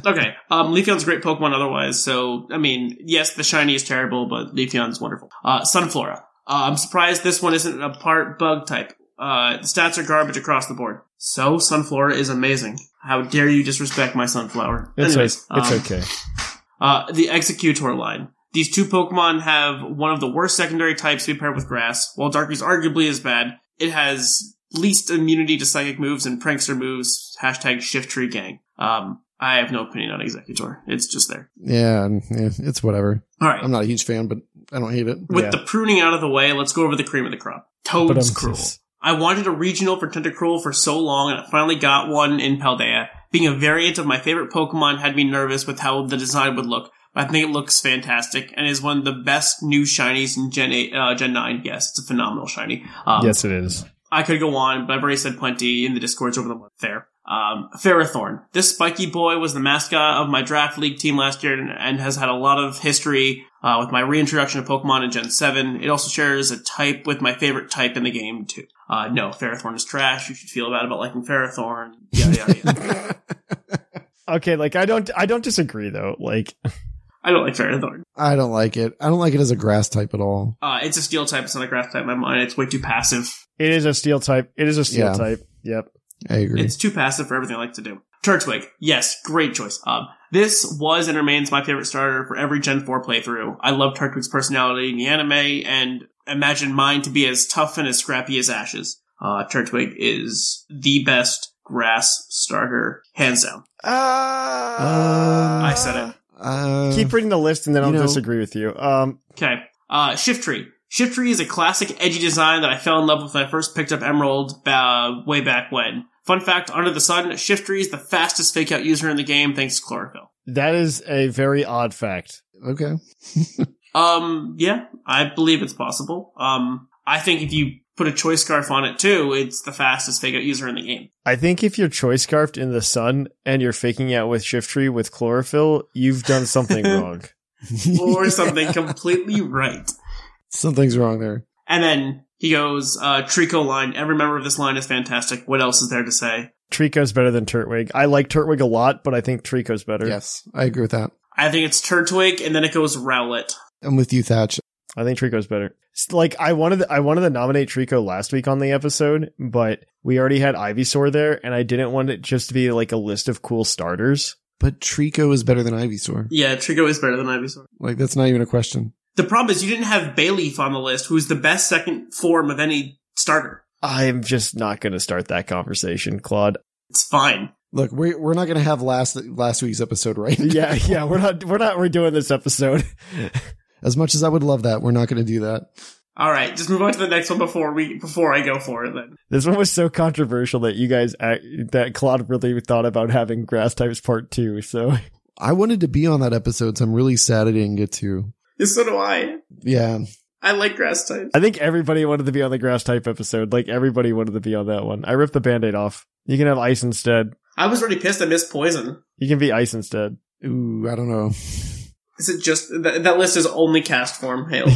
[SPEAKER 3] Okay. Um, Leafeon's a great Pokemon otherwise, so, I mean, yes, the shiny is terrible, but Leafeon's wonderful. Uh, Sunflora. Uh, I'm surprised this one isn't a part bug type. Uh, the stats are garbage across the board. So, Sunflora is amazing. How dare you disrespect my Sunflower?
[SPEAKER 2] it's
[SPEAKER 3] Anyways,
[SPEAKER 2] o- it's
[SPEAKER 3] um,
[SPEAKER 2] okay.
[SPEAKER 3] Uh, the Executor line. These two Pokemon have one of the worst secondary types to be paired with grass. While Darkie's arguably as bad, it has least immunity to psychic moves and prankster moves. Hashtag shift tree gang. Um, I have no opinion on Executor. It's just there.
[SPEAKER 4] [laughs] yeah, and- yeah, it's whatever.
[SPEAKER 3] All right.
[SPEAKER 4] I'm not a huge fan, but I don't hate it.
[SPEAKER 3] With
[SPEAKER 2] yeah.
[SPEAKER 3] the pruning out of the way, let's go over the cream of the crop.
[SPEAKER 2] But
[SPEAKER 3] Toad's
[SPEAKER 2] I'm-
[SPEAKER 3] Cruel. I wanted a regional for Tentacruel for so long, and I finally got one in Paldea. Being a variant of my favorite Pokemon had me nervous with how the design would look, but I think it looks fantastic and is one of the best new shinies in Gen 8, uh, Gen 9. Yes, it's a phenomenal shiny. Um,
[SPEAKER 2] yes, it is.
[SPEAKER 3] I could go on, but I've already said plenty in the discords over the month there. Um, Ferrothorn. This spiky boy was the mascot of my draft league team last year and, and has had a lot of history uh, with my reintroduction of Pokemon in Gen 7. It also shares a type with my favorite type in the game, too. Uh, no, Ferrothorn is trash. You should feel bad about liking Ferrothorn. Yada, yada, yada.
[SPEAKER 2] Okay, like I don't, I don't disagree though. Like,
[SPEAKER 3] I don't like Ferrothorn.
[SPEAKER 4] I don't like it. I don't like it as a grass type at all.
[SPEAKER 3] Uh, it's a steel type. It's not a grass type in my mind. It's way too passive.
[SPEAKER 2] it is a steel type. It is a steel
[SPEAKER 4] Yeah.
[SPEAKER 2] type. Yep.
[SPEAKER 4] I agree.
[SPEAKER 3] It's too passive for everything I like to do. Turtwig, yes, great choice. Um, this was and remains my favorite starter for every Gen 4 playthrough. I love Turtwig's personality in the anime and imagine mine to be as tough and as scrappy as Ash's. Uh, Turtwig is the best grass starter, hands down.
[SPEAKER 2] Uh,
[SPEAKER 6] Ah,
[SPEAKER 3] I said it.
[SPEAKER 4] Uh,
[SPEAKER 2] Keep reading the list, and then
[SPEAKER 4] you
[SPEAKER 2] I'll
[SPEAKER 4] know-
[SPEAKER 2] disagree with you. Um,
[SPEAKER 3] Okay. Uh, Shift Tree. Shift Tree is a classic edgy design that I fell in love with when I first picked up Emerald uh, way back when. Fun fact, under the sun, Shift Tree is the fastest fake out user in the game thanks to Chlorophyll.
[SPEAKER 2] that is a very odd fact.
[SPEAKER 4] okay.
[SPEAKER 3] Um, yeah, I believe it's possible. Um, I think if you put a choice scarf on it too, it's the fastest fake out user in the game.
[SPEAKER 2] I think if you're choice scarfed in the sun and you're faking out with shift tree with chlorophyll, you've done [laughs] something wrong.
[SPEAKER 4] [laughs]
[SPEAKER 3] Or something completely right.
[SPEAKER 4] Something's wrong there.
[SPEAKER 3] And then he goes, uh, Trico line. Every member of this line is fantastic. What else is there to say?
[SPEAKER 2] Trico's better than Turtwig. I like Turtwig a lot, but I think Trico's better.
[SPEAKER 4] Yes, I agree with that.
[SPEAKER 3] I think it's Turtwig, and then it goes Rowlet.
[SPEAKER 4] I'm with you, Thatch.
[SPEAKER 2] I think Trico's better. S- Like I wanted, I wanted to nominate Trico last week on the episode, but we already had Ivysaur there, and I didn't want it just to be like a list of cool starters.
[SPEAKER 4] But Trico is better than Ivysaur.
[SPEAKER 3] Yeah, Trico is better than Ivysaur.
[SPEAKER 4] Like that's not even a question.
[SPEAKER 3] The problem is you didn't have Bayleaf on the list, who's the best second form of any starter.
[SPEAKER 2] I'm just not going to start that conversation, Claude.
[SPEAKER 3] It's fine.
[SPEAKER 4] Look, we're we're not gonna have last last week's episode
[SPEAKER 2] [laughs] [laughs]
[SPEAKER 4] right.
[SPEAKER 2] Yeah, yeah, we're not, we're not redoing this episode.
[SPEAKER 4] [laughs] As much as I would love that, we're not gonna do that.
[SPEAKER 3] All right, just move on to the next one before we before I go for it. Then
[SPEAKER 2] [laughs]
[SPEAKER 3] [laughs]
[SPEAKER 2] This one was so controversial that you guys act, that Claude really thought about having grass types part two. So
[SPEAKER 4] I wanted to be on that episode, so I'm really sad I didn't get to.
[SPEAKER 3] So do I.
[SPEAKER 4] Yeah.
[SPEAKER 3] I like grass type.
[SPEAKER 2] I think everybody wanted to be on the grass type episode. Like everybody wanted to be on that one. I ripped the band-aid off. You can have ice instead.
[SPEAKER 3] I was already pissed I missed poison.
[SPEAKER 2] You can be ice instead.
[SPEAKER 4] Ooh, I don't know.
[SPEAKER 3] Is it just that, that list is only cast form?
[SPEAKER 4] [laughs]
[SPEAKER 3] Hail.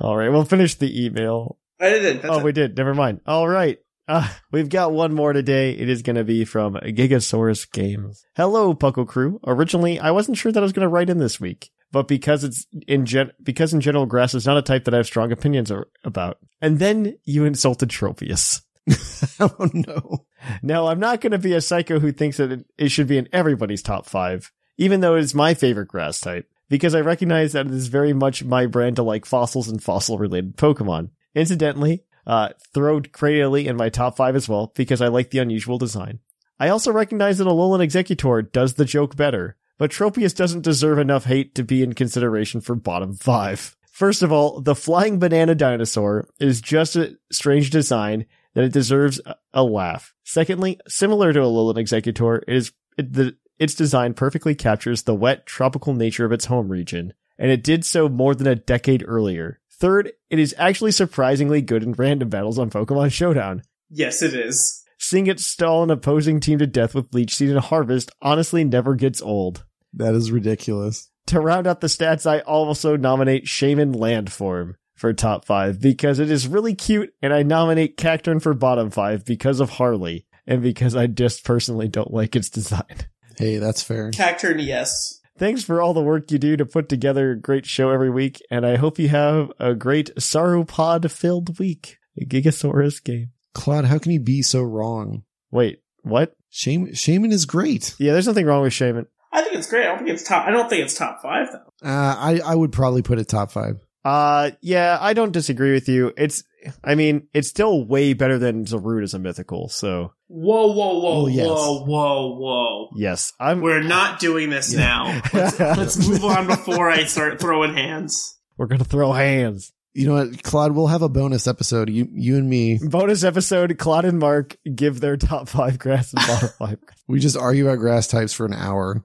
[SPEAKER 2] All right, we'll finish the email.
[SPEAKER 3] I didn't. That's
[SPEAKER 2] oh,
[SPEAKER 3] it.
[SPEAKER 2] we did. Never mind. All right. Uh, we've got one more today. It is going to be from Gigasaurus Games. Hello, Puckle Crew. Originally, I wasn't sure that I was going to write in this week, but because it's in gen- because in general, grass is not a type that I have strong opinions ar- about. And then you insulted Tropius. [laughs]
[SPEAKER 4] oh no.
[SPEAKER 2] Now, I'm not going to be a psycho who thinks that it, it should be in everybody's top five, even though it is my favorite grass type, because I recognize that it is very much my brand to like fossils and fossil related Pokemon. Incidentally, uh, throw Cradily in my top five as well, because I like the unusual design. I also recognize that Alolan Executor does the joke better, but Tropius doesn't deserve enough hate to be in consideration for bottom five. First of all, the flying banana dinosaur is just a strange design that it deserves a- a laugh. Secondly, similar to Alolan Executor, it is it, the its design perfectly captures the wet tropical nature of its home region, and it did so more than a decade earlier. Third, it is actually surprisingly good in random battles on Pokemon Showdown.
[SPEAKER 3] yes, it is.
[SPEAKER 2] Seeing it stall an opposing team to death with Leech Seed and Harvest honestly never gets old.
[SPEAKER 4] [laughs] That is ridiculous.
[SPEAKER 2] To round out the stats, I also nominate Shaman Landform for top five because it is really cute, and I nominate Cacturn for bottom five because of Harley and because I just personally don't like its design.
[SPEAKER 4] Hey, that's fair.
[SPEAKER 3] Cacturn, yes.
[SPEAKER 2] Thanks for all the work you do to put together a great show every week, and I hope you have a great Sauropod filled week. Gigasaurus game.
[SPEAKER 4] Claude, how can you be so wrong?
[SPEAKER 2] Wait, what?
[SPEAKER 4] Shame Shaman is great.
[SPEAKER 2] Yeah, there's nothing wrong with Shaman.
[SPEAKER 3] I think it's great. I don't think it's top. I don't think it's top five though.
[SPEAKER 4] Uh, I, I would probably put it top five.
[SPEAKER 2] Uh, yeah, I don't disagree with you. It's, I mean, it's still way better than Zarud as a mythical, so
[SPEAKER 3] Whoa, whoa, whoa,
[SPEAKER 4] Oh, yes.
[SPEAKER 3] whoa, whoa, whoa.
[SPEAKER 2] yes, I'm,
[SPEAKER 3] We're not doing this now. Let's,
[SPEAKER 2] [laughs]
[SPEAKER 3] let's move on before I start throwing hands.
[SPEAKER 2] We're gonna throw hands.
[SPEAKER 4] You know what, Claude, we'll have a bonus episode. You you and me.
[SPEAKER 2] Bonus episode: Claude and Mark give their top five grass and bottom five.
[SPEAKER 4] We just argue about grass types for an hour.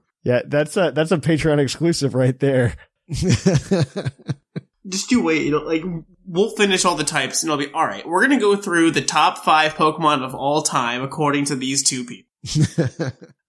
[SPEAKER 2] [laughs]
[SPEAKER 4] [laughs]
[SPEAKER 2] Yeah, that's a that's a Patreon exclusive right there.
[SPEAKER 3] Just you wait. It'll, like we'll finish all the types, and it'll be all right. We're gonna go through the top five Pokemon of all time according to these two people.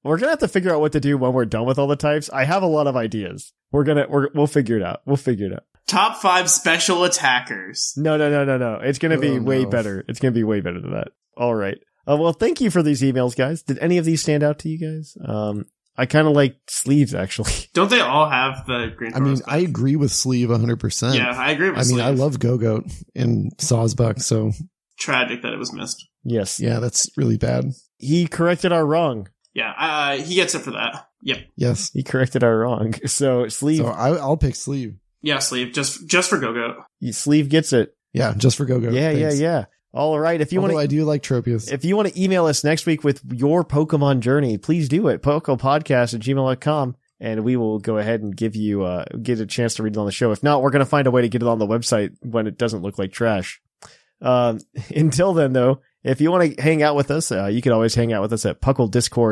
[SPEAKER 2] We're gonna have to figure out what to do when we're done with all the types. I have a lot of ideas. We're gonna we're, we'll figure it out. We'll figure it out.
[SPEAKER 3] Top five special attackers.
[SPEAKER 2] No, no, no, no, no. It's gonna be
[SPEAKER 4] Oh,
[SPEAKER 2] way
[SPEAKER 4] no.
[SPEAKER 2] better. It's gonna be way better than that. All right. Uh, well, thank you for these emails, guys. Did any of these stand out to you guys? Um, I kind of like sleeves actually. [laughs]
[SPEAKER 3] Don't they all have the green?
[SPEAKER 4] I mean,
[SPEAKER 3] Forest?
[SPEAKER 4] I agree with Sleeve 100%.
[SPEAKER 3] yeah, I agree with.
[SPEAKER 4] I mean, I
[SPEAKER 3] Sleeve.
[SPEAKER 4] love Go Goat and Sawsbuck, so
[SPEAKER 3] tragic that it was missed.
[SPEAKER 2] yes.
[SPEAKER 4] yeah, that's really bad.
[SPEAKER 2] He corrected our wrong.
[SPEAKER 3] Yeah, uh, he gets it for that. Yep.
[SPEAKER 4] Yes.
[SPEAKER 2] He corrected our wrong. [laughs] So sleeve
[SPEAKER 4] So I, I'll pick Sleeve.
[SPEAKER 3] Yeah, sleeve just just for GoGo.
[SPEAKER 2] sleeve gets it.
[SPEAKER 4] Yeah, just for Go Goat.
[SPEAKER 2] Yeah, yeah,
[SPEAKER 4] Thanks.
[SPEAKER 2] yeah. All right. If you want
[SPEAKER 4] Although
[SPEAKER 2] to,
[SPEAKER 4] I do like Tropius.
[SPEAKER 2] if you want to email us next week with your Pokemon journey, please do it. Pokopodcast at gmail.com. And we will go ahead and give you, uh, get a chance to read it on the show. If not, we're going to find a way to get it on the website when it doesn't look like trash. Um, [laughs] until then, though, if you want to hang out with us, uh, you can always hang out with us at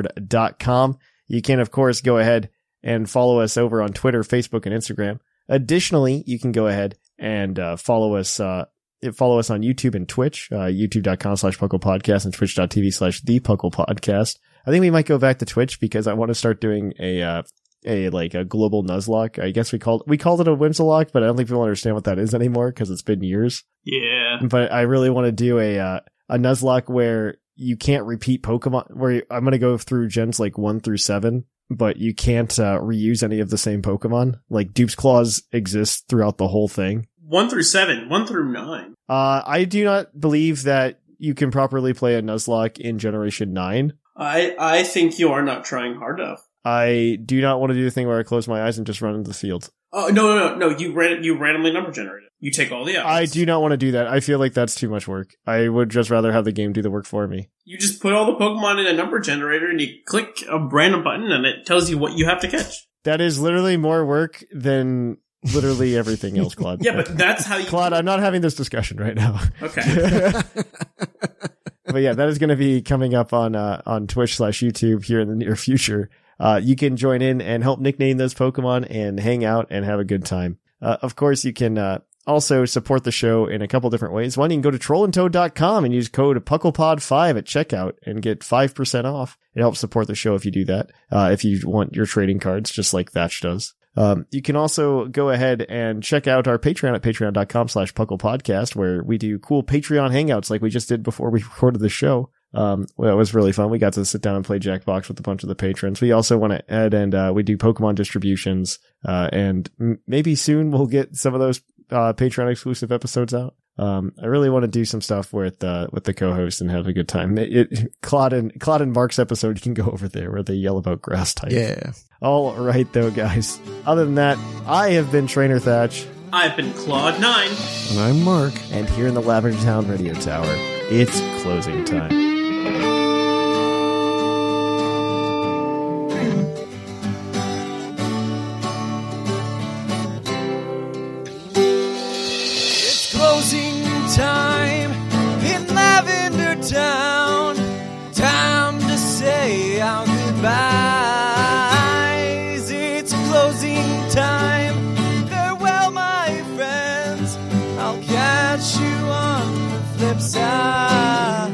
[SPEAKER 2] pucklediscord.com. You can, of course, go ahead and follow us over on Twitter, Facebook, and Instagram. Additionally, you can go ahead and uh, follow us uh, follow us on YouTube and Twitch, uh, youtube.com slash puckle podcast and twitch.tv slash the puckle podcast. I think we might go back to Twitch because I want to start doing a, uh, a like a global nuzlocke. I guess we called, we called it a whimsalock, but I don't think people understand what that is anymore because it's been years.
[SPEAKER 3] Yeah.
[SPEAKER 2] But I really want to do a, uh, a nuzlocke where you can't repeat Pokemon, where you- I'm going to go through gens like one through seven, but you can't, uh, reuse any of the same Pokemon. Like Dupe's Claws exists throughout the whole thing.
[SPEAKER 3] One through seven, one through nine.
[SPEAKER 2] Uh, I do not believe that you can properly play a Nuzlocke in Generation 9.
[SPEAKER 3] I I think you are not trying hard enough.
[SPEAKER 2] I do not want to do the thing where I close my eyes and just run into the field.
[SPEAKER 3] Oh no no no no! You ran you randomly number generate it. You take all the
[SPEAKER 2] I
[SPEAKER 3] items.
[SPEAKER 2] do not want to do that. I feel like that's too much work. I would just rather have the game do the work for me.
[SPEAKER 3] You just put all the Pokemon in a number generator and you click a random button and it tells you what you have to catch.
[SPEAKER 2] That is literally more work than literally everything else,
[SPEAKER 3] [laughs]
[SPEAKER 2] Claude.
[SPEAKER 4] [laughs]
[SPEAKER 3] Yeah, but that's how you.
[SPEAKER 2] Claude, I'm not having this discussion right now.
[SPEAKER 3] Okay.
[SPEAKER 2] but yeah, that is going to be coming up on uh, on Twitch slash YouTube here in the near future. Uh, you can join in and help nickname those Pokemon and hang out and have a good time. Uh, of course, you can uh, also support the show in a couple different ways. One, you can go to trollandtoad.com and use code PucklePod5 at checkout and get 5% off. It helps support the show if you do that, uh, if you want your trading cards, just like Thatch does. Um, you can also go ahead and check out our Patreon at patreon.com slash pucklepodcast, where we do cool Patreon hangouts like we just did before we [laughs] recorded the show. Um, well, it was really fun. We got to sit down and play Jackbox with a bunch of the patrons. We also went ahead and, uh, we do Pokemon distributions, uh, and m- maybe soon we'll get some of those, uh, Patreon exclusive episodes out. Um, I really want to do some stuff with, uh, with the co-host and have a good time. It, it Claude and, Claude and Mark's episode, you can go over there where they yell about grass type.
[SPEAKER 4] Yeah.
[SPEAKER 2] All right though, guys. Other than that, I have been Trainer Thatch.
[SPEAKER 3] I've been Claude Nine.
[SPEAKER 4] And I'm Mark.
[SPEAKER 2] And here in the Lavender Town Radio Tower, it's closing time.
[SPEAKER 5] It's closing time in Lavender Town. Time to say our goodbyes. It's closing time. Farewell, my friends. I'll catch you on the flip side.